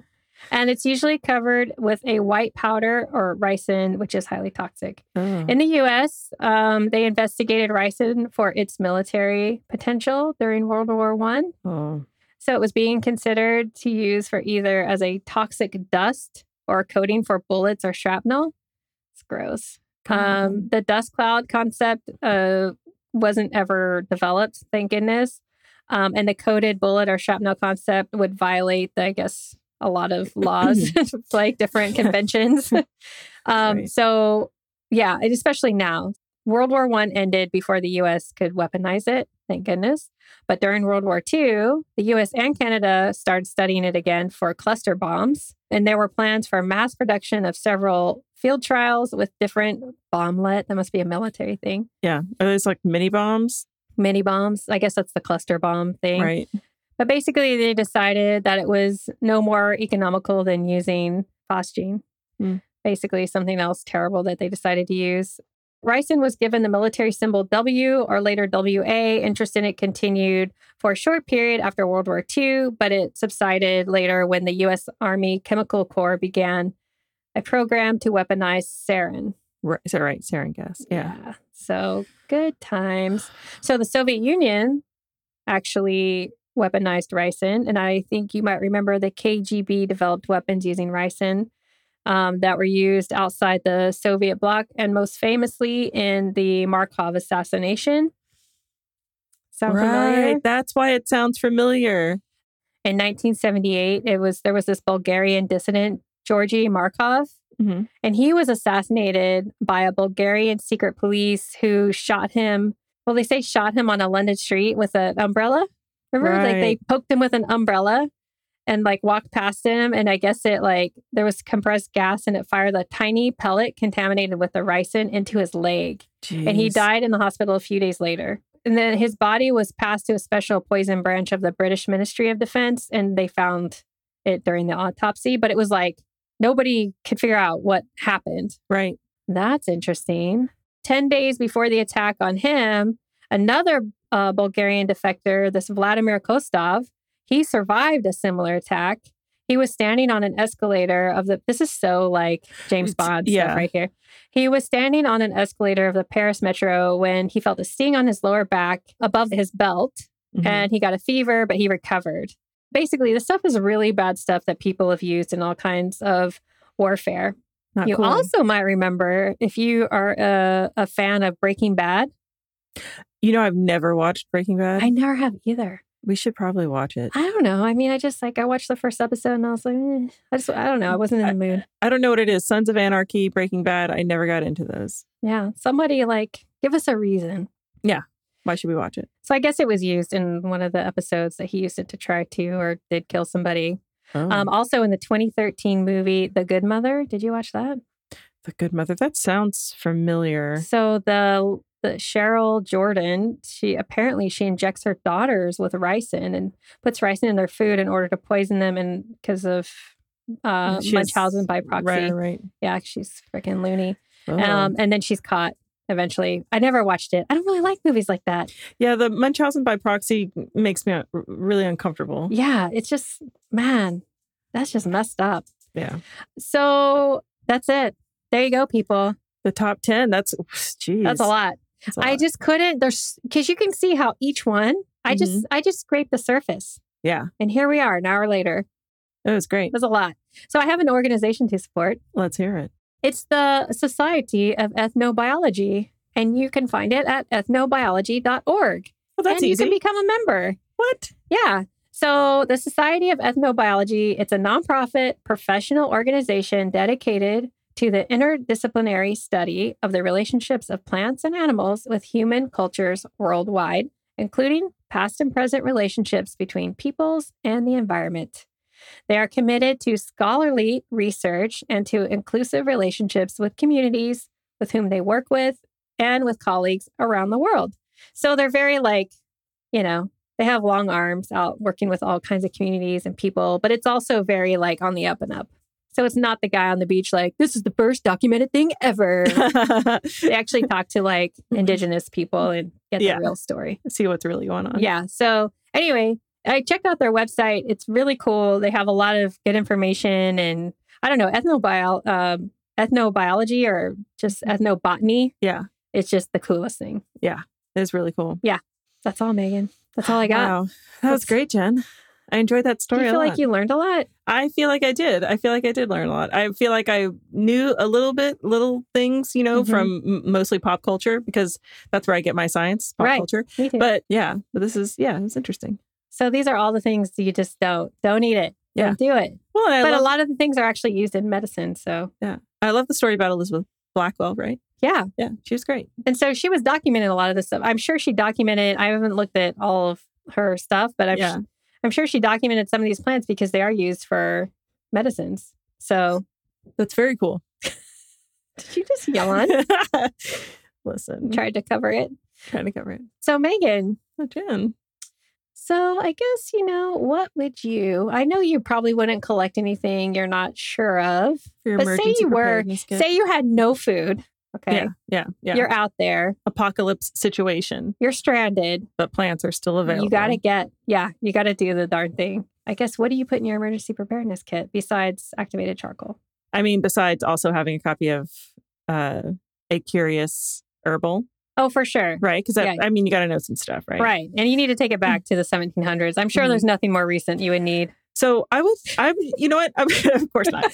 [SPEAKER 2] And it's usually covered with a white powder or ricin, which is highly toxic.
[SPEAKER 1] Oh.
[SPEAKER 2] In the U.S., um, they investigated ricin for its military potential during World War One.
[SPEAKER 1] Oh.
[SPEAKER 2] So it was being considered to use for either as a toxic dust or coating for bullets or shrapnel. It's gross. Um, the dust cloud concept uh, wasn't ever developed, thank goodness. Um, and the coated bullet or shrapnel concept would violate, I guess, a lot of laws, like different conventions. um,
[SPEAKER 1] Right.
[SPEAKER 2] So, yeah, and especially now. World War One ended before the U.S. could weaponize it, thank goodness. But during World War II, the US and Canada started studying it again for cluster bombs. And there were plans for mass production of several field trials with different bomblet. That must be a military thing.
[SPEAKER 1] Yeah. Are those like mini bombs?
[SPEAKER 2] Mini bombs. I guess that's the cluster bomb thing.
[SPEAKER 1] Right.
[SPEAKER 2] But basically, they decided that it was no more economical than using phosgene,
[SPEAKER 1] Hmm.
[SPEAKER 2] basically, something else terrible that they decided to use. Ricin was given the military symbol W or later WA. Interest in it continued for a short period after World War II, but it subsided later when the U.S. Army Chemical Corps began a program to weaponize sarin.
[SPEAKER 1] Right. Is that right? Sarin gas. Yeah.
[SPEAKER 2] So good times. So the Soviet Union actually weaponized ricin. And I think you might remember the KGB developed weapons using ricin. um, that were used outside the Soviet bloc and most famously in the Markov assassination. Sound familiar?
[SPEAKER 1] Right. That's why it sounds familiar.
[SPEAKER 2] In 1978, it was there was this Bulgarian dissident, Georgy Markov,
[SPEAKER 1] Mhm.
[SPEAKER 2] and he was assassinated by a Bulgarian secret police who shot him. Well, they say shot him on a London street with an umbrella. Remember, like they
[SPEAKER 1] Right.
[SPEAKER 2] poked him with an umbrella and like walked past him, and I guess it like there was compressed gas and it fired a tiny pellet contaminated with the ricin into his leg and he
[SPEAKER 1] Jeez.
[SPEAKER 2] died in the hospital a few days later. And then his body was passed to a special poison branch of the British Ministry of Defense, and they found it during the autopsy. But it was like nobody could figure out what happened.
[SPEAKER 1] Right.
[SPEAKER 2] That's interesting. 10 days before the attack on him, another uh, Bulgarian defector, this Vladimir Kostov, he survived a similar attack. He was standing on an escalator of the, this is so like James
[SPEAKER 1] It's-
[SPEAKER 2] Bond
[SPEAKER 1] yeah.
[SPEAKER 2] stuff right here. He was standing on an escalator of the Paris metro when he felt a sting on his lower back above his belt
[SPEAKER 1] Mhm.
[SPEAKER 2] and he got a fever, but he recovered. Basically, this stuff is really bad stuff that people have used in all kinds of warfare.
[SPEAKER 1] Not
[SPEAKER 2] You
[SPEAKER 1] cool.
[SPEAKER 2] also might remember if you are a, a fan of Breaking Bad.
[SPEAKER 1] you know, I've never watched Breaking Bad.
[SPEAKER 2] I never have either.
[SPEAKER 1] we should probably watch it.
[SPEAKER 2] I don't know. I mean, I just like I watched the first episode and I was like, eh. I just I don't know. I wasn't in the mood.
[SPEAKER 1] I don't know what it is. Sons of Anarchy, Breaking Bad. I never got into those.
[SPEAKER 2] Yeah, somebody like give us a reason.
[SPEAKER 1] Why should we watch it?
[SPEAKER 2] So I guess it was used in one of the episodes that he used it to try to or did kill somebody.
[SPEAKER 1] Oh,
[SPEAKER 2] Um, also in the 2013 movie The Good Mother. Did you watch that?
[SPEAKER 1] the Good Mother. That sounds familiar.
[SPEAKER 2] So the, the Cheryl Jordan, she apparently she injects her daughters with ricin and puts ricin in their food in order to poison them, and because of uh,
[SPEAKER 1] She has-
[SPEAKER 2] Munchausen by proxy.
[SPEAKER 1] Right, right.
[SPEAKER 2] Yeah, she's freaking loony.
[SPEAKER 1] Oh.
[SPEAKER 2] Um, and then she's caught eventually. I never watched it. I don't really like movies like that.
[SPEAKER 1] yeah, the Munchausen by proxy makes me uh, r- really uncomfortable.
[SPEAKER 2] Yeah, it's just man, that's just messed up.
[SPEAKER 1] Yeah.
[SPEAKER 2] So that's it. There you go, people.
[SPEAKER 1] The top 10, that's, jeez.
[SPEAKER 2] That's a lot.
[SPEAKER 1] That's a
[SPEAKER 2] I
[SPEAKER 1] lot.
[SPEAKER 2] just couldn't. There's because you can see how each one. I just I just scraped the surface,
[SPEAKER 1] yeah,
[SPEAKER 2] and here we are an hour later.
[SPEAKER 1] it was great.
[SPEAKER 2] There's a lot. So I have an organization to support.
[SPEAKER 1] Let's hear it.
[SPEAKER 2] It's the Society of Ethnobiology, and you can find it at ethnobiology.org.
[SPEAKER 1] Well, Oh, that's
[SPEAKER 2] and you
[SPEAKER 1] easy.
[SPEAKER 2] can become a member.
[SPEAKER 1] what?
[SPEAKER 2] Yeah. So the Society of Ethnobiology, it's a nonprofit professional organization dedicated to the interdisciplinary study of the relationships of plants and animals with human cultures worldwide, including past and present relationships between peoples and the environment. They are committed to scholarly research and to inclusive relationships with communities with whom they work with and with colleagues around the world. So they're very like, you know, they have long arms out working with all kinds of communities and people, but it's also very like on the up and up. So it's not the guy on the beach like, this is the first documented thing ever. they actually talk to like indigenous people and get
[SPEAKER 1] Yeah.
[SPEAKER 2] the real story.
[SPEAKER 1] See what's really going on.
[SPEAKER 2] Yeah. So anyway, I checked out their website. It's really cool. They have a lot of good information and I don't know ethnobio um, ethnobiology or just ethnobotany.
[SPEAKER 1] Mm. Yeah.
[SPEAKER 2] it's just the coolest thing.
[SPEAKER 1] It's really cool.
[SPEAKER 2] That's all, Megan. That's all I got.
[SPEAKER 1] Wow. That was
[SPEAKER 2] That's-
[SPEAKER 1] great, Jen. I enjoyed that
[SPEAKER 2] Do
[SPEAKER 1] story
[SPEAKER 2] you
[SPEAKER 1] a
[SPEAKER 2] feel
[SPEAKER 1] lot.
[SPEAKER 2] like you learned a lot?
[SPEAKER 1] I feel like I did. I feel like I did learn a lot. I feel like I knew a little bit, little things, you know,
[SPEAKER 2] Mhm.
[SPEAKER 1] from m from mostly pop culture because that's where I get my science, pop
[SPEAKER 2] Right.
[SPEAKER 1] culture.
[SPEAKER 2] Me too.
[SPEAKER 1] But yeah, but this is yeah, it was interesting.
[SPEAKER 2] so these are all the things that you just don't don't eat it. Don't do it.
[SPEAKER 1] Well, and I,
[SPEAKER 2] but
[SPEAKER 1] love,
[SPEAKER 2] a lot of the things are actually used in medicine. So
[SPEAKER 1] I love the story about Elizabeth Blackwell, right?
[SPEAKER 2] yeah.
[SPEAKER 1] Yeah, she was great.
[SPEAKER 2] And so she was documenting a lot of this stuff. I'm sure she documented. I haven't looked at all of her stuff, but I'm
[SPEAKER 1] Yeah.
[SPEAKER 2] I'm sure she documented some of these plants because they are used for medicines. So
[SPEAKER 1] That's very cool.
[SPEAKER 2] did you just yell on?
[SPEAKER 1] Listen,
[SPEAKER 2] Tried to cover it.
[SPEAKER 1] trying to cover it.
[SPEAKER 2] So Megan,
[SPEAKER 1] Oh, Jen.
[SPEAKER 2] so I guess you know what would you? I know you probably wouldn't collect anything you're not sure of.
[SPEAKER 1] For your
[SPEAKER 2] But say
[SPEAKER 1] emergency
[SPEAKER 2] you were-
[SPEAKER 1] preparedness kit.
[SPEAKER 2] Say you had no food. Okay,
[SPEAKER 1] yeah, yeah, yeah.
[SPEAKER 2] you're out there.
[SPEAKER 1] apocalypse situation,
[SPEAKER 2] You're stranded.
[SPEAKER 1] but plants are still available.
[SPEAKER 2] You got to get, yeah, you got to do the darn thing. I guess what do you put in your emergency preparedness kit besides activated charcoal?
[SPEAKER 1] I mean, besides also having a copy of uh, a curious herbal,
[SPEAKER 2] Oh, for sure.
[SPEAKER 1] right? Because
[SPEAKER 2] Yeah.
[SPEAKER 1] I mean, you got to know some stuff, right?
[SPEAKER 2] Right. Mm-hmm. And you need to take it back to the 1700s. I'm sure
[SPEAKER 1] Mhm.
[SPEAKER 2] there's nothing more recent you would need.
[SPEAKER 1] So I would, I would- you know what? of course not.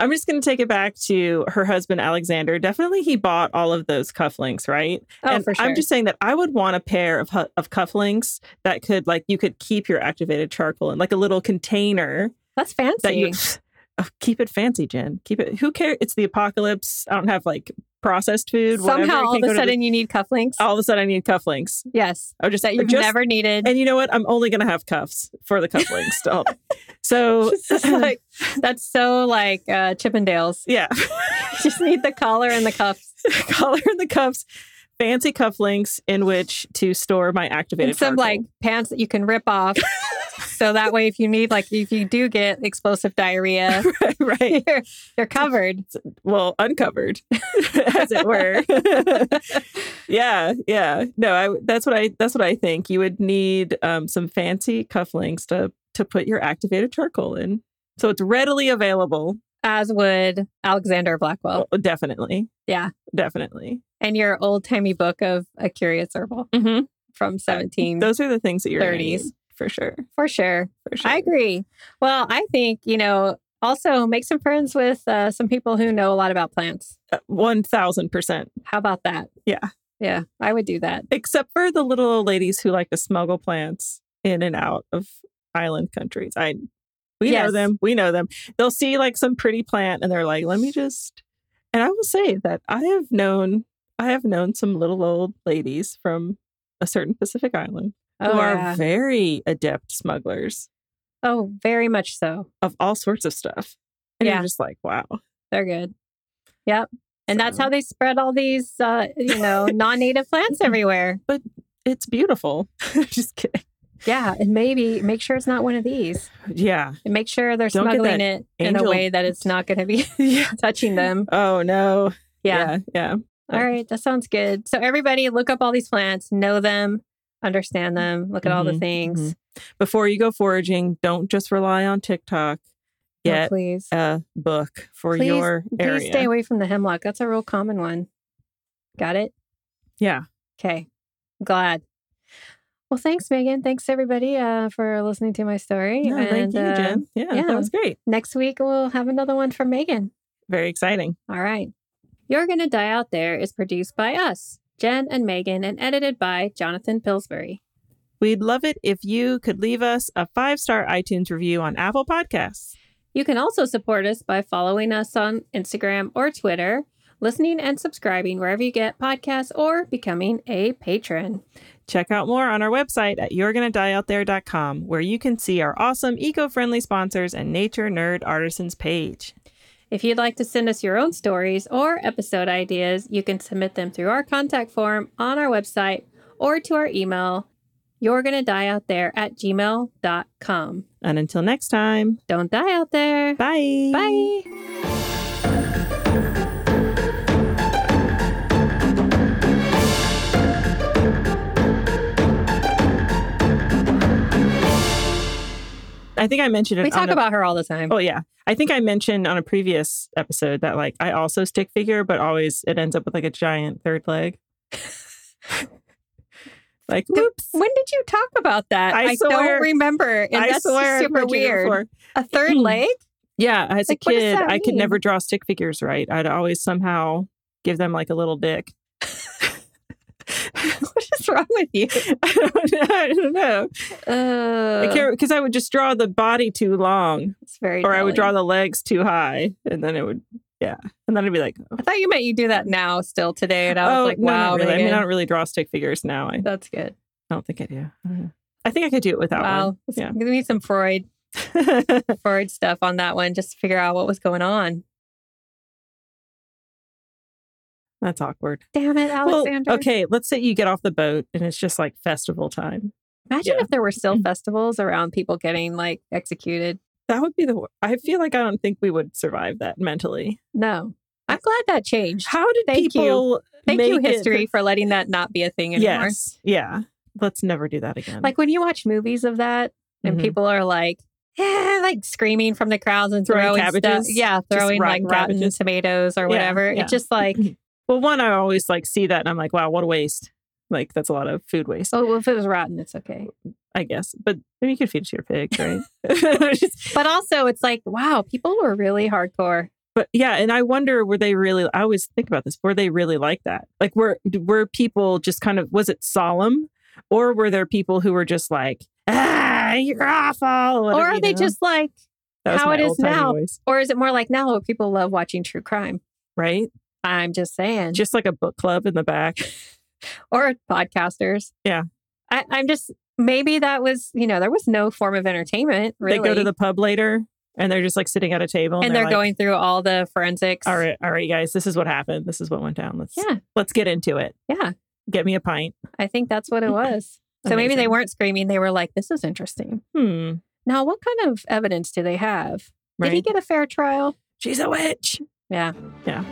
[SPEAKER 1] I'm just going to take it back to her husband, Alexander. Definitely, he bought all of those cufflinks, right?
[SPEAKER 2] Oh,
[SPEAKER 1] and
[SPEAKER 2] for sure.
[SPEAKER 1] I'm just saying that I would want a pair of hu- of cufflinks that could like you could keep your activated charcoal in like a little container
[SPEAKER 2] That's fancy.
[SPEAKER 1] that you oh, keep it fancy, Jen. Keep it. Who cares? It's the apocalypse. I don't have like processed food. whatever. I
[SPEAKER 2] Somehow, all
[SPEAKER 1] can't
[SPEAKER 2] of
[SPEAKER 1] go
[SPEAKER 2] a
[SPEAKER 1] to the-
[SPEAKER 2] sudden, you need cufflinks.
[SPEAKER 1] all of a sudden, I need cufflinks.
[SPEAKER 2] yes,
[SPEAKER 1] I would just
[SPEAKER 2] that you've
[SPEAKER 1] just-
[SPEAKER 2] never needed.
[SPEAKER 1] And you know what? I'm only going to have cuffs for the cufflinks. to help. So
[SPEAKER 2] It's just like, that's so like uh, Chippendales.
[SPEAKER 1] yeah,
[SPEAKER 2] just need the collar and the cuffs.
[SPEAKER 1] collar in the cuffs, fancy cufflinks in which to store my
[SPEAKER 2] And
[SPEAKER 1] activated.
[SPEAKER 2] some
[SPEAKER 1] charcoal.
[SPEAKER 2] like pants that you can rip off. so that way, if you need, like, if you do get explosive diarrhea,
[SPEAKER 1] right.
[SPEAKER 2] you're, you're covered.
[SPEAKER 1] well, uncovered, as it were. yeah, yeah. No, I, that's what I. That's what I think. You would need um, some fancy cufflinks to to put your activated charcoal in, so it's readily available.
[SPEAKER 2] As would Alexander Blackwell
[SPEAKER 1] Well, definitely.
[SPEAKER 2] Oh. Yeah.
[SPEAKER 1] definitely.
[SPEAKER 2] and your old timey book of A Curious Herbal
[SPEAKER 1] Mm-hmm.
[SPEAKER 2] from 17.
[SPEAKER 1] Those are the things that you're gonna
[SPEAKER 2] 30s.
[SPEAKER 1] need, for sure.
[SPEAKER 2] for sure.
[SPEAKER 1] For sure.
[SPEAKER 2] I agree. Well, I think, you know, also make some friends with uh, some people who know a lot about plants.
[SPEAKER 1] Uh, One thousand percent.
[SPEAKER 2] How about that?
[SPEAKER 1] Yeah.
[SPEAKER 2] Yeah. I would do that.
[SPEAKER 1] Except for the little old ladies who like to smuggle plants in and out of island countries. I we know
[SPEAKER 2] Yes.
[SPEAKER 1] them. We know them. They'll see like some pretty plant and they're like, let me just and I will say that I have known I have known some little old ladies from a certain Pacific island
[SPEAKER 2] Oh,
[SPEAKER 1] who
[SPEAKER 2] yeah.
[SPEAKER 1] are very adept smugglers
[SPEAKER 2] oh, very much so.
[SPEAKER 1] of all sorts of stuff. And
[SPEAKER 2] Yeah.
[SPEAKER 1] you're just like, wow.
[SPEAKER 2] They're good. Yep. And that's
[SPEAKER 1] So-
[SPEAKER 2] how they spread all these, uh, you know, non-native plants everywhere.
[SPEAKER 1] It's beautiful. just kidding.
[SPEAKER 2] Yeah, and maybe make sure it's not one of these,
[SPEAKER 1] Yeah.
[SPEAKER 2] and make sure they're
[SPEAKER 1] Don't get
[SPEAKER 2] smuggling
[SPEAKER 1] that
[SPEAKER 2] it in a
[SPEAKER 1] angel-
[SPEAKER 2] way that it's not going to be
[SPEAKER 1] yeah.
[SPEAKER 2] touching them.
[SPEAKER 1] Oh no.
[SPEAKER 2] Yeah.
[SPEAKER 1] Yeah. yeah.
[SPEAKER 2] All right, that sounds good. So everybody, look up all these plants, know them, understand them, look at all the
[SPEAKER 1] Mhm,
[SPEAKER 2] things.
[SPEAKER 1] mhm. Before you go foraging, don't just rely on TikTok.
[SPEAKER 2] Oh,
[SPEAKER 1] Get
[SPEAKER 2] please,
[SPEAKER 1] a book for
[SPEAKER 2] Please-
[SPEAKER 1] your area.
[SPEAKER 2] please stay away from the hemlock. That's a real common one. Got it?
[SPEAKER 1] Yeah.
[SPEAKER 2] Okay, glad. Well, thanks, Megan. Thanks everybody uh, for listening to my story.
[SPEAKER 1] No, thank you,
[SPEAKER 2] uh,
[SPEAKER 1] Jen. Yeah,
[SPEAKER 2] yeah.
[SPEAKER 1] that was great.
[SPEAKER 2] next week we'll have another one from Megan.
[SPEAKER 1] Very exciting.
[SPEAKER 2] All right. You're Gonna Die Out There is produced by us, Jen and Megan, and edited by Jonathan Pillsbury.
[SPEAKER 1] We'd love it if you could leave us a five star iTunes review on Apple Podcasts.
[SPEAKER 2] You can also support us by following us on Instagram or Twitter, listening and subscribing wherever you get podcasts, or becoming a patron.
[SPEAKER 1] Check out more on our website at you'regonnadieoutthere.com, where you can see our awesome eco friendly sponsors and nature nerd artisans page.
[SPEAKER 2] If you'd like to send us your own stories or episode ideas, you can submit them through our contact form on our website or to our email, you're gonna die out there at gmail.com.
[SPEAKER 1] And until next time,
[SPEAKER 2] Don't die out there.
[SPEAKER 1] bye.
[SPEAKER 2] Bye.
[SPEAKER 1] I think I mentioned it.
[SPEAKER 2] We
[SPEAKER 1] on
[SPEAKER 2] talk
[SPEAKER 1] a-
[SPEAKER 2] about her all the time.
[SPEAKER 1] Oh yeah. I think I mentioned on a previous episode that like I also stick figure, but always it ends up with like a giant third leg. like
[SPEAKER 2] Th-
[SPEAKER 1] whoops.
[SPEAKER 2] When did you talk about that?
[SPEAKER 1] I swear-
[SPEAKER 2] don't remember. And
[SPEAKER 1] I
[SPEAKER 2] that's
[SPEAKER 1] swear I've
[SPEAKER 2] super
[SPEAKER 1] heard you
[SPEAKER 2] weird.
[SPEAKER 1] before.
[SPEAKER 2] A third leg?
[SPEAKER 1] Yeah, as
[SPEAKER 2] Like,
[SPEAKER 1] a
[SPEAKER 2] what does
[SPEAKER 1] kid,
[SPEAKER 2] that
[SPEAKER 1] I could
[SPEAKER 2] mean?
[SPEAKER 1] never draw stick figures right. I'd always somehow give them like a little dick.
[SPEAKER 2] what is wrong with you?
[SPEAKER 1] I don't know. I don't know.
[SPEAKER 2] Uh,
[SPEAKER 1] I can't because I would just draw the body too long,
[SPEAKER 2] It's very.
[SPEAKER 1] or I would draw
[SPEAKER 2] The-
[SPEAKER 1] the legs too high, and then it would, yeah, and then I'd be like,
[SPEAKER 2] I thought you meant you do that now, still today, and I was
[SPEAKER 1] oh,
[SPEAKER 2] like,
[SPEAKER 1] no,
[SPEAKER 2] wow,
[SPEAKER 1] not really. I mean, I
[SPEAKER 2] Megan,
[SPEAKER 1] don't really draw stick figures now. I
[SPEAKER 2] that's good.
[SPEAKER 1] I don't think I do. I, don't
[SPEAKER 2] Mm-hmm.
[SPEAKER 1] know. I think I could do it without
[SPEAKER 2] wow,
[SPEAKER 1] one.
[SPEAKER 2] It's- we need some Freud,
[SPEAKER 1] Yeah.
[SPEAKER 2] Freud stuff on that one just to figure out what was going on.
[SPEAKER 1] That's awkward.
[SPEAKER 2] Damn it,
[SPEAKER 1] Well,
[SPEAKER 2] Alexander!
[SPEAKER 1] okay, let's say you get off the boat and it's just like festival time.
[SPEAKER 2] Imagine
[SPEAKER 1] yeah.
[SPEAKER 2] if there were still festivals around people getting like executed.
[SPEAKER 1] That would be the. wor- I feel like I don't think we would survive that mentally.
[SPEAKER 2] No, I'm glad that changed.
[SPEAKER 1] How did
[SPEAKER 2] Thank you.
[SPEAKER 1] people?
[SPEAKER 2] Thank you,
[SPEAKER 1] make it-
[SPEAKER 2] history, for letting that not be a thing anymore.
[SPEAKER 1] Yes. Yeah. Let's never do that again.
[SPEAKER 2] Like when you watch movies of that and
[SPEAKER 1] Mhm.
[SPEAKER 2] people are like, "Eh," like screaming from the crowds and
[SPEAKER 1] Throwing
[SPEAKER 2] throwing,
[SPEAKER 1] cabbages.
[SPEAKER 2] stuff. Yeah, throwing like
[SPEAKER 1] rotten
[SPEAKER 2] rotten
[SPEAKER 1] cabbages.
[SPEAKER 2] tomatoes or
[SPEAKER 1] Yeah,
[SPEAKER 2] whatever.
[SPEAKER 1] yeah.
[SPEAKER 2] It's just like,
[SPEAKER 1] well, one, I always like see that and I'm like, wow, what a waste. Like that's a lot of food waste,
[SPEAKER 2] oh, well, if it was rotten, it's okay.
[SPEAKER 1] I guess. But I mean, you could feed it to your pig, right? Just-
[SPEAKER 2] But also, it's like, wow, people were really hardcore.
[SPEAKER 1] But yeah, and I wonder were they really I always think about this, were they really like that? Like were were people just kind of was it solemn or were there people who were just like, "Ah, you're awful."
[SPEAKER 2] or are
[SPEAKER 1] you
[SPEAKER 2] they
[SPEAKER 1] know?
[SPEAKER 2] just like,
[SPEAKER 1] That was
[SPEAKER 2] how
[SPEAKER 1] my
[SPEAKER 2] it is
[SPEAKER 1] old-timey
[SPEAKER 2] now?
[SPEAKER 1] voice,
[SPEAKER 2] or is it more like now people love watching true crime?
[SPEAKER 1] right?
[SPEAKER 2] I'm just saying.
[SPEAKER 1] Just like a book club in the back.
[SPEAKER 2] or podcasters.
[SPEAKER 1] Yeah.
[SPEAKER 2] I, I'm just maybe that was you know there was no form of entertainment really.
[SPEAKER 1] They go to the pub later and they're just like sitting at a table
[SPEAKER 2] and,
[SPEAKER 1] and,
[SPEAKER 2] they're,
[SPEAKER 1] like,
[SPEAKER 2] going through all the forensics.
[SPEAKER 1] all right, all right, guys, this is what happened. This is what went down. Let's
[SPEAKER 2] Yeah.
[SPEAKER 1] let's get into it.
[SPEAKER 2] Yeah.
[SPEAKER 1] Get me a pint.
[SPEAKER 2] I think that's what it was. so maybe they
[SPEAKER 1] Mm-hmm. Amazing.
[SPEAKER 2] weren't screaming. They were like, "This is interesting."
[SPEAKER 1] Hmm.
[SPEAKER 2] Now, what kind of evidence do they have?
[SPEAKER 1] Right.
[SPEAKER 2] Did he get a fair trial?
[SPEAKER 1] She's a witch.
[SPEAKER 2] Yeah.
[SPEAKER 1] Yeah.